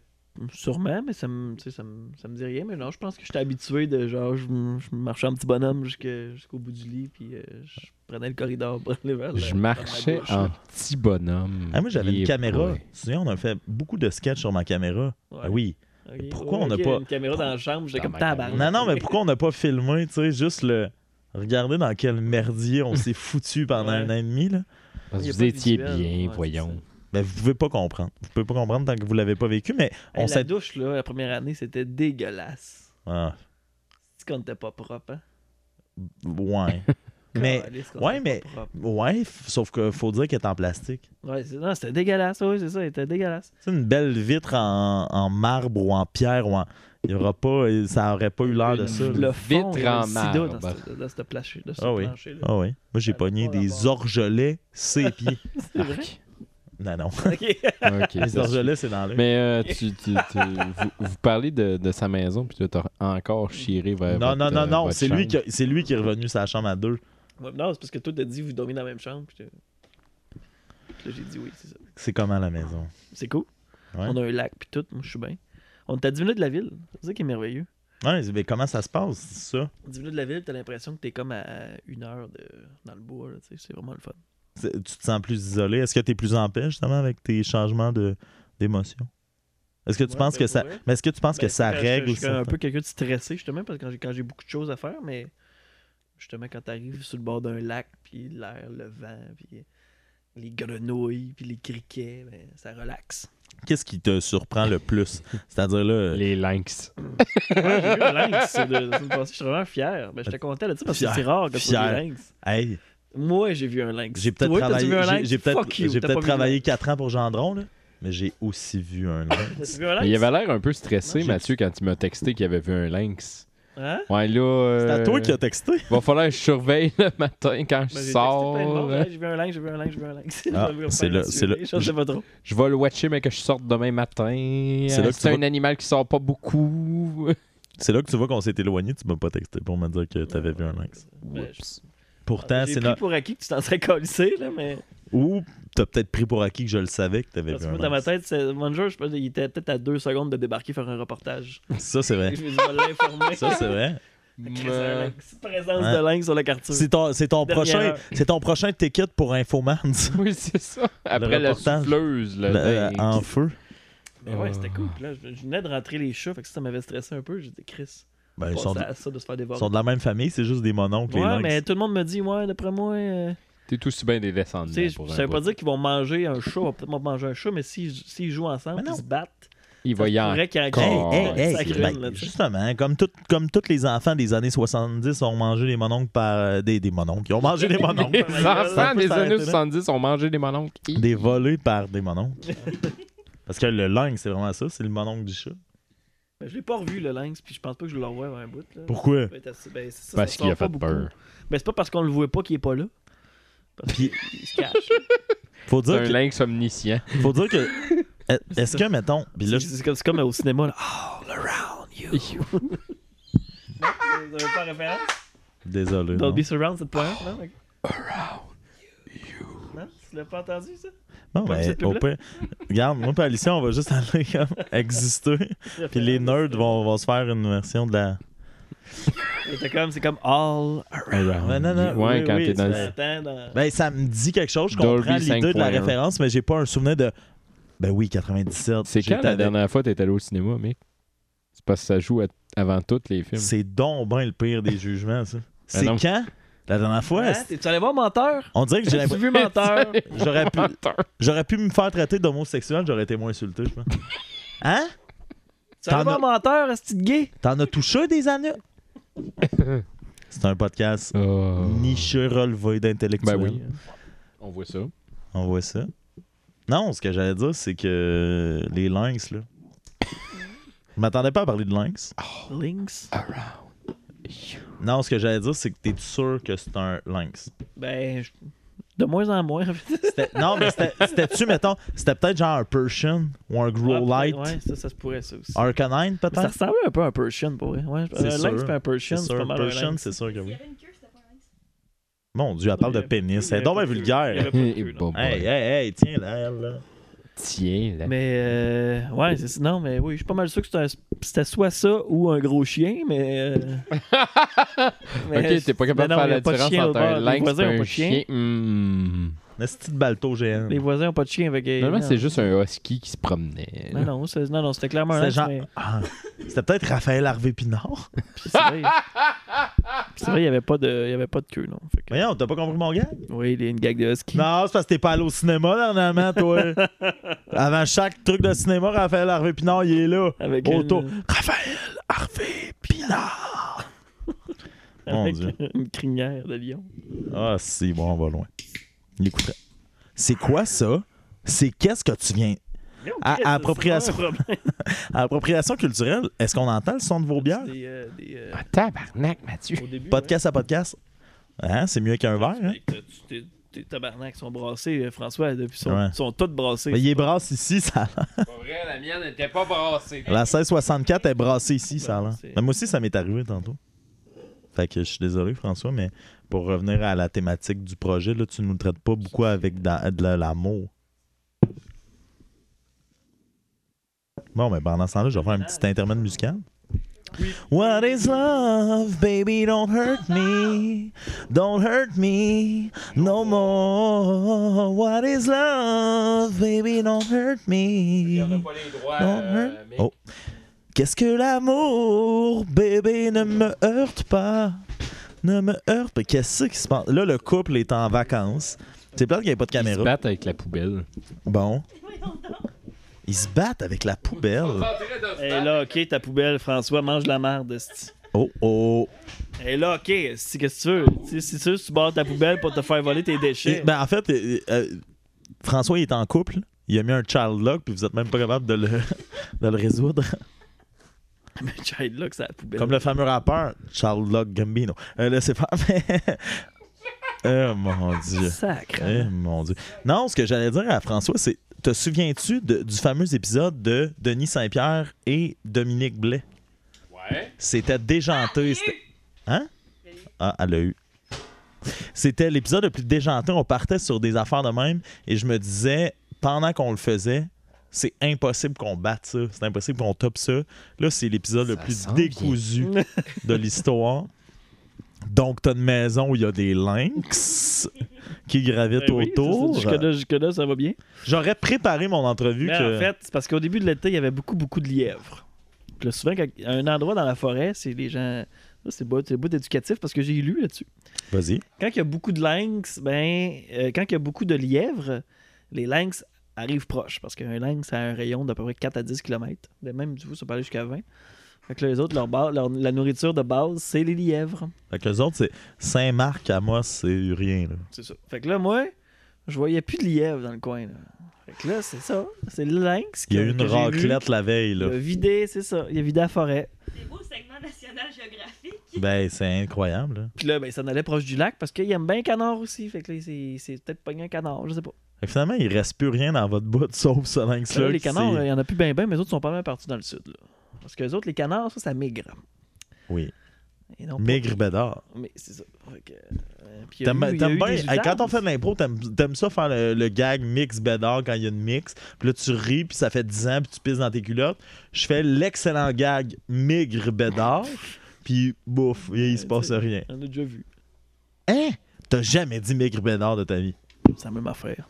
Speaker 3: sûrement, mais ça me, tu sais, ça, me, ça me dit rien. Mais non, je pense que j'étais habitué de genre, je, je marchais en petit bonhomme jusque- jusqu'au bout du lit, puis euh, je prenais le corridor pour aller vers la-
Speaker 2: Je
Speaker 3: vers ma
Speaker 2: marchais
Speaker 3: douche.
Speaker 2: en petit bonhomme.
Speaker 1: Ah, moi, j'avais
Speaker 2: Et
Speaker 1: une caméra.
Speaker 2: boy.
Speaker 1: Tu te souviens, on a fait beaucoup de sketchs sur ma caméra.
Speaker 3: Ouais.
Speaker 1: Ah oui.
Speaker 3: Ok.
Speaker 1: Pourquoi
Speaker 3: Ouais,
Speaker 1: on n'a
Speaker 3: ok,
Speaker 1: pas-
Speaker 3: une caméra dans la chambre, j'étais
Speaker 2: Dans
Speaker 3: comme
Speaker 2: ma
Speaker 3: tabarnak.
Speaker 1: Non, non, mais pourquoi on n'a pas filmé, tu sais, juste le... Regardez dans quel merdier on s'est foutu pendant
Speaker 3: Ouais.
Speaker 1: un an et demi, là.
Speaker 2: Parce
Speaker 3: Il y
Speaker 2: que
Speaker 3: a
Speaker 2: vous
Speaker 3: pas de
Speaker 2: étiez
Speaker 3: visuel.
Speaker 2: bien,
Speaker 3: Ouais,
Speaker 2: voyons.
Speaker 1: Ben, vous pouvez pas comprendre. Vous pouvez pas comprendre tant que vous l'avez pas vécu, mais
Speaker 3: Hey,
Speaker 1: on
Speaker 3: la
Speaker 1: s'est...
Speaker 3: douche, là, la première année, c'était dégueulasse.
Speaker 1: Ah,
Speaker 3: C'est qu'on n'était pas propre, hein?
Speaker 1: ouais. mais,
Speaker 3: Calisse qu'on
Speaker 1: ouais,
Speaker 3: était
Speaker 1: mais-
Speaker 3: pas propre.
Speaker 1: ouais, f- sauf que faut dire qu'elle est en plastique.
Speaker 3: Ouais, c'est- non, c'était dégueulasse, oui, c'est ça, c'était dégueulasse.
Speaker 1: C'est une belle vitre en, en marbre ou en pierre ou en... Il y aura pas, ça aurait pas eu l'air de
Speaker 2: Une
Speaker 1: ça. là.
Speaker 3: Le fond,
Speaker 2: vitre
Speaker 3: il y avait
Speaker 2: en
Speaker 3: le sida dans
Speaker 2: marbre.
Speaker 3: ce- dans ce plancher- dans ce
Speaker 1: Ah oui.
Speaker 3: plancher-là.
Speaker 1: Ah oui. Moi j'ai
Speaker 3: Ça
Speaker 1: pogné
Speaker 3: avait pas
Speaker 1: des
Speaker 3: rapport.
Speaker 1: orgelets ses pieds.
Speaker 3: C'est vrai?
Speaker 1: Non non.
Speaker 3: Ok.
Speaker 2: Ok,
Speaker 1: Les
Speaker 2: ça
Speaker 1: orgelets c'est dans le.
Speaker 2: Mais euh, tu, tu- tu- vous, vous parlez de, de sa maison, puis tu as encore chiré vers.
Speaker 1: Non
Speaker 2: votre,
Speaker 1: non non
Speaker 2: euh,
Speaker 1: non,
Speaker 2: votre
Speaker 1: c'est lui
Speaker 2: chambre.
Speaker 1: qui a- c'est lui qui est revenu sa chambre à deux.
Speaker 3: Ouais, non, c'est parce que toi, t'as dit, vous dormez dans la même chambre. Puis t'as- puis là, j'ai dit oui, c'est ça.
Speaker 1: C'est comment la maison
Speaker 3: C'est cool.
Speaker 1: Ouais.
Speaker 3: On a un lac, puis tout, moi, je suis bien. On est à 10 minutes de la ville. C'est ça qui est merveilleux.
Speaker 1: Ouais, mais comment ça se passe ça
Speaker 3: 10 minutes de la ville, puis t'as l'impression que t'es comme à une heure de... dans le bois, là, tu sais, c'est vraiment le fun.
Speaker 1: C'est- Tu te sens plus isolé Est-ce que tu es plus en paix justement avec tes changements de d'émotion Est-ce que tu
Speaker 3: Ouais,
Speaker 1: penses
Speaker 3: ben,
Speaker 1: que
Speaker 3: pour
Speaker 1: ça
Speaker 3: vrai.
Speaker 1: Mais est-ce que tu penses
Speaker 3: Ben,
Speaker 1: que ça
Speaker 3: je-
Speaker 1: règle
Speaker 3: Je
Speaker 1: ou
Speaker 3: je suis un
Speaker 1: ça
Speaker 3: peu quelqu'un de stressé, justement, parce que quand j'ai- quand j'ai beaucoup de choses à faire, mais justement, quand t'arrives sur le bord d'un lac, puis l'air, le vent, puis les grenouilles, puis les criquets, ben, ça relaxe.
Speaker 1: Qu'est-ce qui te surprend le plus C'est-à-dire là
Speaker 2: Les lynx.
Speaker 3: Ouais, j'ai vu un lynx euh, de- la semaine passée. Je suis vraiment fier. Ben, J'étais content là-dessus parce que
Speaker 1: Fier.
Speaker 3: c'est rare que tu vois
Speaker 1: Fier.
Speaker 3: des lynx.
Speaker 1: hey,
Speaker 3: Moi, j'ai vu un lynx.
Speaker 1: J'ai peut-être
Speaker 3: Toi, t'as-tu
Speaker 1: travaillé,
Speaker 3: vu un
Speaker 1: j'ai-
Speaker 3: lynx?
Speaker 1: j'ai peut-être,
Speaker 3: Fuck you,
Speaker 1: j'ai
Speaker 3: t'as
Speaker 1: peut-être
Speaker 3: pas vu
Speaker 1: travaillé
Speaker 3: de
Speaker 1: 4 ans pour Gendron, là, mais j'ai aussi vu un
Speaker 3: lynx.
Speaker 1: lynx.
Speaker 3: T'as-tu vu un lynx?
Speaker 2: Mais il avait l'air un peu stressé,
Speaker 1: Non, j'ai-
Speaker 2: Mathieu, quand il m'a texté qu'il avait vu un lynx.
Speaker 3: Hein?
Speaker 2: Ouais, là. euh,
Speaker 1: C'est à toi qui as texté.
Speaker 2: Va falloir que je surveille le matin quand
Speaker 3: Ben,
Speaker 2: je
Speaker 3: j'ai texté
Speaker 2: sors.
Speaker 3: plein de monde, hein, J'ai vu un lynx, j'ai vu un lynx, j'ai vu un lynx.
Speaker 1: Ah,
Speaker 3: J'ai vu un
Speaker 1: c'est
Speaker 3: lynx,
Speaker 1: là-
Speaker 3: j'ai
Speaker 1: c'est
Speaker 3: vu
Speaker 1: là-
Speaker 3: des choses, Je sais pas trop.
Speaker 2: Je vais le watcher, mais que je sorte demain matin.
Speaker 1: C'est là
Speaker 2: Euh,
Speaker 1: que tu
Speaker 2: C'est un
Speaker 1: vas-
Speaker 2: animal qui sort pas beaucoup.
Speaker 1: C'est là que tu vois qu'on s'est éloigné, tu m'as pas texté pour me dire que tu avais vu un lynx.
Speaker 3: Ben, je-
Speaker 1: Pour pourtant,
Speaker 3: J'ai
Speaker 1: c'est
Speaker 3: pris
Speaker 1: là.
Speaker 3: pour acquis que tu t'en serais collé, là, mais.
Speaker 1: Ou t'as peut-être pris pour acquis que je le savais que t'avais
Speaker 3: Parce
Speaker 1: vu
Speaker 3: que
Speaker 1: un
Speaker 3: moi, dans ma
Speaker 1: lance.
Speaker 3: tête, c'est Munger, je pense il était peut-être à deux secondes de débarquer faire un reportage.
Speaker 1: Ça, c'est vrai.
Speaker 3: Je vais l'informer.
Speaker 1: Ben. Ça, c'est vrai.
Speaker 3: La petite présence
Speaker 1: Hein?
Speaker 3: de lingue sur la carte.
Speaker 1: C'est ton, c'est ton
Speaker 3: Dernière
Speaker 1: prochain,
Speaker 3: heure.
Speaker 1: c'est ton prochain ticket pour Infoman, ça.
Speaker 2: Oui, c'est ça. Après la
Speaker 1: reportage.
Speaker 2: souffleuse, là.
Speaker 1: Le- euh,
Speaker 2: dingue.
Speaker 1: en feu.
Speaker 3: Mais ouais, c'était cool. Puis là, je, je venais de rentrer les chats, fait que ça m'avait stressé un peu. J'ai dit, Chris,
Speaker 1: Ben,
Speaker 3: on
Speaker 1: ils sont,
Speaker 3: ça, à ça de se faire
Speaker 1: ils
Speaker 3: dévorer.
Speaker 1: sont de la même famille, c'est juste des mononcles. les
Speaker 3: Ouais,
Speaker 1: lynx.
Speaker 3: mais tout le monde me dit, ouais, d'après moi, euh,
Speaker 2: T'es tout aussi bien des descendants.
Speaker 3: tu sais,
Speaker 2: pour
Speaker 3: je-
Speaker 2: un
Speaker 3: ça veut pas
Speaker 2: bout.
Speaker 3: dire qu'ils vont manger un chat, on va peut-être pas manger un chat, mais s'ils s'ils jouent ensemble,
Speaker 1: Mais
Speaker 3: ils
Speaker 1: non.
Speaker 3: se battent.
Speaker 2: Il va y en
Speaker 3: vrai qu'il y a un
Speaker 1: Hey,
Speaker 2: Oh,
Speaker 1: hey, hey,
Speaker 2: ça
Speaker 1: ben,
Speaker 3: crème, là, tu sais.
Speaker 1: justement, comme, tout- comme tous les enfants des années 70 ont mangé des mononcles par. euh, des, des mononcles. Ils ont mangé des mononcles.
Speaker 2: Les
Speaker 3: Ça peut
Speaker 2: enfants des
Speaker 1: s'arrêter
Speaker 2: années
Speaker 1: là.
Speaker 2: 70 ont mangé des mononcles.
Speaker 1: des volés par des mononcles. Parce que le lynx, c'est vraiment ça, c'est le mononcle du chat.
Speaker 3: Mais Ben, je l'ai pas revu, le lynx, puis je pense pas que je le revois avant un bout. Là.
Speaker 1: Pourquoi?
Speaker 3: Ben, t'as- ben, c'est ça,
Speaker 2: Parce
Speaker 3: ça
Speaker 2: qu'il a
Speaker 3: sort pas
Speaker 2: fait
Speaker 3: beaucoup.
Speaker 2: peur.
Speaker 3: Ben, c'est pas parce qu'on le voit pas qu'il est pas là. Parce
Speaker 1: Puis-
Speaker 3: qu'il il se cache.
Speaker 1: Faut
Speaker 2: C'est
Speaker 1: dire
Speaker 2: un
Speaker 1: que.
Speaker 2: lynx omniscient.
Speaker 1: Faut dire que est- Est-ce que, mettons. Puis là,
Speaker 3: C'est- c'est comme, c'est comme au cinéma, là. All around you. Vous avez pas référence?
Speaker 1: Désolé. non.
Speaker 3: Dolby Surround, c'est le point un, non? Around you. Non? Tu l'as pas entendu, ça?
Speaker 1: Bon,
Speaker 3: Pas
Speaker 1: ben,
Speaker 3: cette
Speaker 1: au
Speaker 3: pub-là?
Speaker 1: pire, regarde, moi et Alicia, on va juste aller comme, exister. Puis les nerds vont, vont se faire une version de la.
Speaker 3: C'est comme, c'est comme All around.
Speaker 1: Ouais, non, non,
Speaker 2: Ouais,
Speaker 1: oui,
Speaker 2: quand
Speaker 1: oui,
Speaker 2: t'es dans
Speaker 1: c'est-
Speaker 2: le.
Speaker 3: Attends, dans...
Speaker 1: Ben, ça me dit quelque chose. Je
Speaker 2: Dolby
Speaker 1: comprends l'idée de la
Speaker 2: 5.1.
Speaker 1: référence, mais j'ai pas un souvenir de. Ben oui, 97.
Speaker 2: C'est
Speaker 1: j'étais
Speaker 2: quand la
Speaker 1: avec-
Speaker 2: dernière fois t'es allé au cinéma, mec? C'est parce que ça joue à- avant tous les films.
Speaker 1: C'est donc ben le pire des jugements, ça. C'est
Speaker 2: Ben non.
Speaker 1: quand La dernière fois
Speaker 3: Hein?
Speaker 1: c'est-
Speaker 3: T'es- Tu allais voir Menteur?
Speaker 1: On dirait que j'ai
Speaker 3: T'as-tu
Speaker 1: l'impression.
Speaker 3: vu Menteur?
Speaker 1: J'aurais pu,
Speaker 2: Attends.
Speaker 1: j'aurais pu me faire traiter d'homosexuel, j'aurais été moins insulté, je pense. Hein?
Speaker 3: tu allais
Speaker 1: T'en
Speaker 3: voir Menteur, est-ce gay?
Speaker 1: T'en as touché des années? C'est un podcast
Speaker 2: Oh.
Speaker 1: niche relevé
Speaker 2: Ben
Speaker 1: d'intellectuels.
Speaker 2: oui. On voit ça.
Speaker 1: On voit ça. Non, ce que j'allais dire, c'est que les lynx, là. Je m'attendais pas à parler de lynx.
Speaker 3: Lynx?
Speaker 1: Non, ce que j'allais dire, c'est que t'es sûr que c'est un lynx.
Speaker 3: Ben, je- de moins en moins.
Speaker 1: C'était- Non, mais c'était- c'était-tu, mettons, c'était peut-être genre un Persian ou un Growlite,
Speaker 3: Ah, Ouais, ça, ça se pourrait, ça aussi.
Speaker 1: un canine
Speaker 3: Ça
Speaker 1: peut-être?
Speaker 3: ressemble un peu à un Persian, pour vrai. Ouais,
Speaker 1: C'est
Speaker 3: un
Speaker 1: sûr.
Speaker 3: lynx puis un Persian, c'est
Speaker 1: sûr,
Speaker 3: pas mal un
Speaker 1: Persian,
Speaker 3: lynx.
Speaker 1: c'est sûr que
Speaker 4: S'il y
Speaker 1: oui.
Speaker 4: avait une queue, c'était pas un lynx.
Speaker 1: Mon Dieu, elle parle de pénis. C'est donc bien vulgaire.
Speaker 2: Eh, bah, bah,
Speaker 1: Hey, hey, hey, tiens, là, elle, là.
Speaker 2: Tiens, là.
Speaker 3: Mais euh, ouais, c'est non, mais oui, je suis pas mal sûr que c'était un- c'était soit ça ou un gros chien, mais. euh,
Speaker 2: Ok, t'es pas capable
Speaker 3: mais
Speaker 2: de
Speaker 3: non,
Speaker 2: faire
Speaker 3: y a
Speaker 2: la
Speaker 3: pas de
Speaker 2: différence
Speaker 3: chien
Speaker 2: entre
Speaker 3: au
Speaker 2: un
Speaker 3: bord. Les
Speaker 2: lynx et
Speaker 3: voisins ont pas
Speaker 2: un
Speaker 3: de chien.
Speaker 2: chien. Hmm.
Speaker 1: Un petit balto géant.
Speaker 3: Les voisins ont pas de chien avec. euh,
Speaker 2: Normalement,
Speaker 3: non.
Speaker 2: c'est juste un husky qui se promenait.
Speaker 3: Mais non, c'est- non, non, c'était clairement un
Speaker 1: C'était
Speaker 3: lynx.
Speaker 1: genre.
Speaker 3: hein, mais-
Speaker 1: Ah, c'était peut-être Raphaël Harvey Pinard.
Speaker 3: puis C'est vrai, Puis c'est vrai, il y avait pas de, il y avait pas de queue, non. Fait que-
Speaker 1: Voyons, t'as pas compris mon gars?
Speaker 3: Oui, il y a une gag de husky.
Speaker 1: Non, c'est parce que t'es pas allé au cinéma dernièrement, toi. Avant chaque truc de cinéma, Raphaël Harvey Pinard, il est là.
Speaker 3: Avec
Speaker 1: Auto.
Speaker 3: une-
Speaker 1: Raphaël Harvey Pinard. Mon
Speaker 3: avec
Speaker 1: Dieu.
Speaker 3: une crinière de lion.
Speaker 1: Ah, si, bon, on va loin. Il écouterait. C'est quoi ça? C'est qu'est-ce que tu viens. À- à appropriation. À appropriation culturelle, est-ce qu'on entend le son de vos bières?
Speaker 3: Des, euh, des, euh,
Speaker 2: Ah, tabarnak, Mathieu.
Speaker 3: au début,
Speaker 1: Podcast à podcast? Hein, c'est mieux qu'un verre,
Speaker 3: ouais.
Speaker 1: hein?
Speaker 3: Fait que tu- Tes tes tabarnak sont brassés, euh, François, depuis sont,
Speaker 1: Ouais.
Speaker 3: sont tous brassés.
Speaker 1: Mais il est brasse ici, ça a l'air.
Speaker 2: Pas vrai, la mienne n'était pas brassée.
Speaker 1: La 1664 est brassée ici, ça a l'air.
Speaker 3: c'est-
Speaker 1: Mais moi aussi, ça m'est arrivé tantôt. Fait que je suis désolé, François, mais pour revenir à la thématique du projet, là, tu nous traites pas beaucoup avec da- de la- l'amour. Bon, mais pendant ce temps-là, je vais faire un petit intermède musical. What is love, baby? Don't hurt me. Don't hurt me no more. What is love, baby? Don't hurt me.
Speaker 2: pas les droits. euh,
Speaker 1: Non, hein? Oh. Qu'est-ce que l'amour, bébé, ne me heurte pas. Ne me heurte pas. Qu'est-ce qui se passe? Là, le couple est en vacances. C'est plate qu'il n'y ait pas de
Speaker 2: Ils se
Speaker 1: caméra.
Speaker 2: battent avec la poubelle.
Speaker 1: Bon.
Speaker 4: Voyons donc.
Speaker 1: Ils se battent avec la poubelle.
Speaker 3: Et là, ok, ta poubelle, François, mange de la merde. esti.
Speaker 1: Oh, oh.
Speaker 3: Et là, ok, esti, qu'est-ce que tu veux? Si- Si tu veux, tu barres ta poubelle pour te faire voler tes
Speaker 1: Et-
Speaker 3: déchets.
Speaker 1: ben, en fait, euh, euh, François, il est en couple. Il a mis un child lock, puis vous êtes même pas capable de le, de le résoudre.
Speaker 3: Mais Child Lock, c'est la poubelle.
Speaker 1: Comme le fameux rappeur Child Lock Gambino. Euh, laissez faire, mais. oh mon dieu.
Speaker 3: Sacre.
Speaker 1: Eh, mon Dieu. Non, ce que j'allais dire à François, c'est te souviens-tu de- du fameux épisode de Denis Saint-Pierre et Dominique Blais
Speaker 2: Ouais.
Speaker 1: C'était déjanté. c'était- Hein Ah, elle a eu. C'était l'épisode le plus déjanté. On partait sur des affaires de même et je me disais, pendant qu'on le faisait, c'est impossible qu'on batte ça. C'est impossible qu'on top ça. Là, c'est l'épisode le
Speaker 2: Ça
Speaker 1: plus
Speaker 2: sent bien.
Speaker 1: décousu de l'histoire. Donc, t'as une maison où il y a des lynx qui gravitent
Speaker 3: Ben oui, c'est ça,
Speaker 1: autour.
Speaker 3: Jusque-là, jusque-là, ça va bien.
Speaker 1: J'aurais préparé mon entrevue
Speaker 3: Mais
Speaker 1: que.
Speaker 3: en fait, c'est parce qu'au début de l'été, il y avait beaucoup, beaucoup de lièvres. Puis là, souvent, quand, un endroit dans la forêt, c'est les gens. Là, c'est beau, c'est beau d'éducatif parce que j'ai lu là-dessus.
Speaker 1: Vas-y.
Speaker 3: Quand il y a beaucoup de lynx, ben, euh, quand il y a beaucoup de lièvres, les lynx arrivent proches parce qu'un lynx a un rayon d'à peu près 4 à 10 km. Même, du coup, ça peut aller jusqu'à 20. Fait que là, les autres, leur ba- leur- la nourriture de base, c'est les lièvres.
Speaker 1: Fait que les autres, c'est Saint-Marc à moi, c'est rien. Là.
Speaker 3: C'est ça. Fait que là, moi, je voyais plus de lièvre dans le coin. Là. Fait que là, c'est ça. C'est Euh, le lynx qui
Speaker 1: Il y a eu une raclette la veille.
Speaker 3: Il
Speaker 1: Là.
Speaker 3: a vidé, c'est ça. Il a vidé la forêt.
Speaker 4: C'est beau, segment national géographique.
Speaker 1: Ben, c'est incroyable. là.
Speaker 3: Puis là, ben, il s'en allait proche du lac parce qu'il aime bien le canard aussi. Fait que là, c'est, c'est peut-être pas un canard, je sais pas.
Speaker 1: Fait que finalement, il reste plus rien dans votre bout sauf ce
Speaker 3: Ah Là,
Speaker 1: lynx-là.
Speaker 3: Ben les
Speaker 1: qui s'est-
Speaker 3: canards, là, il y en a plus ben ben, mais les autres sont pas mal partis dans le sud. Là. Parce que les autres, les canards, ça, ça migre.
Speaker 1: Oui.
Speaker 3: Et non pas-
Speaker 1: Maigre bédard.
Speaker 3: Mais c'est ça. Fait que, euh, puis il y a
Speaker 1: T'aimes
Speaker 3: eu- il y a
Speaker 1: t'aimes
Speaker 3: eu
Speaker 1: bien.
Speaker 3: des
Speaker 1: hey, quand on
Speaker 3: usages.
Speaker 1: fait de l'impro, t'aimes t'aimes ça faire le, le gag mix bédard quand il y a une mix. Puis là, tu ris, puis ça fait 10 ans, puis tu pisses dans tes culottes. Je fais l'excellent gag migre bédard, puis bouf, il se passe rien.
Speaker 3: On a déjà vu.
Speaker 1: Hein? T'as jamais dit maigre bédard de ta vie.
Speaker 3: C'est la même affaire.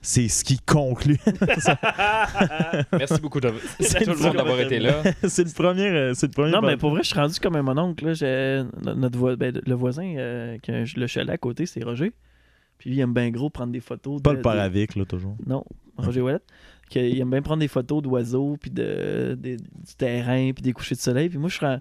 Speaker 1: C'est ce qui conclut.
Speaker 2: Merci beaucoup de...
Speaker 1: C'est
Speaker 2: tout le
Speaker 1: dur
Speaker 2: monde d'avoir
Speaker 1: de
Speaker 2: été
Speaker 1: terminer.
Speaker 2: là.
Speaker 1: c'est le premier. euh, C'est le premier.
Speaker 3: Non,
Speaker 1: bon-
Speaker 3: mais pour vrai, je suis rendu comme un mononcle. Là. J'ai- no- notre voi- ben, le voisin, euh, qui a un- le chalet à côté, c'est Roger. Puis lui, il aime bien gros prendre des photos.
Speaker 1: Pas
Speaker 3: de-
Speaker 1: le
Speaker 3: de-
Speaker 1: paravic, là, toujours.
Speaker 3: Non, Roger Wallet. Qu'il aime bien prendre des photos d'oiseaux, puis de, des- du terrain, puis des couchers de soleil. Puis moi, je suis en-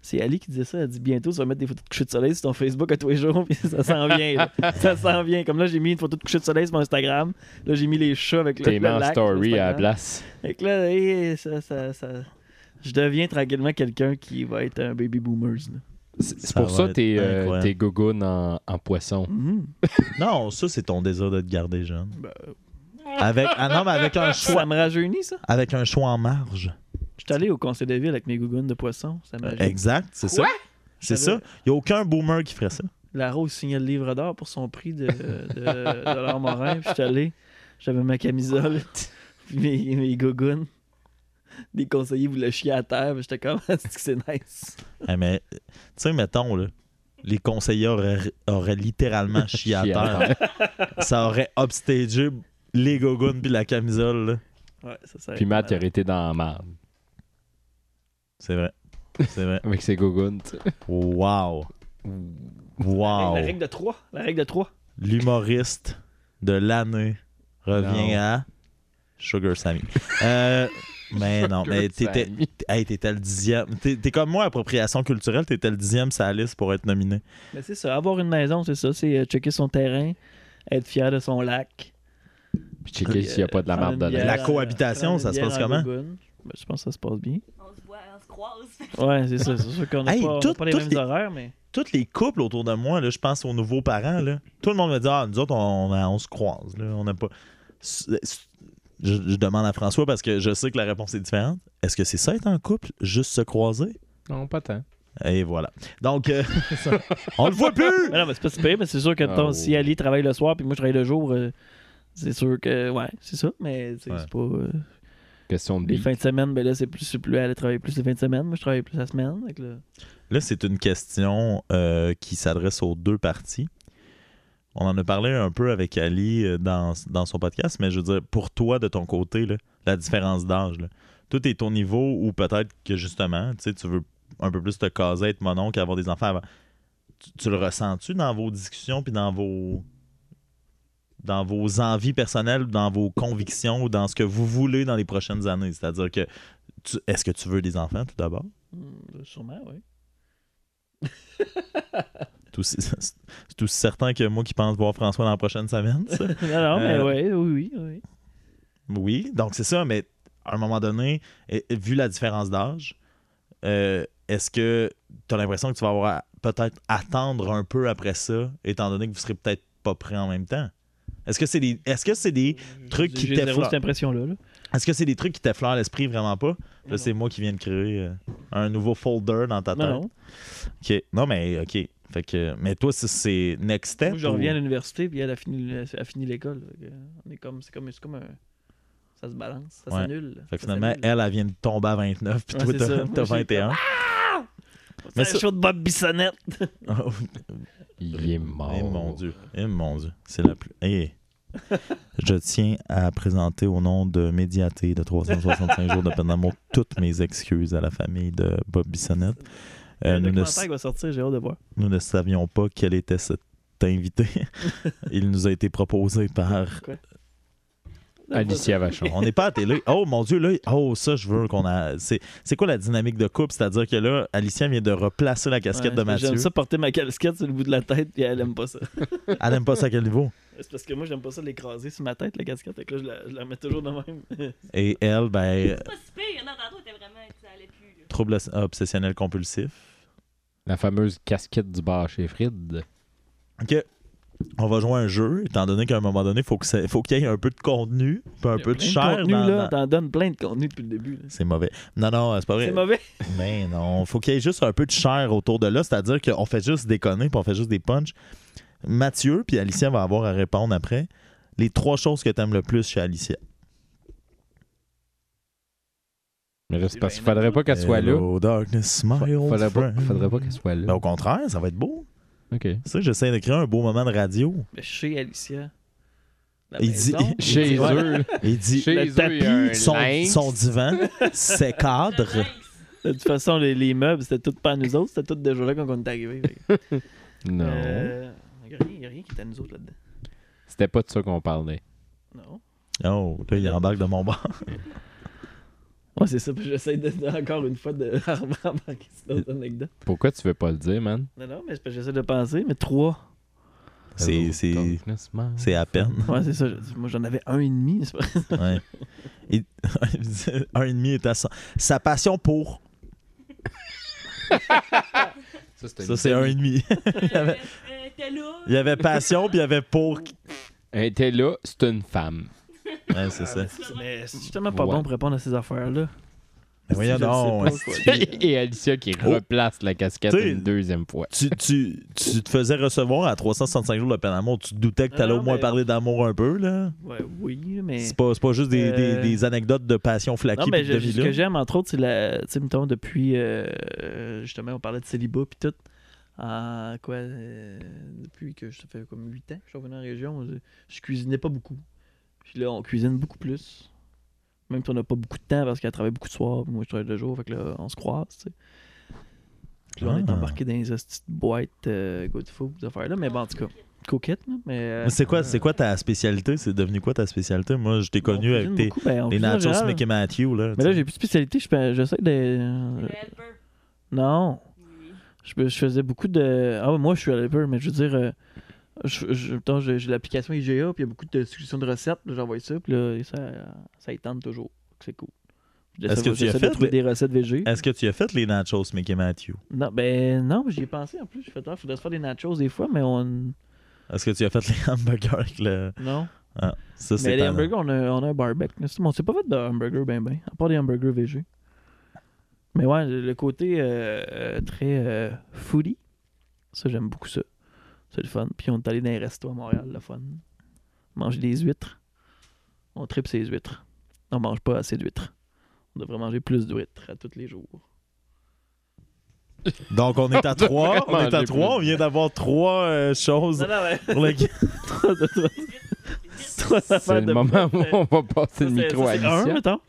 Speaker 3: C'est Ali qui disait ça. Elle dit bientôt, tu vas mettre des photos de couchers de soleil sur ton Facebook à tous les jours. Puis ça s'en vient. là. Ça s'en vient. Comme là, j'ai mis une photo de coucher de soleil sur mon Instagram. Là, j'ai mis les chats avec le, le
Speaker 2: T'es mis en
Speaker 3: lac sur
Speaker 2: story à la
Speaker 3: Instagram.
Speaker 2: place.
Speaker 3: Fait que là, hé, ça, ça, ça- je deviens tranquillement quelqu'un qui va être un baby boomer. là.
Speaker 2: C'est c'est
Speaker 1: Ça
Speaker 2: pour
Speaker 1: va
Speaker 2: ça
Speaker 1: être
Speaker 2: tes euh,
Speaker 1: incroyable.
Speaker 2: tes gougounes en, en poisson.
Speaker 3: Mhm.
Speaker 1: Non, ça, c'est ton désir de te garder jeune.
Speaker 3: Ben,
Speaker 1: Avec, ah non, mais avec un choix,
Speaker 3: Ça me rajeunit, ça.
Speaker 1: avec un choix en marge.
Speaker 3: Je suis allé au conseil de ville avec mes gougounes de poisson. Ça m'a
Speaker 1: Exact, c'est ça. C'est
Speaker 3: J'avais-
Speaker 1: ça. Il n'y a aucun boomer qui ferait ça.
Speaker 3: La Rose signait le livre d'or pour son prix de, de, de l'or morin. Puis je suis allé, j'avais ma camisole, puis mes, mes gougounes. Les conseillers voulaient chier à terre, puis j'étais comme, c'est que c'est nice.
Speaker 1: Eh, mais, tu sais, mettons, là, les conseillers auraient, auraient littéralement chié à
Speaker 2: Chier à
Speaker 1: terre. ça aurait upstagé les gogoons puis la camisole. là.
Speaker 3: Ouais, ça, ça
Speaker 2: Puis Matt,
Speaker 3: malade.
Speaker 2: il aurait été dans la marde
Speaker 1: C'est vrai. C'est vrai.
Speaker 2: avec ses gougounes. tu sais.
Speaker 1: Wow.
Speaker 3: La
Speaker 1: Wow.
Speaker 3: règle de 3. La règle de 3.
Speaker 1: L'humoriste de l'année revient
Speaker 2: Non.
Speaker 1: à Sugar Sammy. Euh, mais non, mais
Speaker 2: Sugar
Speaker 1: t'étais,
Speaker 2: Sammy.
Speaker 1: Hey, t'étais le dixième. T'es, t'es comme moi, appropriation culturelle, t'étais le dixième sur la liste pour être nominé.
Speaker 3: Mais c'est ça, avoir une maison, c'est ça. C'est euh, checker son terrain, être fier de son lac.
Speaker 2: Puis checker s'il n'y a pas de la marde
Speaker 3: prendre une
Speaker 2: dedans.
Speaker 1: La
Speaker 3: bière,
Speaker 1: cohabitation,
Speaker 3: prendre une
Speaker 1: ça se passe
Speaker 3: bière en
Speaker 1: comment?
Speaker 3: Gogoun. Ben, je pense que ça se passe bien.
Speaker 4: On se voit, on se croise. Fait que
Speaker 3: Ouais, c'est ça. C'est sûr qu'on n'a
Speaker 1: Hey,
Speaker 3: pas, on a
Speaker 1: tout-
Speaker 3: pas les
Speaker 1: tout
Speaker 3: mêmes
Speaker 1: est-
Speaker 3: horaires, mais.
Speaker 1: Tous les couples autour de moi, là, je pense aux nouveaux parents, là, tout le monde me dit Ah, nous autres, on, on- on se croise. là, on n'a pas. S- s- Je, je demande à François parce que je sais que la réponse est différente. Est-ce que c'est ça être en couple, juste se croiser
Speaker 2: Non, pas tant.
Speaker 1: Et voilà. Donc, euh, ça- on le voit plus
Speaker 3: Mais non, mais c'est pas super, mais c'est sûr
Speaker 1: Ah,
Speaker 3: que mettons,
Speaker 2: Oh.
Speaker 3: si Ali travaille le soir puis moi je travaille le jour, euh, c'est sûr que ouais, c'est ça. Mais tu sais,
Speaker 1: Ouais.
Speaker 3: c'est pas. euh,
Speaker 2: Question de
Speaker 3: les
Speaker 2: bille.
Speaker 3: fins de semaine, ben là, c'est plus, c'est plus aller travailler plus les fins de semaine. Moi je travaille plus la semaine. Fait que là,
Speaker 1: Là, c'est une question euh, qui s'adresse aux deux parties. On en a parlé un peu avec Ali euh, dans, dans son podcast, mais je veux dire, pour toi, de ton côté, là, la différence d'âge, là, tout est ton niveau ou peut-être que justement, tu sais, tu veux un peu plus te caser, être monon qu'avoir des enfants avant. Tu, tu le ressens-tu dans vos discussions puis dans vos dans vos envies personnelles, dans vos convictions ou dans ce que vous voulez dans les prochaines années? C'est-à-dire que tu- est-ce que tu veux des enfants tout d'abord?
Speaker 3: hmm, sûrement, oui.
Speaker 1: C'est aussi, c'est aussi certain que moi qui pense voir François dans la prochaine semaine. ça.
Speaker 3: non, non, mais
Speaker 1: Euh,
Speaker 3: ouais, oui, oui, oui.
Speaker 1: oui, donc c'est ça, mais à un moment donné, et- et vu la différence d'âge, euh, est-ce que tu as l'impression que tu vas avoir à- peut-être attendre un peu après ça, étant donné que vous serez peut-être pas prêts en même temps? Est-ce que c'est des, est-ce que c'est des, trucs qui
Speaker 3: Mmh, J'ai zéro
Speaker 1: t'effleurent.
Speaker 3: cette impression-là. là.
Speaker 1: est-ce que c'est des trucs qui t'effleurent l'esprit vraiment pas? Là,
Speaker 3: Non.
Speaker 1: c'est moi qui viens de créer euh, un nouveau folder dans ta tête.
Speaker 3: Non, non.
Speaker 1: OK. Non, mais OK. Fait que, mais toi, c'est- c'est next step.
Speaker 3: Moi, je
Speaker 1: ou-
Speaker 3: reviens à l'université, puis elle a fini, elle a fini l'école. Fait que, On est comme, c'est comme, c'est comme un- Ça se balance, ça
Speaker 1: Ouais.
Speaker 3: s'annule.
Speaker 1: Fait que
Speaker 3: ça
Speaker 1: finalement,
Speaker 3: s'annule.
Speaker 1: elle, elle vient de tomber à 29, puis
Speaker 3: Ouais,
Speaker 1: toi,
Speaker 3: c'est
Speaker 1: t'as-
Speaker 3: ça. Moi,
Speaker 1: t'as
Speaker 3: j'ai-
Speaker 1: 21.
Speaker 3: C'est
Speaker 1: mais ça-
Speaker 3: le show de Bob Bissonnette.
Speaker 1: Oh,
Speaker 2: Il est
Speaker 3: Ah,
Speaker 2: mort.
Speaker 1: eh,
Speaker 3: oh.
Speaker 1: mon Dieu. Eh, mon Dieu. C'est la plus. Eh. Je tiens à présenter au nom de Médiaté de 365 jours de peine d'amour toutes mes excuses à la famille de Bob Bissonnette.
Speaker 3: le
Speaker 1: Euh, nous, ne,
Speaker 3: documentaire qui va sortir, j'ai hâte de voir.
Speaker 1: nous ne savions pas quel était cet invité. Il nous a été proposé par
Speaker 2: Alicia Vachon.
Speaker 1: On n'est pas à télé. Oh mon Dieu, là, oh ça, je veux qu'on a. C'est c'est quoi la dynamique de couple? C'est-à-dire que là, Alicia vient de replacer la casquette
Speaker 3: Ouais,
Speaker 1: de
Speaker 3: J'aime
Speaker 1: Mathieu.
Speaker 3: ça porter ma casquette sur le bout de la tête, puis elle aime pas ça.
Speaker 1: Elle aime pas ça à quel niveau?
Speaker 3: C'est parce que moi, j'aime pas ça l'écraser sur ma tête, la casquette. Fait que là, je la, je la mets toujours de même.
Speaker 1: Et elle, ben,
Speaker 4: C'est pas si pire, non, tantôt t'es vraiment, ça allait plus. là.
Speaker 1: trouble obsessionnel compulsif.
Speaker 2: La fameuse casquette du bar chez Frid.
Speaker 1: OK. On va jouer à un jeu, étant donné qu'à un moment donné, faut que ça- faut qu'il y ait un peu de contenu, puis un peu de
Speaker 3: Plein
Speaker 1: chair.
Speaker 3: contenu,
Speaker 1: dans-
Speaker 3: là.
Speaker 1: dans-
Speaker 3: T'en donnes plein de contenu depuis le début. là.
Speaker 1: C'est mauvais. Non, non, c'est pas vrai.
Speaker 3: C'est mauvais.
Speaker 1: Mais non, faut qu'il y ait juste un peu de chair autour de là, c'est-à-dire qu'on fait juste déconner, puis on fait juste des punches. Mathieu puis Alicia va avoir à répondre après. Les trois choses que t'aimes le plus chez Alicia.
Speaker 2: Mais là,
Speaker 3: C'est
Speaker 2: c'est parce qu'il
Speaker 3: bien
Speaker 2: faudrait pas qu'elle soit là.
Speaker 1: Hello, darkness, my old
Speaker 2: Faudrait pas,
Speaker 1: friend.
Speaker 2: faudrait pas qu'elle soit
Speaker 1: Ben,
Speaker 2: là.
Speaker 1: au contraire, ça va être beau.
Speaker 2: OK.
Speaker 1: C'est ça que j'essaie de créer un beau moment de radio.
Speaker 3: Mais chez Alicia. la
Speaker 1: Il dit-
Speaker 3: maison,
Speaker 2: Chez
Speaker 1: Ouais.
Speaker 2: eux, là.
Speaker 1: Il dit
Speaker 2: Chez
Speaker 3: le
Speaker 2: eux, il y a un
Speaker 1: tapis, son,
Speaker 2: lynx.
Speaker 1: son divan, ses cadres.
Speaker 4: Le lynx.
Speaker 3: De toute façon, les, les meubles, c'était tout pas à nous autres. C'était tout déjà là quand on est arrivé.
Speaker 2: Non.
Speaker 3: Il n'y a rien qui était à nous autres là-dedans.
Speaker 2: C'était pas de ça qu'on parlait.
Speaker 3: Non.
Speaker 1: Oh, là, il embarque de mon bord.
Speaker 3: Ouais, c'est ça. puis J'essaie de, de- encore une fois de remarquer cette autre anecdote.
Speaker 2: Pourquoi tu veux pas le dire, man?
Speaker 3: Non, non, mais c'est parce que j'essaie de penser, mais trois.
Speaker 1: C'est- C'est
Speaker 2: Darkness, man.
Speaker 1: c'est à peine.
Speaker 3: Ouais, c'est ça. je- moi, j'en avais un et demi. c'est pas-
Speaker 1: Ouais. Et- un et demi est à sa, sa passion pour.
Speaker 2: c'était
Speaker 1: Ça, c'est un et demi.
Speaker 4: Euh, euh, T'es là.
Speaker 1: Il y avait passion, puis il y avait pour.
Speaker 2: Elle était là, c'est une femme.
Speaker 1: Ouais, c'est ça.
Speaker 3: Ah, Mais c'est justement pas
Speaker 2: Ouais.
Speaker 3: bon pour répondre à ces affaires-là.
Speaker 1: Mais voyons
Speaker 3: Je sais
Speaker 1: donc,
Speaker 3: pas
Speaker 1: hein.
Speaker 3: quoi dire.
Speaker 2: Et Alicia qui
Speaker 1: Oh.
Speaker 2: replace la casquette
Speaker 1: T'sais-
Speaker 2: une deuxième fois.
Speaker 1: Tu, tu, tu te faisais recevoir à 365 jours de peine d'amour. Tu te doutais que t'allais
Speaker 3: Non,
Speaker 1: au moins
Speaker 3: mais-
Speaker 1: parler d'amour un peu, là.
Speaker 3: Ouais, oui, mais.
Speaker 1: C'est pas, c'est pas juste des, des-
Speaker 3: Euh,
Speaker 1: des anecdotes de passion
Speaker 3: Non,
Speaker 1: flaquée
Speaker 3: mais
Speaker 1: pis de
Speaker 3: je- ce
Speaker 1: vie
Speaker 3: que j'aime, entre autres, c'est la. Tu sais, mettons, depuis. euh, euh, justement, on parlait de célibat puis tout. En quoi euh, Depuis que je ça fait comme 8 ans que je suis revenu en région, je, je cuisinais pas beaucoup. Puis là, on cuisine beaucoup plus. Même si on n'a pas beaucoup de temps parce qu'elle travaille beaucoup de soir, puis moi je travaille le jour, fait que là, on se croise, tu sais. Puis là, on est
Speaker 1: Ah.
Speaker 3: embarqué dans les petites boîtes euh, Good Food, ces affaires-là. Mais bon, en tout cas, coquette, là, mais. euh,
Speaker 1: C'est quoi, c'est quoi ta spécialité? C'est devenu quoi ta spécialité? Moi, je t'ai
Speaker 3: on
Speaker 1: connu avec
Speaker 3: cuisine
Speaker 1: tes,
Speaker 3: beaucoup, ben, on
Speaker 1: les
Speaker 3: cuisine en
Speaker 1: nachos
Speaker 3: général.
Speaker 1: Mickey Matthew, là.
Speaker 3: Mais là,
Speaker 1: tu sais.
Speaker 3: j'ai plus de spécialité, je fais- j'essaie de.
Speaker 4: Le helper.
Speaker 3: Non.
Speaker 4: Oui.
Speaker 3: Je, peux- je faisais beaucoup de. Ah ouais, moi, je suis à l'Apple, mais je veux dire. euh, je- je- mettons, J'ai j'ai l'application IGA, puis il y a beaucoup de suggestions de recettes. là, J'envoie ça, puis là, ça, ça y tente toujours. C'est cool.
Speaker 1: Est-ce
Speaker 3: J'essaie-
Speaker 1: que tu as
Speaker 3: j'essaie de
Speaker 1: fait Hein?
Speaker 3: trouver
Speaker 1: des-
Speaker 3: des recettes végé?
Speaker 1: Est-ce que tu as fait les nachos Mickey Matthew?
Speaker 3: Non, ben non, j'y ai pensé en plus. Je fais il faudrait se faire des nachos des fois, mais on.
Speaker 1: Est-ce que tu as fait les hamburgers avec le.
Speaker 3: Non.
Speaker 1: Ah, ça, c'est
Speaker 3: Mais les
Speaker 1: talent.
Speaker 3: hamburgers, on a, on a un barbecue. là. C'est- On s'est pas fait de hamburger ben ben, à part des hamburgers végé. Mais ouais, le le côté euh, euh, très euh, foodie, ça j'aime beaucoup ça. C'est le fun. Puis on est allé dans les restos à Montréal, le fun. Manger des huîtres. On tripe ses huîtres. On mange pas assez d'huîtres. On devrait manger plus d'huîtres à tous les jours.
Speaker 1: Donc, on est à trois. On est à
Speaker 2: J'ai
Speaker 1: trois. On
Speaker 2: plus.
Speaker 1: vient d'avoir trois euh, choses pour lesquelles.
Speaker 3: Trois- trois- trois
Speaker 2: C'est
Speaker 3: affaires de- euh,
Speaker 2: le moment où on va
Speaker 3: Ça,
Speaker 2: passer le
Speaker 3: c'est-
Speaker 2: micro à
Speaker 3: ça, c'est un,
Speaker 2: Alicia.
Speaker 3: mettons.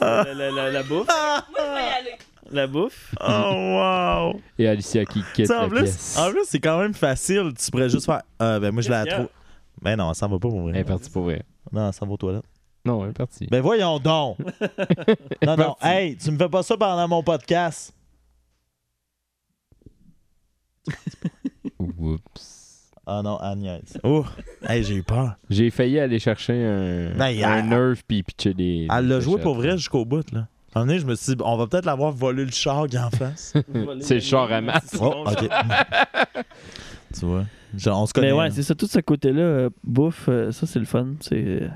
Speaker 3: La, la- la- la bouffe.
Speaker 4: Moi, je
Speaker 1: Ah.
Speaker 4: vais y aller.
Speaker 3: La bouffe.
Speaker 1: Oh, wow!
Speaker 2: Et Alicia qui quitte
Speaker 1: Tu sais, en
Speaker 2: la
Speaker 1: plus,
Speaker 2: pièce.
Speaker 1: en plus, c'est quand même facile. Tu pourrais juste faire. euh, ben, moi, je la
Speaker 3: Qu'est-ce
Speaker 1: trouve. Ben non, elle s'en va pas pour
Speaker 2: Elle est
Speaker 1: vrai.
Speaker 2: partie pour vrai.
Speaker 1: Non, elle s'en va aux toilettes.
Speaker 2: Non, elle est partie.
Speaker 1: Ben voyons donc! non, non,
Speaker 2: Parti.
Speaker 1: hey, tu me fais pas ça pendant mon podcast.
Speaker 2: Oups.
Speaker 1: Ah non, Agnès. Oh, hey, j'ai eu peur.
Speaker 2: J'ai failli aller chercher un,
Speaker 1: Ben, il-
Speaker 2: un nerf puis pitcher des.
Speaker 1: Elle l'a
Speaker 2: des
Speaker 1: joué pour
Speaker 2: fléchettes.
Speaker 1: vrai jusqu'au bout, là. Un moment donné, je me suis dit, on va peut-être l'avoir volé le char qui est en face.
Speaker 2: Hmm. C'est le char à masse.
Speaker 1: oh, ok. tu vois, Genre, on se connaît.
Speaker 3: Mais ouais,
Speaker 1: là.
Speaker 3: c'est ça, tout ce côté-là, euh, bouffe, euh, ça c'est le fun. C'est. euh,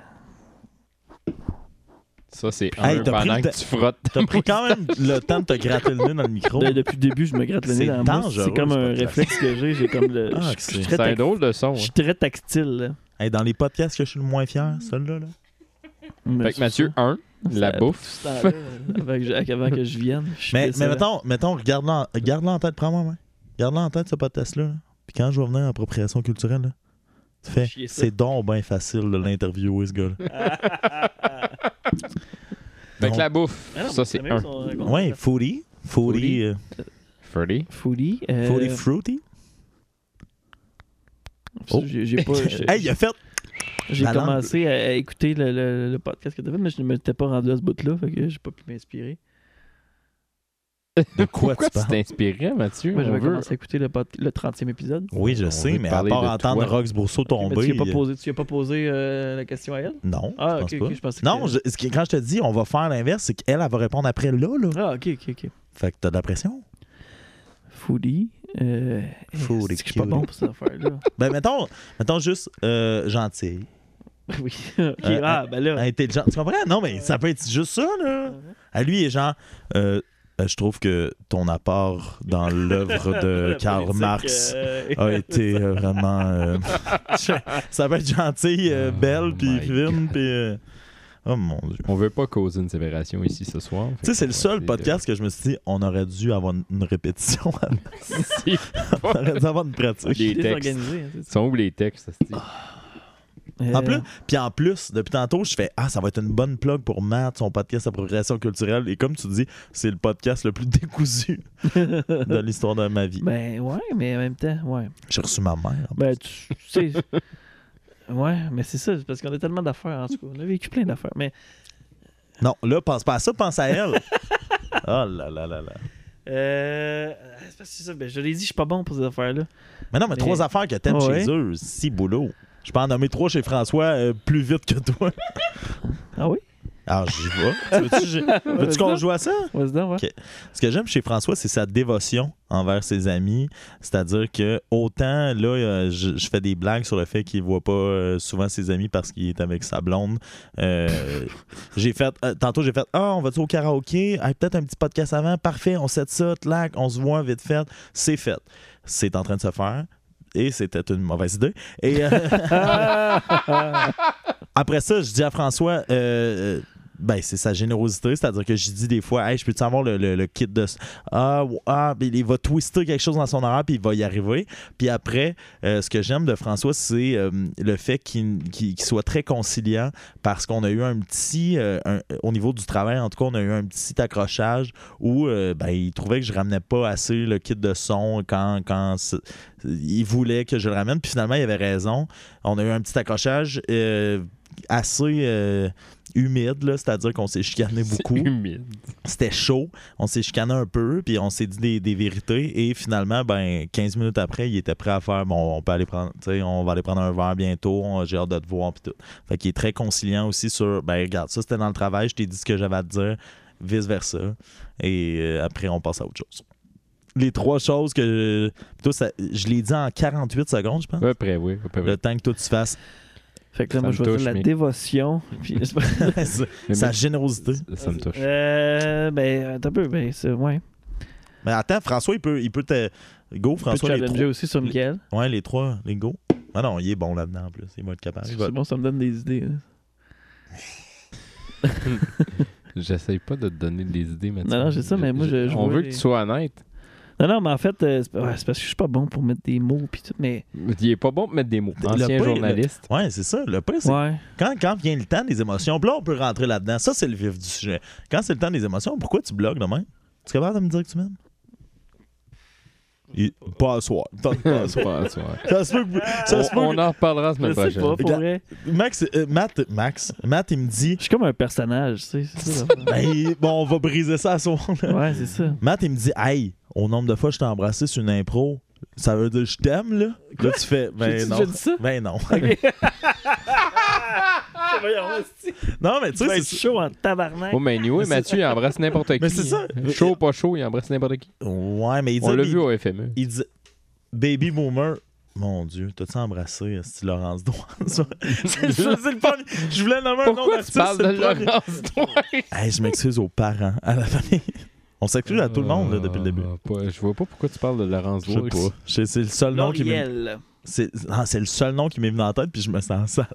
Speaker 2: Ça, c'est
Speaker 1: Hey,
Speaker 2: un
Speaker 1: t'as pris
Speaker 2: pendant
Speaker 1: le
Speaker 2: que
Speaker 1: te-
Speaker 2: tu frottes.
Speaker 1: T'as pris quand même le temps de te gratter le nez dans le micro.
Speaker 3: De- depuis le début, je me gratte le
Speaker 1: Oh.
Speaker 3: nez
Speaker 1: C'est
Speaker 3: dans la mousse.
Speaker 1: dangereux,
Speaker 3: C'est comme
Speaker 1: ce
Speaker 3: un
Speaker 1: podcast.
Speaker 3: réflexe que j'ai. J'ai comme le.
Speaker 1: Ah,
Speaker 3: je-
Speaker 1: c'est-
Speaker 3: je, suis très
Speaker 2: C'est un
Speaker 3: tac-
Speaker 2: drôle de son.
Speaker 3: je
Speaker 2: hein.
Speaker 3: suis très tactile. Là.
Speaker 1: Hey, dans les podcasts que je suis le moins fier, celui-là. Là.
Speaker 3: Mais
Speaker 2: Fait que
Speaker 3: c'est
Speaker 2: Mathieu,
Speaker 3: ça.
Speaker 2: 1, la
Speaker 3: Ça-
Speaker 2: bouffe.
Speaker 3: Tout ce temps-là, euh, avant, que je, avant que je vienne. je suis
Speaker 1: Mais, mais
Speaker 3: décevant.
Speaker 1: mettons, mettons garde-le en, garde-le en tête, prends-moi. ouais. Garde-le en tête, ce podcast-là. là. Puis quand je vais venir en appropriation culturelle, là, tu fais
Speaker 3: Chier ça.
Speaker 1: c'est donc bien facile de l'interviewer, ce gars-là.
Speaker 2: Fait que
Speaker 1: Donc-
Speaker 2: la bouffe,
Speaker 3: Ah non,
Speaker 2: ça, c'est
Speaker 3: mais mieux
Speaker 2: 1.
Speaker 3: son- son-
Speaker 1: Ouais, foodie. Foodie.
Speaker 2: Foodie.
Speaker 1: euh,
Speaker 2: Freddy.
Speaker 3: Foodie. euh,
Speaker 1: foodie fruity. Oh.
Speaker 3: J'ai j'ai pas. j'ai-
Speaker 1: Hey, euh, il a fait.
Speaker 3: J'ai
Speaker 1: la langue.
Speaker 3: commencé à, à écouter le, le- le podcast que t'as fait, mais je ne m'étais pas rendu à ce bout-là, fait que j'ai pas pu m'inspirer.
Speaker 1: De quoi
Speaker 2: Pourquoi
Speaker 1: tu
Speaker 2: tu
Speaker 1: parles?
Speaker 2: t'inspirais, Mathieu?
Speaker 3: Moi,
Speaker 2: On
Speaker 3: j'avais
Speaker 2: veut-
Speaker 3: commencé à écouter le, pod- le 30e épisode.
Speaker 1: Oui, je
Speaker 2: On
Speaker 1: sais,
Speaker 2: veut
Speaker 1: mais à
Speaker 2: parler
Speaker 1: part
Speaker 2: de
Speaker 1: entendre
Speaker 2: toi.
Speaker 1: Rox Bourseau
Speaker 3: Mais
Speaker 1: tomber.
Speaker 3: tu lui as
Speaker 1: euh,
Speaker 3: pas posé, tu lui as pas posé euh, la question à elle?
Speaker 1: Non,
Speaker 3: Ah,
Speaker 1: je
Speaker 3: ok,
Speaker 1: pense
Speaker 3: ok,
Speaker 1: pas.
Speaker 3: je pensais
Speaker 1: Non,
Speaker 3: que...
Speaker 1: je- ce qui- quand je te dis on va faire l'inverse, c'est qu'elle, elle va répondre après là, là.
Speaker 3: Ah, ok, ok, ok.
Speaker 1: Fait que t'as de la pression.
Speaker 3: Foodie. Euh...
Speaker 1: Foodie,
Speaker 3: est-ce que Je suis pas
Speaker 1: cutie.
Speaker 3: bon pour cette affaire-là.
Speaker 1: Ben, mettons, mettons juste euh, gentil,
Speaker 3: Ben oui. ok,
Speaker 1: Euh,
Speaker 3: ah, ben là.
Speaker 1: intelligent. Tu comprends? Non, mais ça peut être juste ça, là. À lui, il est genre, euh, euh, je trouve que ton apport dans l'œuvre de Karl
Speaker 3: Politique,
Speaker 1: Marx
Speaker 3: euh,
Speaker 1: a été euh, vraiment. euh, ça peut être gentil, euh,
Speaker 2: Oh
Speaker 1: belle, puis
Speaker 2: my
Speaker 1: fine,
Speaker 2: God.
Speaker 1: puis. euh, Oh mon dieu.
Speaker 2: On veut pas causer une sévération ici ce soir.
Speaker 1: Tu sais, c'est le seul podcast que je me suis dit, on aurait dû avoir une- une répétition. on aurait dû avoir une
Speaker 3: Je
Speaker 1: pratique.
Speaker 3: suis
Speaker 2: des textes.
Speaker 3: désorganisé. hein, c'est ça.
Speaker 2: Sont où les textes? ça se dit?
Speaker 1: En
Speaker 3: Euh,
Speaker 1: plus, puis en plus, depuis tantôt, je fais Ah, ça va être une bonne plug pour Matt, son podcast à progression culturelle. Et comme tu dis, c'est le podcast le plus décousu de l'histoire de ma vie.
Speaker 3: Ben ouais, mais en même temps, ouais.
Speaker 1: J'ai reçu ma mère.
Speaker 3: Ben, tu tu sais. ouais, mais c'est ça, c'est parce qu'on a tellement d'affaires, en tout cas. On a vécu plein d'affaires. Mais
Speaker 1: Non, là, pense pas à ça, pense à elle. oh là là là là.
Speaker 3: Euh, c'est parce que c'est ça. Ben, je l'ai dit, je suis pas bon pour ces affaires-là.
Speaker 1: Mais non, mais,
Speaker 3: Mais- Ah
Speaker 1: trois affaires que t'aimes
Speaker 3: Ouais.
Speaker 1: chez eux, si boulot. Je peux en nommer trois chez François euh, plus vite que toi.
Speaker 3: Ah oui?
Speaker 1: Alors, j'y vais. Tu veux-tu j'ai- veux-tu qu'on joue à ça?
Speaker 3: Vas-y donc, ouais.
Speaker 1: Ok. Ce que j'aime chez François, c'est sa dévotion envers ses amis. C'est-à-dire que autant là, euh, je, je fais des blagues sur le fait qu'il voit pas euh, souvent ses amis parce qu'il est avec sa blonde. Euh, j'ai fait euh, tantôt j'ai fait ah on va-tu au karaoké Ah, peut-être un petit podcast avant parfait on set ça clac on se voit vite fait c'est fait c'est en train de se faire et c'était une mauvaise idée et euh, après ça je dis à François euh, ben, c'est sa générosité, c'est-à-dire que je dis des fois, hey, je peux-tu avoir le, le- le kit de. Ah, ou- ah, ben, il va twister quelque chose dans son horaire, puis il va y arriver. Puis après, euh, ce que j'aime de François, c'est euh, le fait qu'il qu'il- qu'il soit très conciliant parce qu'on a eu un petit. euh, un- au niveau du travail, en tout cas, on a eu un petit accrochage où euh, ben, il trouvait que je ramenais pas assez le kit de son quand, quand c- il voulait que je le ramène. Puis finalement, il avait raison. On a eu un petit accrochage euh, assez. euh, humide, là, c'est-à-dire qu'on s'est chicané
Speaker 2: C'est
Speaker 1: beaucoup
Speaker 2: humide.
Speaker 1: c'était chaud. On s'est chicané un peu, puis on s'est dit des, des vérités. Et finalement, ben, 15 minutes après, il était prêt à faire bon, on peut aller prendre, tu sais, on va aller prendre un verre bientôt, on- j'ai hâte de te voir, puis tout. Fait qu'il est très conciliant aussi sur ben, regarde, ça c'était dans le travail, je t'ai dit ce que j'avais à te dire, vice-versa. Et euh, après, on passe à autre chose. Les trois choses que. Toi, ça- je l'ai dit en 48 secondes, je pense.
Speaker 2: À peu près, oui. à peu près.
Speaker 1: Le temps que toi tu fasses
Speaker 3: Fait que là,
Speaker 2: Ça
Speaker 3: moi,
Speaker 2: me
Speaker 3: je vais
Speaker 2: touche,
Speaker 3: faire la
Speaker 2: mais-
Speaker 3: dévotion. Puis,
Speaker 2: Mais
Speaker 1: sa
Speaker 2: moi,
Speaker 1: générosité.
Speaker 2: Ça me touche.
Speaker 3: euh, ben, attends un peu. Ben, c'est, ouais.
Speaker 1: Mais attends, François, il peut, il peut te.
Speaker 3: Je
Speaker 1: Go,
Speaker 3: peux
Speaker 1: François, les Ah,
Speaker 3: challenger
Speaker 1: trois-
Speaker 3: aussi sur Michael.
Speaker 1: Ouais, les trois, les go. Ah non, il est bon là-dedans en plus. Il va être capable. Il va-
Speaker 3: C'est bon, ça me donne des idées. hein.
Speaker 2: J'essaye pas de te donner des idées, Mathieu.
Speaker 3: Non, non, j'ai ça, mais moi, je- je
Speaker 2: On
Speaker 3: vois
Speaker 2: veut
Speaker 3: les-
Speaker 2: que tu sois honnête.
Speaker 3: Non, non, mais en fait, euh, c'est, ouais, c'est parce que je suis pas bon pour mettre des mots. Puis tout, mais,
Speaker 2: Il est pas bon pour mettre des mots.
Speaker 1: Le
Speaker 2: Ancien
Speaker 1: pire,
Speaker 2: journaliste.
Speaker 1: Ouais, c'est ça. Le pire, c'est
Speaker 3: ouais.
Speaker 1: quand, quand vient le temps des émotions, puis là, on peut rentrer là-dedans. Ça, c'est le vif du sujet. Quand c'est le temps des émotions, pourquoi tu blogues demain? Tu es capable de me dire que tu m'aimes? Il- Pas à soir. T'as- pas à soir.
Speaker 2: Bonsoir, bonsoir.
Speaker 1: Ça se peut que- ça se peut
Speaker 2: On on
Speaker 1: que-
Speaker 2: en reparlera la
Speaker 3: Je
Speaker 2: semaine
Speaker 3: sais pas,
Speaker 2: prochaine.
Speaker 3: pour vrai.
Speaker 1: Max, euh, Matt, Max, Matt, il me dit,
Speaker 3: Je suis comme un personnage, tu sais. C'est ça, l'affaire.
Speaker 1: ben, bon, on va briser ça à soir. là.
Speaker 3: ouais, c'est ça.
Speaker 1: Matt, il me dit, hey, au nombre de fois que je t'ai embrassé sur une impro, ça veut dire je t'aime, là? Là, tu fais, ben
Speaker 3: J'ai-tu
Speaker 1: non.
Speaker 3: déjà dit ça?
Speaker 1: Ben non.
Speaker 3: Voyons, c'est
Speaker 1: Non, mais tu
Speaker 2: Ben,
Speaker 1: sais, c'est
Speaker 3: chaud en tabarnak.
Speaker 2: Oh, mais anyway,
Speaker 1: Mais
Speaker 2: Mathieu, il embrasse n'importe qui.
Speaker 1: Mais c'est ça.
Speaker 2: hein. Chaud, pas chaud, il embrasse n'importe qui.
Speaker 1: Ouais, mais il
Speaker 2: On
Speaker 1: disait,
Speaker 2: l'a
Speaker 1: il-
Speaker 2: vu au FME.
Speaker 1: il dit Baby Boomer, Mon Dieu, t'as-tu embrassé euh, c'est Laurence Douan? ça? c'est c'est le premier. Je voulais nommer un nom
Speaker 2: Pourquoi tu
Speaker 1: d'artiste,
Speaker 2: parles
Speaker 1: c'est
Speaker 2: de
Speaker 1: le premier.
Speaker 2: Laurence Douin?
Speaker 1: Hey, je m'excuse aux parents, à la famille. On s'excuse à tout le monde là, depuis le début.
Speaker 2: Euh, pas- je vois pas pourquoi tu parles de Laurence
Speaker 1: Je sais
Speaker 2: Douin.
Speaker 1: pas. Je- C'est le seul nom qui m'est
Speaker 3: L'Oriel.
Speaker 1: c'est ah, c'est le seul nom qui m'est venu en tête puis je me sens sale.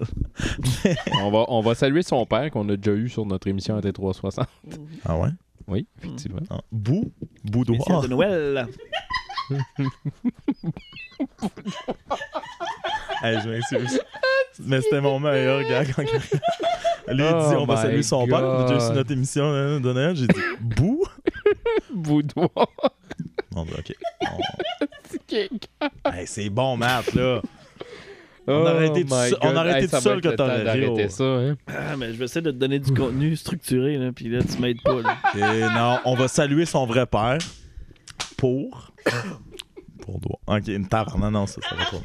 Speaker 2: on, va, on va saluer son père qu'on a déjà eu sur notre émission AT360.
Speaker 1: Ah ouais?
Speaker 2: Oui, effectivement.
Speaker 1: Ah, Bou
Speaker 3: Spécial
Speaker 1: Boudoir.
Speaker 3: de Noël.
Speaker 1: Hey, je m'excuse. Mais c'était mon meilleur gag en carrière. Lui, il dit
Speaker 2: Oh
Speaker 1: on va
Speaker 2: my
Speaker 1: saluer son
Speaker 2: God.
Speaker 1: père. J'ai sur notre émission euh, de Noël. J'ai dit Bou.
Speaker 2: Boudoir.
Speaker 1: On dit ok. On-
Speaker 2: On
Speaker 1: Hey, c'est bon, Matt, là.
Speaker 2: Oh
Speaker 1: On aurait été tout seul- on aurait été tout seul que t'aurais ri au-
Speaker 2: ça, hein.
Speaker 3: Ah, mais je vais essayer de te donner du contenu structuré, là, puis là, tu m'aides pas. là.
Speaker 1: Et non, on va saluer son vrai père pour. pour doigt. Ok, une tarte. Non, non, ça, ça va pas.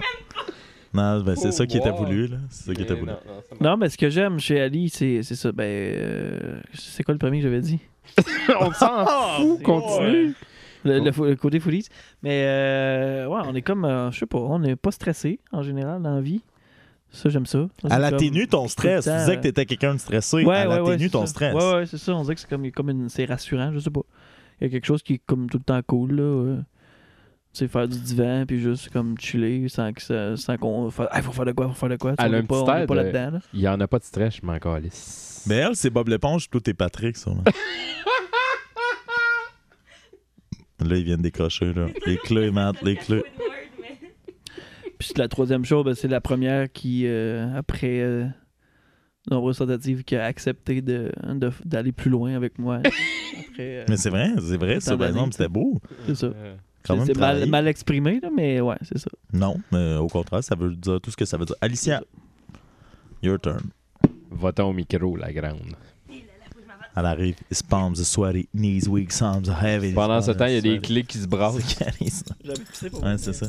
Speaker 1: Non, ben, c'est
Speaker 2: Pour
Speaker 1: ça qui était
Speaker 2: boire.
Speaker 1: voulu, là. C'est ça qui était
Speaker 2: Mais
Speaker 1: voulu.
Speaker 2: Eh, non, non, ça marche.
Speaker 3: Non, mais ce que j'aime chez Ali, c'est c'est ça. Ben, euh, c'est quoi le premier que j'avais dit?
Speaker 2: on s'en fout,
Speaker 3: c'est-
Speaker 2: continue.
Speaker 3: Le, le fo- le côté folie. Mais euh, ouais, on est comme, euh, je sais pas, on n'est pas stressé en général dans la vie. Ça, j'aime ça. Ça,
Speaker 1: Elle
Speaker 3: c'est comme-
Speaker 1: atténue ton stress.
Speaker 3: tout le
Speaker 1: Tu
Speaker 3: temps,
Speaker 1: disais
Speaker 3: euh,
Speaker 1: que t'étais quelqu'un de stressé.
Speaker 3: Ouais,
Speaker 1: Elle
Speaker 3: ouais, ouais,
Speaker 1: atténue
Speaker 3: c'est
Speaker 1: ton
Speaker 3: ça.
Speaker 1: stress.
Speaker 3: Ouais, ouais, c'est ça. On dirait que c'est comme, comme une, c'est rassurant, je sais pas. Il y a quelque chose qui est comme tout le temps cool, là. euh, Tu sais, faire du divan, puis juste comme chiller, sans que ça- sans qu'on. fasse, Ah, faut faire de quoi, faut faire de quoi. Tu sais,
Speaker 2: Elle
Speaker 3: on
Speaker 2: a
Speaker 3: est
Speaker 2: un
Speaker 3: pas,
Speaker 2: petit
Speaker 3: on est
Speaker 2: air
Speaker 3: pas
Speaker 2: de-
Speaker 3: là-dedans, là.
Speaker 2: Il y en a pas de stress, je m'en calisse.
Speaker 1: Mais elle, c'est Bob l'éponge, tout est Patrick, sûrement. là, ils viennent décrocher, là. Les clés, Matt, Ah, les clés.
Speaker 3: Puis la troisième chose, ben, c'est la première qui, euh, après euh, nombreuses tentatives, qui a accepté de- de- d'aller plus loin avec moi. Après, euh,
Speaker 1: Mais c'est vrai, c'est vrai, ça,
Speaker 3: Tant
Speaker 1: par exemple,
Speaker 3: d'années,
Speaker 1: c'était beau.
Speaker 3: c'est ça.
Speaker 2: Euh,
Speaker 1: Quand même
Speaker 3: C'est mal,
Speaker 1: travaillé.
Speaker 3: mal exprimé, là, mais ouais, c'est ça.
Speaker 1: Non, mais au contraire, ça veut dire tout ce que ça veut dire. Alicia, your turn.
Speaker 2: Va-t'en au micro, la grande.
Speaker 1: Elle arrive. His palms are sweaty, knees weak, arms are heavy.
Speaker 2: Pendant ce
Speaker 1: His
Speaker 2: temps, il y a des
Speaker 1: palms
Speaker 2: clics qui se
Speaker 1: are
Speaker 2: brassent.
Speaker 1: sweaty.
Speaker 3: J'avais pissé pour
Speaker 1: Ouais, c'est ça.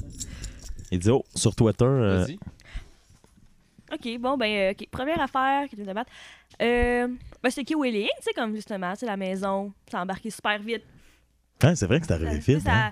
Speaker 1: Il dit, oh, sur Twitter, euh,
Speaker 2: Vas-y.
Speaker 4: Ok, bon, ben, euh, ok. Première affaire que tu viens de battre. Euh, ben, c'est Kiwilling, tu sais, comme justement, c'est la maison, ça a embarqué super vite. Euh,
Speaker 1: ouais, Hein, c'est vrai que c'est arrivé
Speaker 4: Ça,
Speaker 1: vite. hein.
Speaker 4: ça,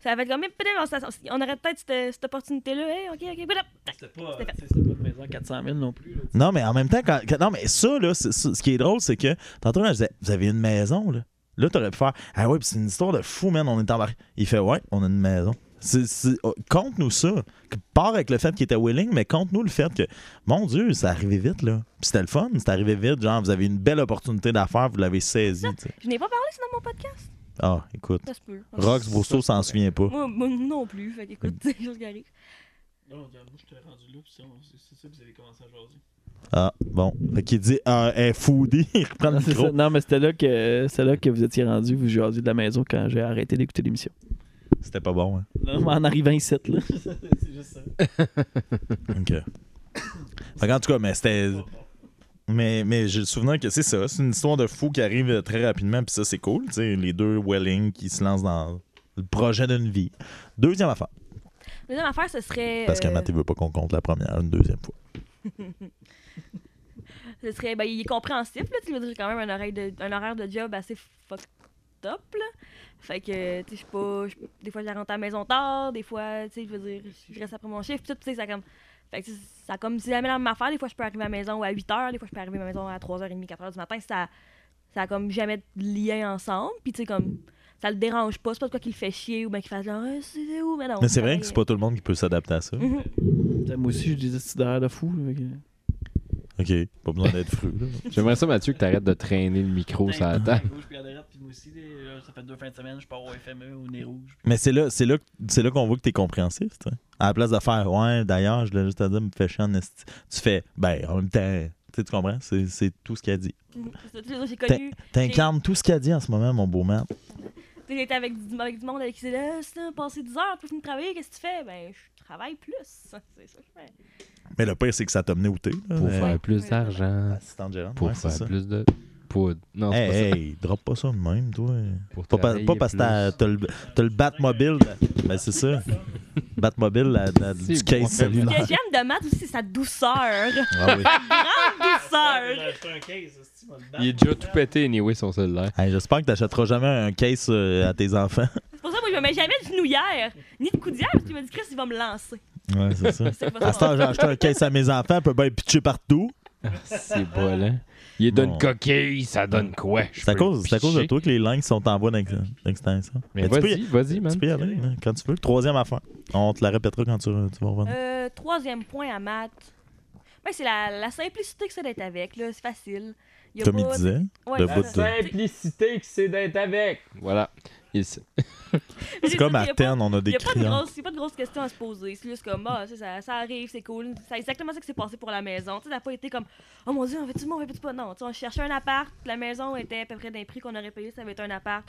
Speaker 4: ça avait comme, mais peut-être, on s'en- on aurait peut-être cette, cette opportunité-là. Hey, ok, ok, voilà.
Speaker 3: C'était pas, tu sais, c'était pas une maison à 400 000 non plus. là.
Speaker 1: Non, mais en même temps, quand, quand- non, mais ça, là, c'est- ça, ce qui est drôle, c'est que tantôt, là, je disais, vous avez une maison, là. Là, t'aurais pu faire, ah ouais, puis c'est une histoire de fou, man, on est embarqué. Il fait, ouais, on a une maison. C'est- c'est- oh, Conte-nous ça. Que- Part avec le fait qu'il était willing, mais conte-nous le fait que, mon Dieu, ça arrivait vite, là. Puis c'était le fun, c'est arrivé vite. Genre, vous avez une belle opportunité d'affaires, vous l'avez saisie, tu sais.
Speaker 4: Je n'ai pas parlé, c'est dans mon podcast.
Speaker 1: Ah, écoute.
Speaker 4: Ça se peut.
Speaker 1: Rox Bourseau s'en souvient pas.
Speaker 4: Moi, moi non plus. Fait qu'écoute, c'est quelque chose qui arrive.
Speaker 3: Non, regarde, moi, je t'ai rendu là, puis c'est- on- c'est c'est ça que vous avez commencé à jaser.
Speaker 1: Ah, bon. Fait qu'il dit, ah, hey, foodie, il reprend le
Speaker 3: Non, c'est
Speaker 1: micro.
Speaker 3: ça. Non, mais c'était là que c'est là que vous étiez rendu, vous jasiez de la maison quand j'ai arrêté d'écouter l'émission.
Speaker 1: C'était pas bon, hein.
Speaker 3: Non, mais en arrivant ici, là. c'est juste ça.
Speaker 1: OK. Fait qu'en tout cas, mais c'était. Mais, mais j'ai le souvenir que c'est ça. C'est une histoire de fou qui arrive euh, très rapidement, puis ça, c'est cool. tu sais, les deux Welling qui se lancent dans le projet d'une vie. Deuxième affaire.
Speaker 4: La deuxième affaire, ce serait.
Speaker 1: Parce que
Speaker 4: euh,
Speaker 1: Matt, il veut pas qu'on compte la première une deuxième fois.
Speaker 4: ce serait. Ben, il est compréhensif, là. Tu veux dire, j'ai quand même un horaire, de, un horaire de job assez fucked up, là. Fait que, tu sais, je suis pas. je- des fois, je rentre à la maison tard. Des fois, tu sais, je veux dire, je reste après mon chiffre. Puis tout, tu sais, ça comme. Fait que, tu sais, ça comme. Si jamais la même affaire, des fois, je peux arriver à la maison à 8 h. Des fois, je peux arriver à la maison à 3h30, 4h du matin. Ça. Ça a comme jamais de lien ensemble. Puis, tu sais, comme. Ça le dérange pas. C'est pas de quoi qu'il le fait chier ou bien qu'il fasse genre. Ah, c'est où, mais non.
Speaker 1: Mais c'est vrai
Speaker 4: pareil.
Speaker 1: que c'est pas tout le monde qui peut s'adapter à ça.
Speaker 4: Mhm.
Speaker 3: Moi aussi, j'ai des estidaires de fou. là, fait que-
Speaker 1: OK. Pas besoin d'être fru. là.
Speaker 2: J'aimerais ça, Mathieu, que t'arrêtes de traîner le micro sur la table.
Speaker 3: euh, ça fait deux fins de semaine, je pars au FME, au Nez Rouge.
Speaker 1: Mais c'est là, c'est là, c'est là qu'on voit que t'es compréhensif, tu sais. À la place de faire, ouais, d'ailleurs, je voulais juste te dire, me fais chier en esti. Tu fais, ben, en même temps, tu sais, tu comprends? C'est, c'est tout ce qu'elle dit.
Speaker 4: Mhm. C'est ça, tu sais, J'ai connu.
Speaker 1: T'incarnes tout ce qu'elle dit en ce moment, mon beau Matt.
Speaker 4: Tu sais, j'étais avec du, avec du monde avec qui c'est là, c'est là, passé 10 heures, pour finir de travailler, qu'est-ce que tu fais? Ben, je travaille plus. C'est ça que je fais.
Speaker 1: Mais le pire, c'est que ça t'a mené au thé. là.
Speaker 2: Pour
Speaker 1: Euh,
Speaker 2: faire plus
Speaker 4: Ouais.
Speaker 2: d'argent.
Speaker 1: Assistante gérante,
Speaker 2: Pour
Speaker 1: ouais, c'est ça.
Speaker 2: faire plus de poudre. Non, c'est
Speaker 1: Hey,
Speaker 2: pas ça.
Speaker 1: hey, drop pas ça de même, toi.
Speaker 2: Pour
Speaker 1: Pas, pa-
Speaker 2: travailler
Speaker 1: pas parce que t'as-
Speaker 2: plus.
Speaker 1: t'as le, t'as le Batmobile. là. Ben, c'est ça. Batmobile la- la- du
Speaker 2: C'est
Speaker 1: case
Speaker 2: bon.
Speaker 4: Ce que
Speaker 1: cellulaire.
Speaker 4: j'aime de Matt aussi, c'est sa douceur.
Speaker 1: Ah oui.
Speaker 4: douceur.
Speaker 2: Il est déjà tout pété, anyway, son cellulaire.
Speaker 1: Hey, J'espère que t'achèteras jamais un case euh, à tes enfants.
Speaker 4: C'est pour ça que moi, je me mets jamais de genouillère, ni de coudière, parce qu'il m'a dit, Chris, il va me lancer.
Speaker 1: Ouais, c'est ça.
Speaker 4: C'est pas
Speaker 1: À ce temps, j'ai acheté un caisse à mes enfants, elle peut bien pitcher partout.
Speaker 2: C'est bolin. Il donne
Speaker 1: Bon.
Speaker 2: une coquille, ça donne quoi? Je
Speaker 1: C'est à,
Speaker 2: peux
Speaker 1: cause, c'est à cause de
Speaker 2: picher.
Speaker 1: toi que les langues sont en voie d'ex- d'extinction.
Speaker 2: Mais
Speaker 1: Mais tu peux y-
Speaker 2: vas-y, vas-y, man.
Speaker 1: Tu peux y aller hein, quand tu veux. Troisième affaire. On te la répétera quand tu, tu vas revenir.
Speaker 4: Euh, troisième point à maths. Ben, c'est la, la simplicité que c'est d'être avec, là. C'est facile. Y a
Speaker 1: Comme il
Speaker 4: pas-
Speaker 1: disait.
Speaker 4: Ouais,
Speaker 1: le
Speaker 4: c'est
Speaker 1: bout
Speaker 4: ça.
Speaker 1: de-
Speaker 2: simplicité que c'est d'être avec. Voilà. Il sait.
Speaker 1: C'est comme à
Speaker 4: Y a pas-
Speaker 1: Terne, on a hein. des
Speaker 4: Il n'y a, pas de
Speaker 1: clients.
Speaker 4: grosse- y a pas de grosses questions à se poser. C'est juste comme, ah, ça, ça, ça arrive, c'est cool. C'est exactement ça qui s'est passé pour la maison. Tu sais, ça n'a pas été comme, oh mon dieu, on fait-tu le monde, on fait-tu pas? Non, tu sais, on cherchait un appart. La maison était à peu près d'un prix qu'on aurait payé, ça avait été un appart.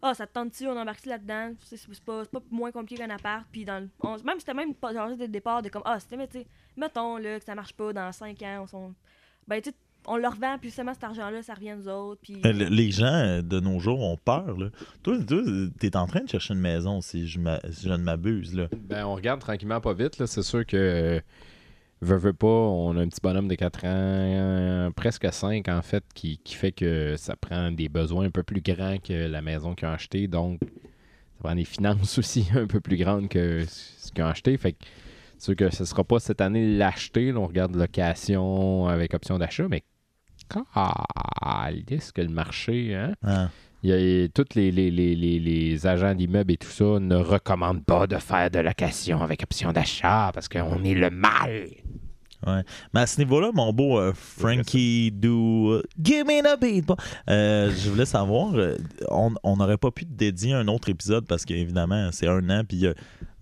Speaker 4: Ah, ça te tente-tu, on embarque là-dedans. C'est c'est pas, c'est pas moins compliqué qu'un appart. Puis dans le- on- même c'était même pas genre dès le départ de comme, ah, c'était, mais tu sais, mettons là, que ça marche pas dans 5 ans, on s'en- ben, tu sais, on le revend, puis seulement cet argent-là, ça revient à nous autres. Puis.
Speaker 1: Euh, le- Les gens euh, de nos jours ont peur. Là. Toi, toi, t'es en train de chercher une maison, si je, m'a- si je ne m'abuse. Là.
Speaker 2: Ben, on regarde tranquillement, pas vite. là. C'est sûr que. euh, Veux, veux pas, on a un petit bonhomme de 4 ans, euh, presque 5 en fait, qui, qui fait que ça prend des besoins un peu plus grands que la maison qu'ils ont achetée. Donc, ça prend des finances aussi un peu plus grandes que ce qu'ils ont acheté. Fait que, c'est sûr que ce sera pas cette année l'acheter. là. On regarde location avec option d'achat, mais quand est-ce que le marché, hein?
Speaker 1: Ah.
Speaker 2: Il y a- et toutes les, les, les, les, les agents d'immeubles et tout ça ne recommandent pas de faire de location avec option d'achat parce qu'on est le mal.
Speaker 1: Mais à ce niveau-là, mon beau euh, Frankie Do. Give me the beat! bon. Euh, je voulais savoir, euh, on on n'aurait pas pu te dédier un autre épisode parce qu'évidemment, c'est un an. Puis, euh,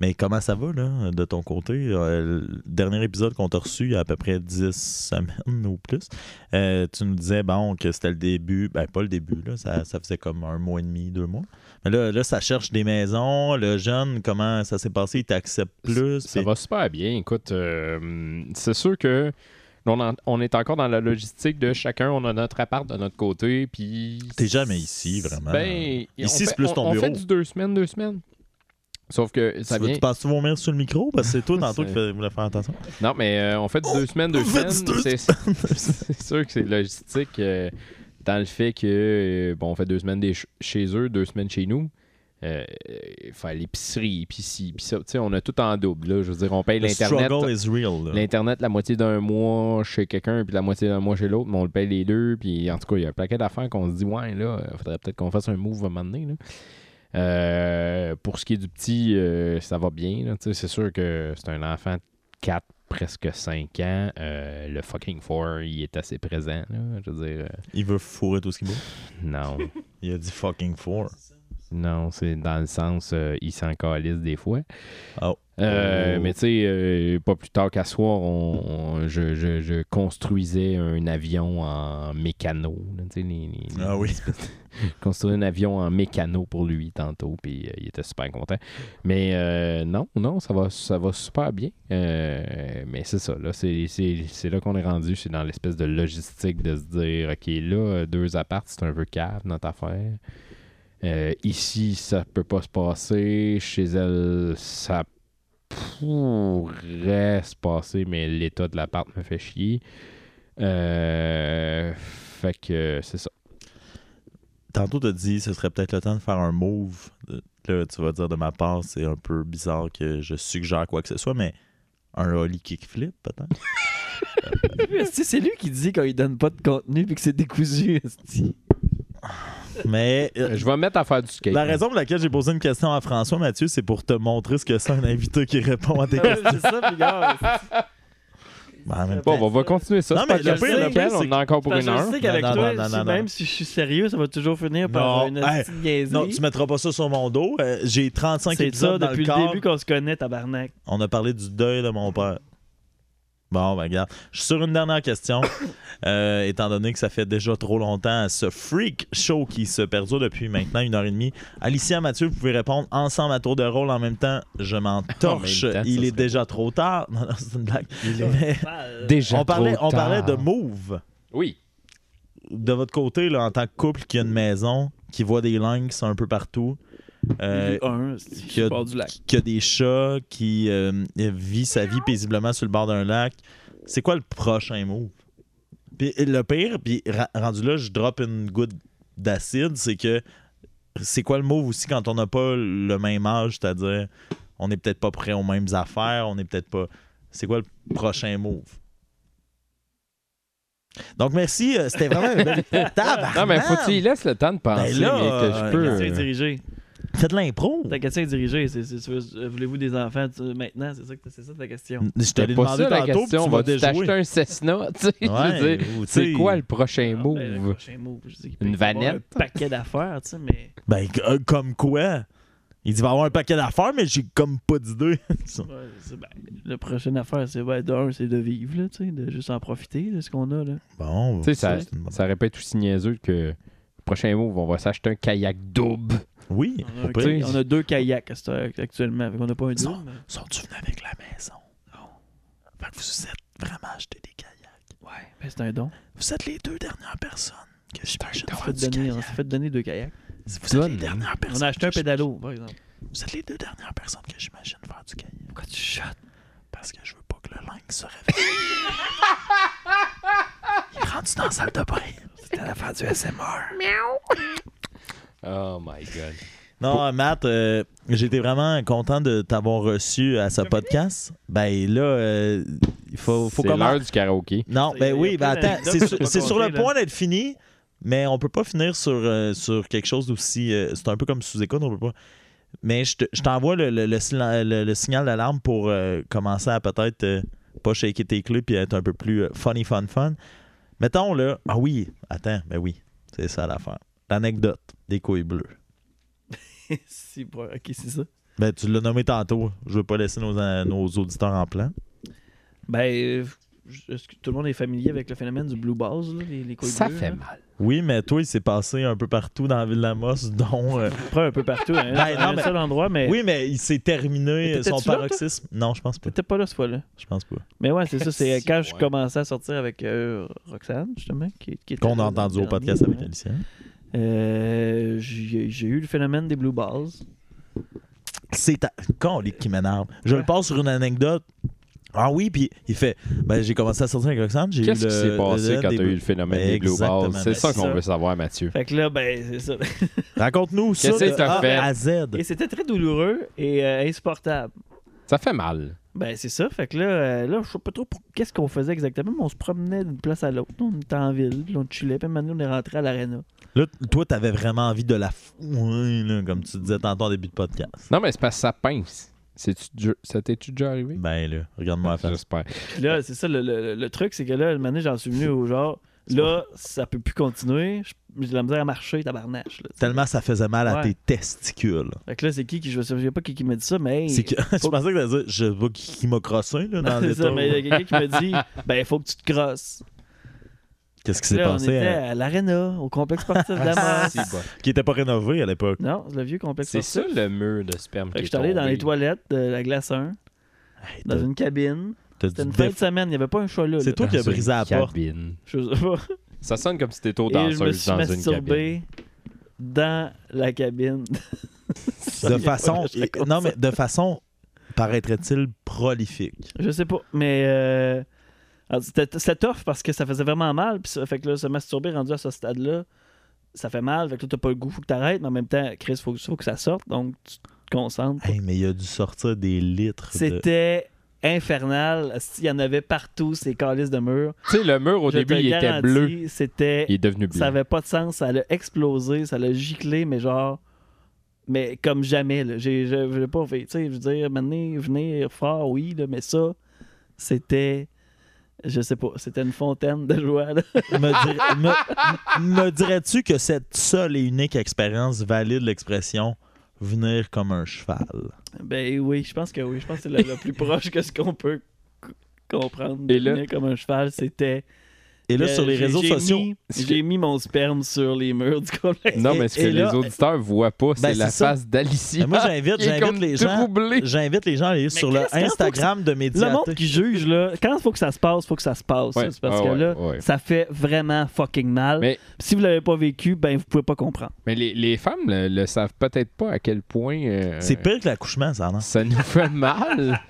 Speaker 1: mais comment ça va là, de ton côté? Euh, le dernier épisode qu'on t'a reçu il y a à peu près 10 semaines ou plus, euh, tu nous disais bon, que c'était le début. Ben, pas le début, là, ça, ça faisait comme un mois et demi, deux mois. Mais là, là ça cherche des maisons. Le jeune, comment ça s'est passé? Il t'accepte plus.
Speaker 2: Ça
Speaker 1: puis-
Speaker 2: va super bien. Écoute, euh, c'est sûr que on, en- on est encore dans la logistique de chacun, on a notre appart de notre côté, puis...
Speaker 1: T'es jamais ici, vraiment.
Speaker 2: Ben,
Speaker 1: Ici,
Speaker 2: on
Speaker 1: c'est
Speaker 2: fait-
Speaker 1: plus
Speaker 2: on-
Speaker 1: ton
Speaker 2: On fait
Speaker 1: bureau.
Speaker 2: du deux semaines, deux semaines. Sauf que ça
Speaker 1: tu, veux-
Speaker 2: vient...
Speaker 1: tu penses-tu vomir sur le micro? Parce que c'est toi, tantôt,
Speaker 2: C'est-
Speaker 1: qui fais- voulais faire attention.
Speaker 2: Non, mais euh, on fait du
Speaker 1: Oh,
Speaker 2: deux semaines, deux
Speaker 1: on fait
Speaker 2: semaines.
Speaker 1: du
Speaker 2: C'est
Speaker 1: deux
Speaker 2: c'est sûr que c'est logistique euh, dans le fait que, euh, bon, on fait deux semaines des ch- chez eux, deux semaines chez nous. Euh, faire l'épicerie, puis ci, puis ça. Tu sais, on a tout en double. là. Je veux dire, on paye
Speaker 1: Le
Speaker 2: l'Internet.
Speaker 1: struggle is real. là.
Speaker 2: L'Internet, la moitié d'un mois chez quelqu'un, puis la moitié d'un mois chez l'autre, mais on le paye les deux. Puis en tout cas, il y a un paquet d'affaires qu'on se dit, ouais, là, il faudrait peut-être qu'on fasse un move à un moment donné. là. Euh, pour ce qui est du petit, euh, ça va bien. là, tu sais, C'est sûr que c'est un enfant de 4, presque 5 ans. Euh, le fucking 4, il est assez présent. là. Je veux dire, euh,
Speaker 1: Il veut fourrer tout ce qu'il veut.
Speaker 2: non.
Speaker 1: Il a dit fucking four.
Speaker 2: non, c'est dans le sens, euh, il s'en calisse des fois.
Speaker 1: Oh.
Speaker 2: Euh,
Speaker 1: Oh.
Speaker 2: Mais tu sais, euh, pas plus tard qu'à soir, on, on- je, je- je construisais un avion en mécano. là, tu sais, les- les-
Speaker 1: Ah oui.
Speaker 2: Je construisais un avion en mécano pour lui tantôt, puis euh, il était super content. Mais euh, non, non, ça va, ça va super bien. Euh, mais c'est ça, là, c'est, c'est- c'est là qu'on est rendu, c'est dans l'espèce de logistique de se dire, OK, là, euh, deux apparts, c'est un peu cave, notre affaire. Euh, ici, ça peut pas se passer. Chez elle, ça pourrait se passer, mais l'état de l'appart me fait chier. Euh, fait que c'est ça.
Speaker 1: Tantôt, t'as dit ce serait peut-être le temps de faire un move. Là, tu vas dire de ma part, c'est un peu bizarre que je suggère quoi que ce soit, mais un Holly kickflip, peut-être?
Speaker 3: Esti, c'est lui qui dit quand il donne pas de contenu puis que c'est décousu. esti.
Speaker 1: mais. euh,
Speaker 2: Je vais me mettre à faire du skate.
Speaker 1: la raison pour laquelle j'ai posé une question à François Mathieu, c'est pour te montrer ce que c'est un invité qui répond à tes questions.
Speaker 3: c'est ça, puis gars.
Speaker 1: Ben,
Speaker 3: Bah,
Speaker 1: en même temps,
Speaker 2: Bon, on va continuer ça.
Speaker 1: Non,
Speaker 2: C'est
Speaker 1: mais
Speaker 2: pas
Speaker 1: le
Speaker 2: grave,
Speaker 1: pire, le
Speaker 2: nickel,
Speaker 1: pire, c'est
Speaker 2: on en a encore pour
Speaker 3: Parce
Speaker 2: une
Speaker 3: que je
Speaker 2: heure.
Speaker 3: sais qu'avec
Speaker 1: Non, non,
Speaker 3: toi,
Speaker 1: non,
Speaker 3: si-
Speaker 1: non, non,
Speaker 3: même
Speaker 1: non.
Speaker 3: si je suis sérieux, ça va toujours finir par
Speaker 1: Non,
Speaker 3: une
Speaker 1: hey,
Speaker 3: petite niaiserie.
Speaker 1: Non, tu mettras pas ça sur mon dos. Euh, j'ai 35
Speaker 3: c'est ça
Speaker 1: épisodes dans
Speaker 3: depuis
Speaker 1: le, corps.
Speaker 3: début qu'on se connaît, tabarnak.
Speaker 1: On a parlé du deuil de mon père. Bon, ben regarde. Je suis sur une dernière question. Euh, étant donné que ça fait déjà trop longtemps, ce freak show qui se perdure depuis maintenant une heure et demie. Alicia, Mathieu, vous pouvez répondre ensemble à tour de rôle en même temps. Je m'en torche.
Speaker 2: En même temps,
Speaker 1: Il
Speaker 2: ça
Speaker 1: est
Speaker 2: serait
Speaker 1: déjà trop tard. Non, non, c'est une blague. Mais
Speaker 2: Déjà
Speaker 1: on, parlait,
Speaker 2: trop
Speaker 1: on parlait de
Speaker 2: tard.
Speaker 1: move.
Speaker 2: Oui.
Speaker 1: De votre côté, là, en tant que couple qui a une maison, qui voit des langues qui sont un peu partout. euh,
Speaker 3: un,
Speaker 1: qui a,
Speaker 3: du lac.
Speaker 1: qui a des chats, qui euh, vit sa vie paisiblement sur le bord d'un lac. C'est quoi le prochain move? Puis le pire, puis ra- rendu là, je drop une goutte d'acide, c'est que c'est quoi le move aussi quand on n'a pas le même âge, c'est-à-dire on n'est peut-être pas prêt aux mêmes affaires, on n'est peut-être pas. C'est quoi le prochain move? Donc, merci. euh, C'était vraiment une belle Tabarnak!
Speaker 2: Non, mais faut que tu lui laisses le temps de penser,
Speaker 1: là,
Speaker 2: mais que
Speaker 1: euh,
Speaker 2: je
Speaker 3: Ta question est
Speaker 1: il y a
Speaker 2: peux. euh,
Speaker 3: dirigée.
Speaker 1: Faites de l'impro.
Speaker 3: Ta question est dirigée. c'est- c'est- tu veux- euh, Voulez-vous des enfants tu- maintenant? C'est ça, que- c'est ça ta question.
Speaker 1: Je te l'ai
Speaker 2: C'est pas
Speaker 1: demandé
Speaker 2: ça la
Speaker 1: tantôt, puis
Speaker 2: question.
Speaker 1: tu
Speaker 2: On
Speaker 1: m'as
Speaker 2: va t'acheter
Speaker 1: déjoué.
Speaker 2: un Cessna, tu sais. je veux
Speaker 1: Ouais,
Speaker 2: dire,
Speaker 1: ou, tu
Speaker 2: C'est
Speaker 1: sais,
Speaker 2: quoi le prochain
Speaker 3: Ah, ben, le
Speaker 2: move?
Speaker 3: prochain move, je dis, il peut
Speaker 2: Une
Speaker 3: y avoir Un
Speaker 2: vanette?
Speaker 3: paquet d'affaires, tu sais, mais.
Speaker 1: Ben, euh, comme quoi? Il dit, il va y avoir un paquet d'affaires, mais j'ai comme pas d'idée.
Speaker 3: Ouais, c'est- ben, la prochaine affaire, c'est ben, d'un, c'est de vivre, là, tu sais, de juste en profiter de ce qu'on a. Là.
Speaker 1: Bon,
Speaker 2: Tu sais, ça,
Speaker 1: c'est une bonne-
Speaker 2: ça répète aussi niaiseux que le prochain move, on va s'acheter un kayak double.
Speaker 1: Oui,
Speaker 3: On,
Speaker 2: Mm,
Speaker 3: a un-
Speaker 1: pas pire.
Speaker 2: Tu sais,
Speaker 3: on a deux kayaks à cette heure actuellement, on n'a pas un double.
Speaker 1: Sont- Sont-tu venus avec la maison? Fait que vous êtes vraiment acheté des kayaks.
Speaker 3: mais- Ouais, ben, c'est un don.
Speaker 1: Vous êtes les deux dernières personnes que je t'achète
Speaker 3: On s'est fait, donner- hein, on s'est fait donner deux kayaks.
Speaker 1: Vous êtes les
Speaker 2: Donne.
Speaker 1: dernières personnes.
Speaker 3: hein. On a acheté un
Speaker 1: que je-
Speaker 3: pédalo, par exemple.
Speaker 1: Vous êtes les deux dernières personnes que j'imagine faire du kayak.
Speaker 3: Pourquoi tu chattes?
Speaker 1: Parce que je veux pas que le lynx se réveille. Il est rendu dans la salle de bain. C'était l'affaire du SMR.
Speaker 2: Oh my god.
Speaker 1: Non, euh, Matt, euh, j'étais vraiment content de t'avoir reçu à ce podcast. Ben là, euh, il faut, faut
Speaker 2: C'est
Speaker 1: commencer.
Speaker 2: l'heure du karaoké.
Speaker 1: Non,
Speaker 3: Ça, y a-
Speaker 1: ben
Speaker 3: y a
Speaker 1: oui, ben
Speaker 3: plein
Speaker 1: attends,
Speaker 3: d'anecdotes
Speaker 1: c'est
Speaker 3: à
Speaker 1: sur,
Speaker 3: pas
Speaker 1: c'est sur
Speaker 3: compter,
Speaker 1: le
Speaker 3: là.
Speaker 1: point d'être fini, mais on peut pas finir sur, euh, sur quelque chose d'aussi. euh, c'est un peu comme sous-écoute, on peut pas. Mais je te- je t'envoie le, le- le silen- le- le signal d'alarme pour euh, commencer à peut-être euh, pas shaker tes clés puis être un peu plus euh, funny, fun, fun. Mettons là. Ah oui, attends, ben oui, c'est ça l'affaire. L'anecdote des couilles bleues.
Speaker 3: si, bon, ok, c'est ça.
Speaker 1: Ben tu l'as nommé tantôt, je veux pas laisser nos, euh, nos auditeurs en plan.
Speaker 3: Ben, euh, je- est-ce que tout le monde est familier avec le phénomène du blue balls, là, les, les couilles
Speaker 2: Ça
Speaker 3: bleues,
Speaker 2: fait
Speaker 3: là?
Speaker 2: mal.
Speaker 1: Oui, mais toi, il s'est passé un peu partout dans la ville d'Amos, dont. euh,
Speaker 3: Après, un peu partout, hein,
Speaker 1: Ben,
Speaker 3: dans
Speaker 1: non,
Speaker 3: un
Speaker 1: mais-
Speaker 3: seul endroit, mais
Speaker 1: Oui, mais il s'est terminé
Speaker 3: Eh. Mais
Speaker 1: son
Speaker 3: t'étais-tu là,
Speaker 1: paroxysme. non, je pense pas.
Speaker 3: t'étais pas là ce fois-là.
Speaker 1: Je pense pas.
Speaker 3: Mais ouais, c'est ça, c'est
Speaker 2: Si,
Speaker 3: quand je
Speaker 2: ouais.
Speaker 3: commençais à sortir avec euh, Roxane, justement, qui, qui était
Speaker 1: Qu'on a
Speaker 3: là
Speaker 1: entendu
Speaker 3: dans
Speaker 1: au
Speaker 3: le dernier,
Speaker 1: podcast avec
Speaker 3: ouais.
Speaker 1: Alicia.
Speaker 3: Euh, j'ai j'ai eu le phénomène des blue balls.
Speaker 1: C'est ta... colique qui m'énerve. Je le
Speaker 3: Ouais.
Speaker 1: passe sur une anecdote. Ah oui, puis il fait ben j'ai commencé à sortir avec Roxane, j'ai eu
Speaker 2: Qu'est-ce
Speaker 1: le-
Speaker 2: qui s'est passé
Speaker 1: le-
Speaker 2: quand
Speaker 1: des-
Speaker 2: t'as eu le phénomène des Blue
Speaker 1: Exactement. ben
Speaker 2: Balls? C'est ça
Speaker 3: C'est
Speaker 2: qu'on
Speaker 3: ça.
Speaker 2: veut savoir, Mathieu.
Speaker 3: Fait que là, ben, c'est ça.
Speaker 1: Raconte-nous ça
Speaker 2: Qu'est-ce
Speaker 1: de
Speaker 2: que t'as
Speaker 1: A
Speaker 2: fait?
Speaker 1: à Z.
Speaker 3: Et c'était très douloureux et euh, insupportable.
Speaker 2: Ça fait mal.
Speaker 3: Ben, c'est ça. Fait que là, euh, là je sais pas trop pour- qu'est-ce qu'on faisait exactement, mais on se promenait d'une place à l'autre. On était en ville, puis on chillait, puis maintenant, on est rentré à l'aréna.
Speaker 1: Là, t- toi t'avais vraiment envie de la fouiner, là, comme tu disais tantôt au début de podcast.
Speaker 2: Non, mais c'est parce que ça pince. C'est-tu déjà- Ça t'es-tu déjà arrivé?
Speaker 1: Ben là, regarde-moi la face.
Speaker 2: J'espère.
Speaker 3: Puis là, c'est ça, le, le- le truc, c'est que là, maintenant, j'en suis venu au genre, là, ça peut plus continuer. Je- J'ai de la misère à marcher, tabarnache. Là,
Speaker 1: Tellement ça faisait mal à
Speaker 3: Ouais.
Speaker 1: tes testicules.
Speaker 3: Fait que là, c'est qui qui, je me souviens pas qui, qui m'a dit ça, mais.
Speaker 1: C'est que je pensais que t'allais dire je vois qui qui m'a crossé là, dans
Speaker 3: Non, c'est
Speaker 1: les
Speaker 3: ça, mais il y a quelqu'un qui m'a dit, ben, il faut que tu te crosses.
Speaker 1: Qu'est-ce qui
Speaker 3: Puis
Speaker 1: s'est
Speaker 3: là, on
Speaker 1: passé
Speaker 3: était
Speaker 1: hein?
Speaker 3: à l'aréna, au complexe sportif d'Amos.
Speaker 2: Ah, C'est bon.
Speaker 1: qui était pas rénové à l'époque.
Speaker 3: non, le vieux complexe
Speaker 2: C'est
Speaker 3: sportif.
Speaker 2: ça le mur de sperme
Speaker 3: Fait
Speaker 2: qui
Speaker 3: que
Speaker 2: est
Speaker 3: je suis allé dans
Speaker 2: tombé.
Speaker 3: les toilettes de la glace 1,
Speaker 1: Hey,
Speaker 3: dans
Speaker 1: t'as-
Speaker 3: une cabine.
Speaker 1: t'as
Speaker 3: C'était
Speaker 1: dû
Speaker 3: une
Speaker 1: te
Speaker 3: fin de semaine, il n'y avait pas un chat là.
Speaker 1: C'est
Speaker 3: là.
Speaker 1: toi qui as
Speaker 2: Dans
Speaker 1: brisé la
Speaker 2: une
Speaker 1: porte.
Speaker 2: cabine.
Speaker 3: Je sais pas.
Speaker 2: Ça sonne comme si t'étais au
Speaker 3: Et je me
Speaker 2: danseuse
Speaker 3: suis
Speaker 2: dans une cabine.
Speaker 3: masturbé dans la cabine.
Speaker 1: de façon non mais de façon paraîtrait-il prolifique.
Speaker 3: Je sais pas, mais euh, alors, c'était c'était tough parce que ça faisait vraiment mal. Puis ça, fait que là, se masturber rendu à ce stade-là, ça fait mal. Fait que là, t'as pas le goût, faut que t'arrêtes. Mais en même temps, Chris, faut, faut que ça sorte. Donc, tu te concentres.
Speaker 1: Hey, mais il a dû sortir des litres de
Speaker 3: C'était infernal. Il y en avait partout, ces calices de murs.
Speaker 2: Tu sais, le mur, au
Speaker 3: Je
Speaker 2: début,
Speaker 3: te
Speaker 2: il était
Speaker 3: garantis,
Speaker 2: bleu.
Speaker 3: C'était
Speaker 2: Il est devenu
Speaker 3: Ça
Speaker 2: blanc.
Speaker 3: avait pas de sens, ça l'a explosé, ça l'a giclé, mais genre. Mais comme jamais, là. J'ai, je, je l'ai pas fait. Tu sais, je veux dire, maintenant, venir fort, oui, là, mais ça, c'était. Je sais pas, c'était une fontaine de joie, là.
Speaker 1: me, dir- me- me dirais-tu que cette seule et unique expérience valide l'expression venir comme un cheval.
Speaker 3: Ben oui, je pense que oui. Je pense que c'est le, le plus proche que ce qu'on peut c- comprendre.
Speaker 2: Et là-
Speaker 3: Devenir comme un cheval, c'était.
Speaker 1: Et là
Speaker 3: que
Speaker 1: sur les
Speaker 3: Euh, j'ai-
Speaker 1: réseaux
Speaker 3: j'ai
Speaker 1: sociaux,
Speaker 3: mis- j'ai mis mon sperme sur les murs du complexe.
Speaker 2: Non,
Speaker 1: Et-
Speaker 2: mais ce
Speaker 1: et
Speaker 2: que
Speaker 1: là-
Speaker 2: les auditeurs voient
Speaker 3: ben,
Speaker 2: pas, c'est
Speaker 1: c'est
Speaker 2: la
Speaker 1: ça.
Speaker 2: face d'Alicia.
Speaker 1: moi j'invite
Speaker 2: qui est
Speaker 1: j'invite
Speaker 2: comme
Speaker 1: les gens
Speaker 2: troublée.
Speaker 1: j'invite les gens à aller sur
Speaker 3: qu'est-ce
Speaker 1: le
Speaker 3: qu'il faut
Speaker 1: Instagram de
Speaker 3: Le monde
Speaker 1: Médiathèque.
Speaker 3: qui juge, là, quand il faut que ça se passe, faut que ça se passe.
Speaker 2: Ouais,
Speaker 3: là. c'est parce
Speaker 2: ouais,
Speaker 3: que
Speaker 2: ouais,
Speaker 3: là,
Speaker 2: ouais.
Speaker 3: ça fait vraiment fucking mal.
Speaker 2: Mais-
Speaker 3: Si vous l'avez pas vécu, ben vous pouvez pas comprendre.
Speaker 2: Mais les, les femmes le, le savent peut-être pas à quel point euh,
Speaker 1: C'est pire que l'accouchement ça non.
Speaker 2: ça nous fait mal.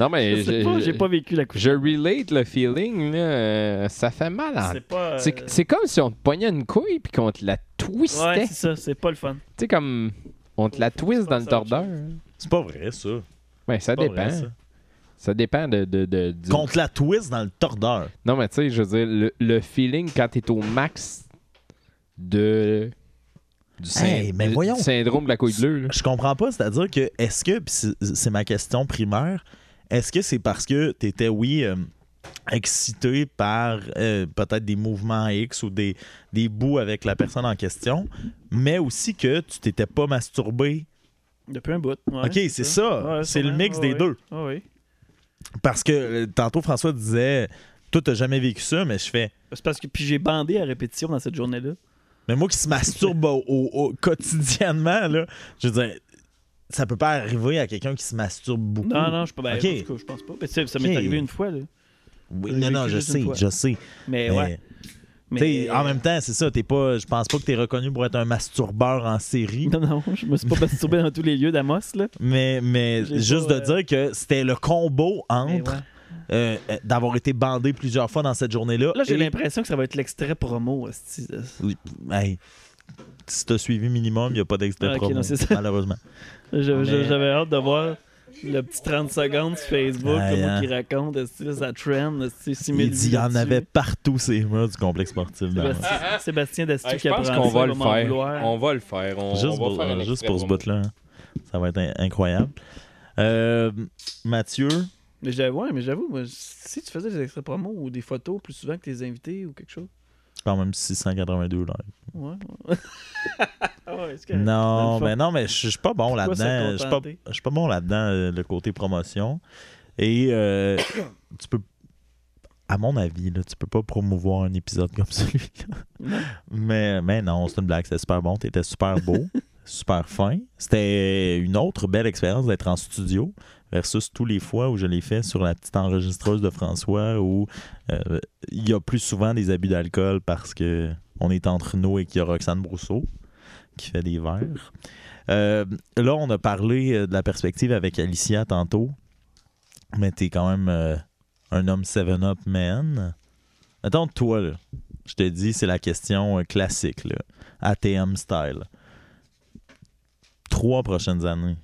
Speaker 2: Non, mais
Speaker 3: hein. Je sais pas, j'ai
Speaker 2: je,
Speaker 3: pas vécu la couche.
Speaker 2: je relate le feeling. là, euh, ça fait mal.
Speaker 1: Ah,
Speaker 2: en-
Speaker 3: pas. euh,
Speaker 2: C'est c'est comme si on te pognait une couille puis qu'on te la twistait.
Speaker 3: Ouais,
Speaker 2: tu
Speaker 3: c'est ça, c'est pas le fun.
Speaker 2: sais, comme on te la twiste dans le
Speaker 3: penses à autre
Speaker 2: tordeur.
Speaker 1: C'est pas vrai, ça.
Speaker 2: Ben, ça
Speaker 1: C'est pas vrai,
Speaker 2: dépend.
Speaker 1: ça.
Speaker 2: Ça dépend de, de- de- du-
Speaker 1: Contre la twist dans le tordeur.
Speaker 2: Non, mais tu sais, je veux dire, le, le feeling quand t'es au max de. Du, syn-
Speaker 1: Hey, mais
Speaker 2: du- du
Speaker 1: voyons.
Speaker 2: syndrome de la couille
Speaker 3: Hum.
Speaker 2: bleue. là.
Speaker 1: Je comprends pas, c'est-à-dire que est-ce que, pis c'est c'est ma question primaire, est-ce que c'est parce que t'étais, oui, euh, excité par euh, peut-être des mouvements X ou des, des bouts avec la personne en question, mais aussi que tu t'étais pas masturbé?
Speaker 3: Depuis un bout. ouais,
Speaker 1: ok, c'est ça.
Speaker 3: Ouais,
Speaker 1: c'est le
Speaker 3: sûrement.
Speaker 1: mix
Speaker 3: Ouais,
Speaker 1: des
Speaker 3: ouais.
Speaker 1: deux.
Speaker 3: Ouais, ouais.
Speaker 1: Parce que euh, tantôt, François disait, toi, t'as jamais vécu ça, mais je fais.
Speaker 3: C'est parce que puis j'ai bandé à répétition dans cette journée-là.
Speaker 1: Mais moi qui se masturbe au, au- au- quotidiennement, là, je veux dire, ça peut pas arriver à quelqu'un qui se masturbe beaucoup.
Speaker 3: Non, non, je peux ben,
Speaker 1: Ok.
Speaker 3: en tout cas, je pense pas. Mais tu sais, ça m'est
Speaker 1: Ok.
Speaker 3: arrivé une fois là.
Speaker 1: Oui,
Speaker 3: J'ai
Speaker 1: non, non,
Speaker 3: vécu
Speaker 1: je
Speaker 3: juste
Speaker 1: sais,
Speaker 3: une fois.
Speaker 1: je sais.
Speaker 3: Mais,
Speaker 1: Mais,
Speaker 3: ouais. Mais
Speaker 1: t'sais, En même temps, c'est ça, t'es pas, je pense pas que t'es reconnu pour être un masturbeur en série,
Speaker 3: Non, non, je me suis pas masturbé dans tous les lieux d'Amos, là.
Speaker 1: mais, mais
Speaker 3: J'ai
Speaker 1: juste
Speaker 3: pas,
Speaker 1: de
Speaker 3: euh,
Speaker 1: dire que c'était le combo
Speaker 3: Mais
Speaker 1: entre
Speaker 3: ouais.
Speaker 1: euh, euh, d'avoir été bandé plusieurs fois dans cette journée-là.
Speaker 3: Là, j'ai
Speaker 1: et-
Speaker 3: l'impression que ça va être l'extrait promo. hostie.
Speaker 1: Hey, si t'as suivi minimum, il a pas d'extrait
Speaker 3: Ah, ok,
Speaker 1: promo,
Speaker 3: non, c'est ça.
Speaker 1: malheureusement.
Speaker 3: Je- je-
Speaker 1: Mais-
Speaker 3: J'avais hâte de voir le petit 30 secondes sur Facebook,
Speaker 1: Aïe,
Speaker 3: comment
Speaker 1: hein.
Speaker 3: il raconte, hostie, là, ça trend, hostie, 6000
Speaker 1: Il dit, il y en
Speaker 3: vues
Speaker 1: avait
Speaker 3: là-dessus.
Speaker 1: partout ces murs du complexe sportif. dans-
Speaker 3: Sébastien, Sébastien Dastu
Speaker 2: Ah, Hey,
Speaker 3: qui
Speaker 2: je pense
Speaker 3: apprend
Speaker 2: qu'on
Speaker 3: ça,
Speaker 2: va le
Speaker 3: m'en
Speaker 2: faire.
Speaker 3: vouloir.
Speaker 2: On va le faire. On,
Speaker 1: Juste,
Speaker 2: on va
Speaker 1: pour,
Speaker 2: faire un
Speaker 1: juste
Speaker 2: extrait
Speaker 1: pour ce
Speaker 2: promo.
Speaker 1: bout-là. hein. Ça va être in- incroyable. Euh, Mathieu,
Speaker 3: Mais j'avoue, ouais, mais j'avoue, moi, si tu faisais des extraits promo ou des photos plus souvent que tes invités ou quelque chose.
Speaker 1: quand même 682 là.
Speaker 3: Ouais. ouais. Ah ouais, c'est correct.
Speaker 1: Non,
Speaker 3: Dans le
Speaker 1: mais non, mais je je suis pas bon
Speaker 3: Pourquoi
Speaker 1: là-dedans. Je
Speaker 3: se
Speaker 1: suis pas,
Speaker 3: contenter?
Speaker 1: je suis pas bon là-dedans, euh, le côté promotion. Et euh, tu peux, à mon avis, là, tu peux pas promouvoir un épisode comme celui-là.
Speaker 3: Non.
Speaker 1: mais, mais non, c'est une blague, c'était super bon. T'étais super beau, super fin. C'était une autre belle expérience d'être en studio versus tous les fois où je l'ai fait sur la petite enregistreuse de François où euh, il y a plus souvent des abus d'alcool parce que on est entre nous et qu'il y a Roxane Brousseau qui fait des verres. Euh, là, on a parlé euh, de la perspective avec Alicia tantôt, mais t'es quand même euh, un homme 7-up man. Attends, toi, là, je te dis, c'est la question euh, classique, là, ATM style. Trois prochaines années,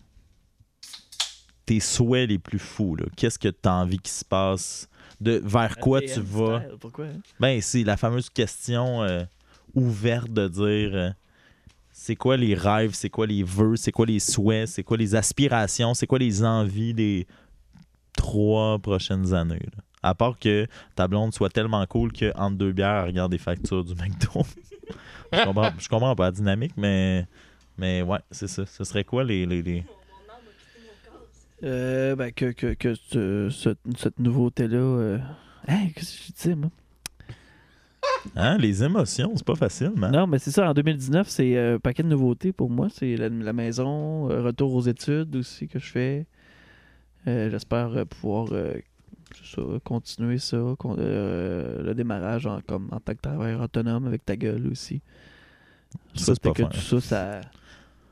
Speaker 1: tes souhaits les plus fous, là, qu'est-ce que t'as envie qui se passe? De, vers quoi tu
Speaker 3: ATM
Speaker 1: vas?
Speaker 3: style, Pourquoi? hein?
Speaker 1: Ben, c'est la fameuse question euh, ouverte de dire euh, c'est quoi les rêves, c'est quoi les vœux, c'est quoi les souhaits, c'est quoi les aspirations, c'est quoi les envies des trois prochaines années. là. À part que ta blonde soit tellement cool que entre deux bières, elle regarde des factures du McDo. je, comprends, je comprends pas la dynamique, mais, mais ouais, c'est ça. Ce serait quoi les. les, les-
Speaker 3: Euh, ben, que, que, que ce- ce- cette nouveauté-là. euh, hein, qu'est-ce que je disais, moi?
Speaker 1: Hein, les émotions, c'est pas facile, man.
Speaker 3: Non, mais c'est ça, en 2019, c'est euh, un paquet de nouveautés pour moi. C'est la, la maison, euh, retour aux études aussi que je fais. Euh, J'espère euh, pouvoir euh, c'est ça, continuer ça, con- euh, le démarrage en, comme, en tant que travailleur autonome avec ta gueule aussi.
Speaker 1: Ça, c'est
Speaker 3: c'était
Speaker 1: pas
Speaker 3: que
Speaker 1: fin.
Speaker 3: tout ça, ça.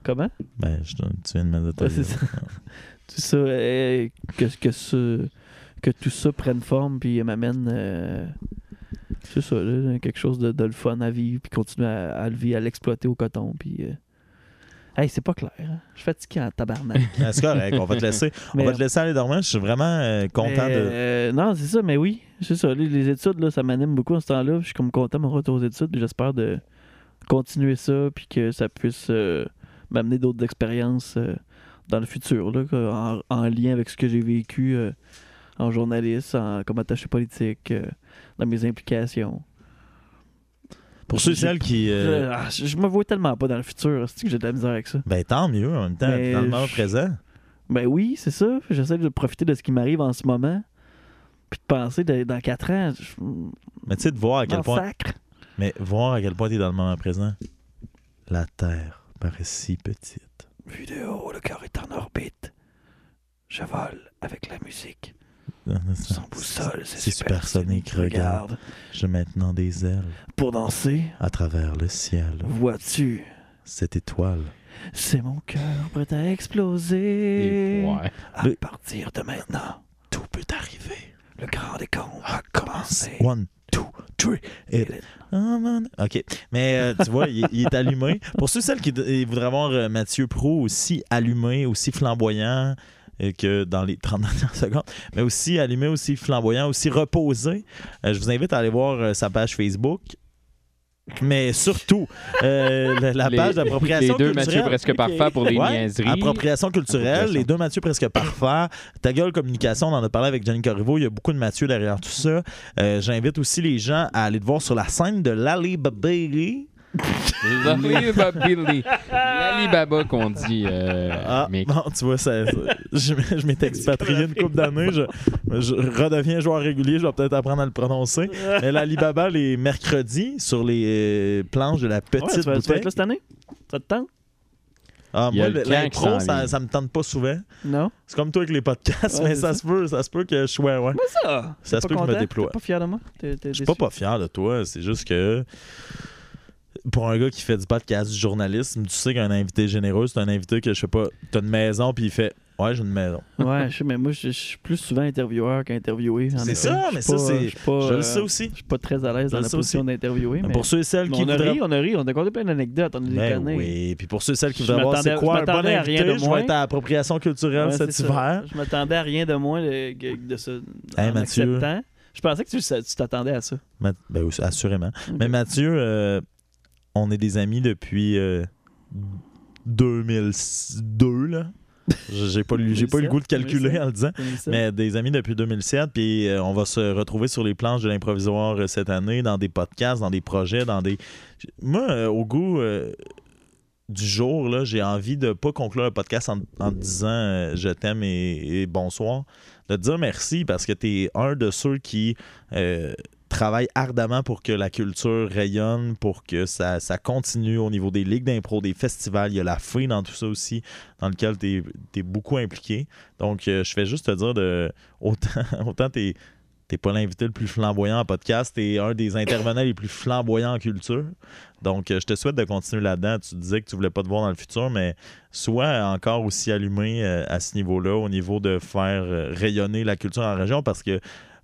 Speaker 3: Comment?
Speaker 1: Ben, je, tu viens de me dire ta
Speaker 3: Ouais, c'est
Speaker 1: gueule.
Speaker 3: ça. tout ça, euh, que, que, ce- que tout ça prenne forme puis m'amène euh, c'est ça là, quelque chose de, de le fun à vivre puis continuer à, à le vivre à l'exploiter au coton puis euh, hey c'est pas clair hein. je suis fatigué en tabarnak
Speaker 1: Ah, C'est correct, on va te laisser. On va te laisser aller dormir. Je suis vraiment euh, content
Speaker 3: mais,
Speaker 1: de.
Speaker 3: euh, non c'est ça mais oui c'est ça les, les études là ça m'anime beaucoup en ce temps-là puis je suis comme content de mon retour aux études puis j'espère de continuer ça puis que ça puisse euh, m'amener d'autres expériences euh, dans le futur, là, que- en, en lien avec ce que j'ai vécu euh, en journaliste, en, comme attaché politique, euh, dans mes implications.
Speaker 1: Pour ceux et celles qui. euh,
Speaker 3: Je- ah, Je, je me vois tellement pas dans le futur, c'est que j'ai de la misère avec ça.
Speaker 1: Ben tant mieux en même temps,
Speaker 3: Mais
Speaker 1: dans le moment
Speaker 3: je-
Speaker 1: présent.
Speaker 3: Ben oui, c'est ça. J'essaie de profiter de ce qui m'arrive en ce moment. Puis de penser de- dans 4 ans, je
Speaker 1: Mais tu sais, de voir à quel
Speaker 3: m'en
Speaker 1: point.
Speaker 3: sacre.
Speaker 1: Mais voir à quel point t'es dans le moment présent. La Terre paraît si petite.
Speaker 3: Vu de haut, le cœur est en orbite. Je vole avec la musique. Sans boussole,
Speaker 1: c'est
Speaker 3: c'est
Speaker 1: supersonique, regarde. J'ai maintenant des ailes
Speaker 3: Pour danser,
Speaker 1: à travers le ciel.
Speaker 3: vois-tu
Speaker 1: Cette étoile.
Speaker 3: C'est mon cœur prêt à exploser.
Speaker 2: Et- ouais.
Speaker 3: À
Speaker 1: Le-
Speaker 3: partir de maintenant,
Speaker 1: Tout peut arriver.
Speaker 3: le grand décompte a commencé.
Speaker 1: One, two, Tree it. I'm on- Oh, OK. Mais euh, tu vois, il, il est allumé. Pour ceux celles qui d- ils voudraient voir euh, Mathieu Pro aussi allumé, aussi flamboyant euh, que dans les 30 dernières secondes, mais aussi allumé, aussi flamboyant, aussi reposé, euh, je vous invite à aller voir euh, sa page Facebook. Mais surtout, euh, la, la
Speaker 2: Les-
Speaker 1: page d'appropriation
Speaker 2: Les deux Mathieu
Speaker 1: culturelle.
Speaker 2: presque parfaits pour les
Speaker 1: Ouais,
Speaker 2: niaiseries.
Speaker 1: Appropriation culturelle,
Speaker 2: Appropriation.
Speaker 1: les deux Mathieu presque parfaits. Ta gueule communication, on en a parlé avec Johnny Corriveau. Il y a beaucoup de Mathieu derrière tout ça. Euh, J'invite aussi les gens à aller te voir sur la scène de l'Alibaba.
Speaker 2: L'Alibaba Billy. L'Alibaba qu'on dit. euh,
Speaker 1: Ah,
Speaker 2: mais
Speaker 1: bon, tu vois, ça, ça- je, m- je m'étais expatrié une couple d'années. Je, je redeviens joueur régulier. Je vais peut-être apprendre à le prononcer. Mais l'Alibaba, les mercredis, sur les euh, planches de la
Speaker 3: Ouais, tu
Speaker 1: petite
Speaker 3: vas tu vas
Speaker 1: bouteille.
Speaker 3: être là cette année? Ça te tente?
Speaker 1: Ah,
Speaker 2: Il y a
Speaker 1: moi,
Speaker 2: le camp qui
Speaker 1: l'impro,
Speaker 2: s'en
Speaker 1: ça,
Speaker 2: vient.
Speaker 1: ça me tente pas souvent.
Speaker 3: Non.
Speaker 1: C'est comme toi avec les podcasts,
Speaker 3: Ouais,
Speaker 1: mais
Speaker 3: c'est
Speaker 1: ça
Speaker 3: ça.
Speaker 1: se peut, ça se peut que je sois, ouais.
Speaker 3: Mais ça! t'es pas
Speaker 1: Ça se peut que je me
Speaker 3: content?
Speaker 1: déploie.
Speaker 3: T'es pas fier de moi? T'es- t'es
Speaker 1: Je suis
Speaker 3: déçu?
Speaker 1: pas pas fier de toi, c'est juste que pour un gars qui fait du podcast, du journalisme, tu sais qu'un invité généreux, c'est un invité que je sais pas, t'as une maison puis il fait Ouais, j'ai une maison.
Speaker 3: Ouais, je sais, mais moi, je je suis plus souvent intervieweur qu'interviewé. en
Speaker 1: C'est
Speaker 3: effet.
Speaker 1: ça,
Speaker 3: Je suis
Speaker 1: mais ça,
Speaker 3: pas-
Speaker 1: c'est-
Speaker 3: Je suis pas,
Speaker 1: je
Speaker 3: euh,
Speaker 1: le sais aussi.
Speaker 3: je suis pas très à l'aise
Speaker 1: Je
Speaker 3: dans
Speaker 1: le
Speaker 3: la
Speaker 1: sais
Speaker 3: position d'interviewer. Mais...
Speaker 1: Pour ceux et celles
Speaker 3: mais
Speaker 1: qui
Speaker 3: on a
Speaker 1: voudraient.
Speaker 3: ri, on a ri, on a compté plein d'anecdotes, on a
Speaker 1: Ben
Speaker 3: déconné.
Speaker 1: oui, puis pour ceux et celles qui
Speaker 3: Je
Speaker 1: voudraient voir c'est
Speaker 3: m'attendais-
Speaker 1: quoi
Speaker 3: je
Speaker 1: un bon
Speaker 3: m'attendais à rien
Speaker 1: invité,
Speaker 3: de
Speaker 1: je
Speaker 3: moins.
Speaker 1: vais être à appropriation culturelle
Speaker 3: Ouais,
Speaker 1: cet
Speaker 3: c'est ça.
Speaker 1: hiver.
Speaker 3: Je m'attendais à rien de moins de, de ce
Speaker 1: Hey,
Speaker 3: en
Speaker 1: Mathieu.
Speaker 3: acceptant. Je pensais que tu tu t'attendais à ça.
Speaker 1: Ma- ben oui, assurément.
Speaker 3: Mm.
Speaker 1: Mais Mathieu, euh, on est des amis depuis euh, 2002, là. J'ai pas, le- j'ai pas eu le goût de
Speaker 3: 2007,
Speaker 1: calculer en le disant.
Speaker 3: Mais...
Speaker 1: Mais des amis depuis 2007, puis euh, on va se retrouver sur les planches de l'improvisoire euh, cette année, dans des podcasts, dans des projets, dans des... J- Moi, euh, au goût euh, du jour, là, j'ai envie de pas conclure le podcast en, en te disant euh, je t'aime et, et bonsoir », de te dire merci parce que tu es un de ceux qui... euh, travaillent ardemment pour que la culture rayonne, pour que ça, ça continue au niveau des ligues d'impro, des festivals. Il y a la fée dans tout ça aussi, dans lequel tu es, beaucoup impliqué. Donc, euh, je fais juste te dire de autant, autant t'es t'es pas l'invité le plus flamboyant en podcast, t'es un des intervenants les plus flamboyants en culture. Donc, euh, je te souhaite de continuer là-dedans. Tu disais que tu voulais pas te voir dans le futur, mais sois encore aussi allumé euh, à ce niveau-là, au niveau de faire euh, rayonner la culture en région, parce que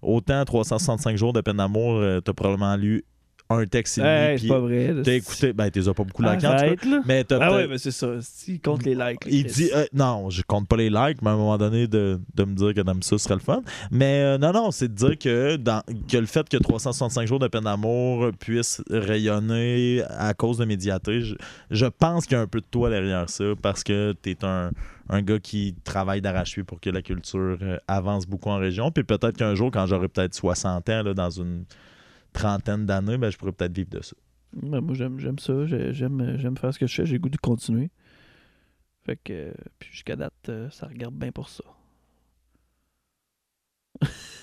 Speaker 1: autant 365 jours de peine d'amour, euh, t'as probablement lu un texte et demi,
Speaker 3: c'est
Speaker 1: puis
Speaker 3: pas vrai. là.
Speaker 1: t'as écouté, ben t'es pas beaucoup là quand
Speaker 3: Arrête, là.
Speaker 1: mais t'as
Speaker 3: Ah
Speaker 1: peut-être-
Speaker 3: ouais, mais c'est ça. Il compte les likes. là,
Speaker 1: il
Speaker 3: Chris.
Speaker 1: dit euh, non, je compte pas les likes, mais à un moment donné, de, de me dire que t'aimes ça serait le fun. Mais euh, non, non, c'est de dire que, dans, que le fait que 365 jours de peine d'amour puisse rayonner à cause de médiaté, je, je pense qu'il y a un peu de toi derrière ça parce que t'es un, un gars qui travaille d'arrache-pied pour que la culture euh, avance beaucoup en région. Puis peut-être qu'un jour, quand j'aurai peut-être 60 ans, là, dans une trentaine d'années, ben, je pourrais peut-être vivre de ça.
Speaker 3: Ben, moi, j'aime, j'aime ça. J'ai- J'aime, j'aime faire ce que je fais. J'ai le goût de continuer. Fait que, euh, puis jusqu'à date, euh, ça regarde bien pour ça.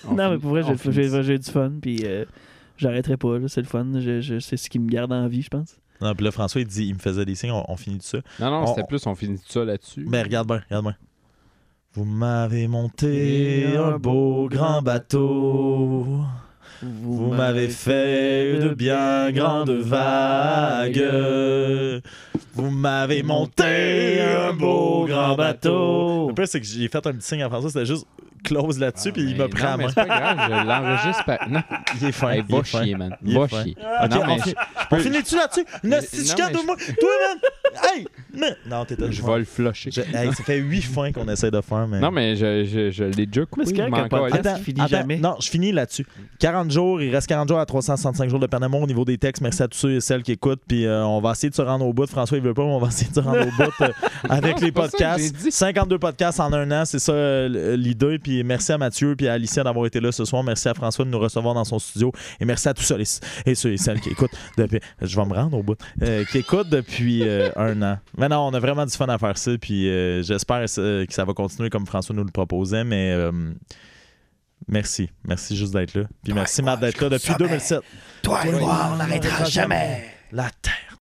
Speaker 2: on
Speaker 3: non, mais
Speaker 2: finit-
Speaker 3: pour vrai,
Speaker 2: on
Speaker 3: j'ai,
Speaker 2: finit
Speaker 3: j'ai-
Speaker 2: ça.
Speaker 3: j'ai du fun. Puis euh, j'arrêterai pas. là, c'est le fun. Je- je- c'est ce qui me garde en vie, je pense.
Speaker 1: Non, puis là, François, il dit, il me faisait des signes, on, on finit de ça.
Speaker 2: Non, non,
Speaker 1: on-
Speaker 2: c'était plus, on finit tout ça là-dessus.
Speaker 1: Mais Ben, regarde bien, regarde bien. Vous m'avez monté
Speaker 3: Et
Speaker 1: un beau grand bateau. Vous m'avez fait de bien grandes vagues. Vous m'avez monté un beau grand bateau. Ah, Le pire, c'est que j'ai fait un petit signe en français, c'était juste close là-dessus, puis il m'a pris
Speaker 2: non,
Speaker 1: à
Speaker 2: Ah, mais
Speaker 1: main.
Speaker 2: C'est pas grave, je l'enregistre pas. Non,
Speaker 1: Il est fin.
Speaker 2: hey,
Speaker 1: il est
Speaker 2: va
Speaker 1: fin.
Speaker 2: chier, man.
Speaker 1: Il est
Speaker 2: Va
Speaker 1: fin. Ah,
Speaker 2: chier.
Speaker 1: Ok,
Speaker 2: non, mais
Speaker 1: on
Speaker 2: je-
Speaker 1: fi-
Speaker 2: je
Speaker 1: On
Speaker 2: peux-
Speaker 1: finit-tu là-dessus?
Speaker 2: Non,
Speaker 1: Une sticade
Speaker 2: mais
Speaker 1: de
Speaker 2: je-
Speaker 1: moi. Toi, man! Hey! man. Non, t'étais
Speaker 2: je vais le flusher.
Speaker 1: Je- hey, ça fait huit fins qu'on essaie de faire, mais.
Speaker 2: Non, mais je, je, je l'ai déjà coupé.
Speaker 3: Mais c'est
Speaker 2: je
Speaker 3: correct,
Speaker 2: m'en
Speaker 3: un podcast.
Speaker 2: calisse.
Speaker 3: Attends, il finit jamais.
Speaker 1: Non, je finis là-dessus. 40 jours, il reste 40 jours à 365 jours de peine d'amour au niveau des textes. Merci à tous ceux et celles qui écoutent. Puis euh, on va essayer de se rendre au bout. François, il veut pas, mais on va essayer de se rendre au bout euh, avec
Speaker 2: Non,
Speaker 1: les
Speaker 2: c'est pas ça que j'ai
Speaker 1: podcasts.
Speaker 2: dit.
Speaker 1: 52 podcasts en un an, c'est ça euh, l'idée. Puis merci à Mathieu puis à Alicia d'avoir été là ce soir. Merci à François de nous recevoir dans son studio. Et merci à tous ceux et- et ceux et celles qui écoutent depuis. Je vais me rendre au bout. Euh, qui écoutent depuis euh, un an. Mais non, on a vraiment du fun à faire ça. Puis euh, j'espère euh, que ça va continuer comme François nous le proposait. Mais euh, merci. Merci juste d'être là. Puis merci, Matt, d'être là depuis 2007. Toi et moi, on n'arrêtera jamais. La terre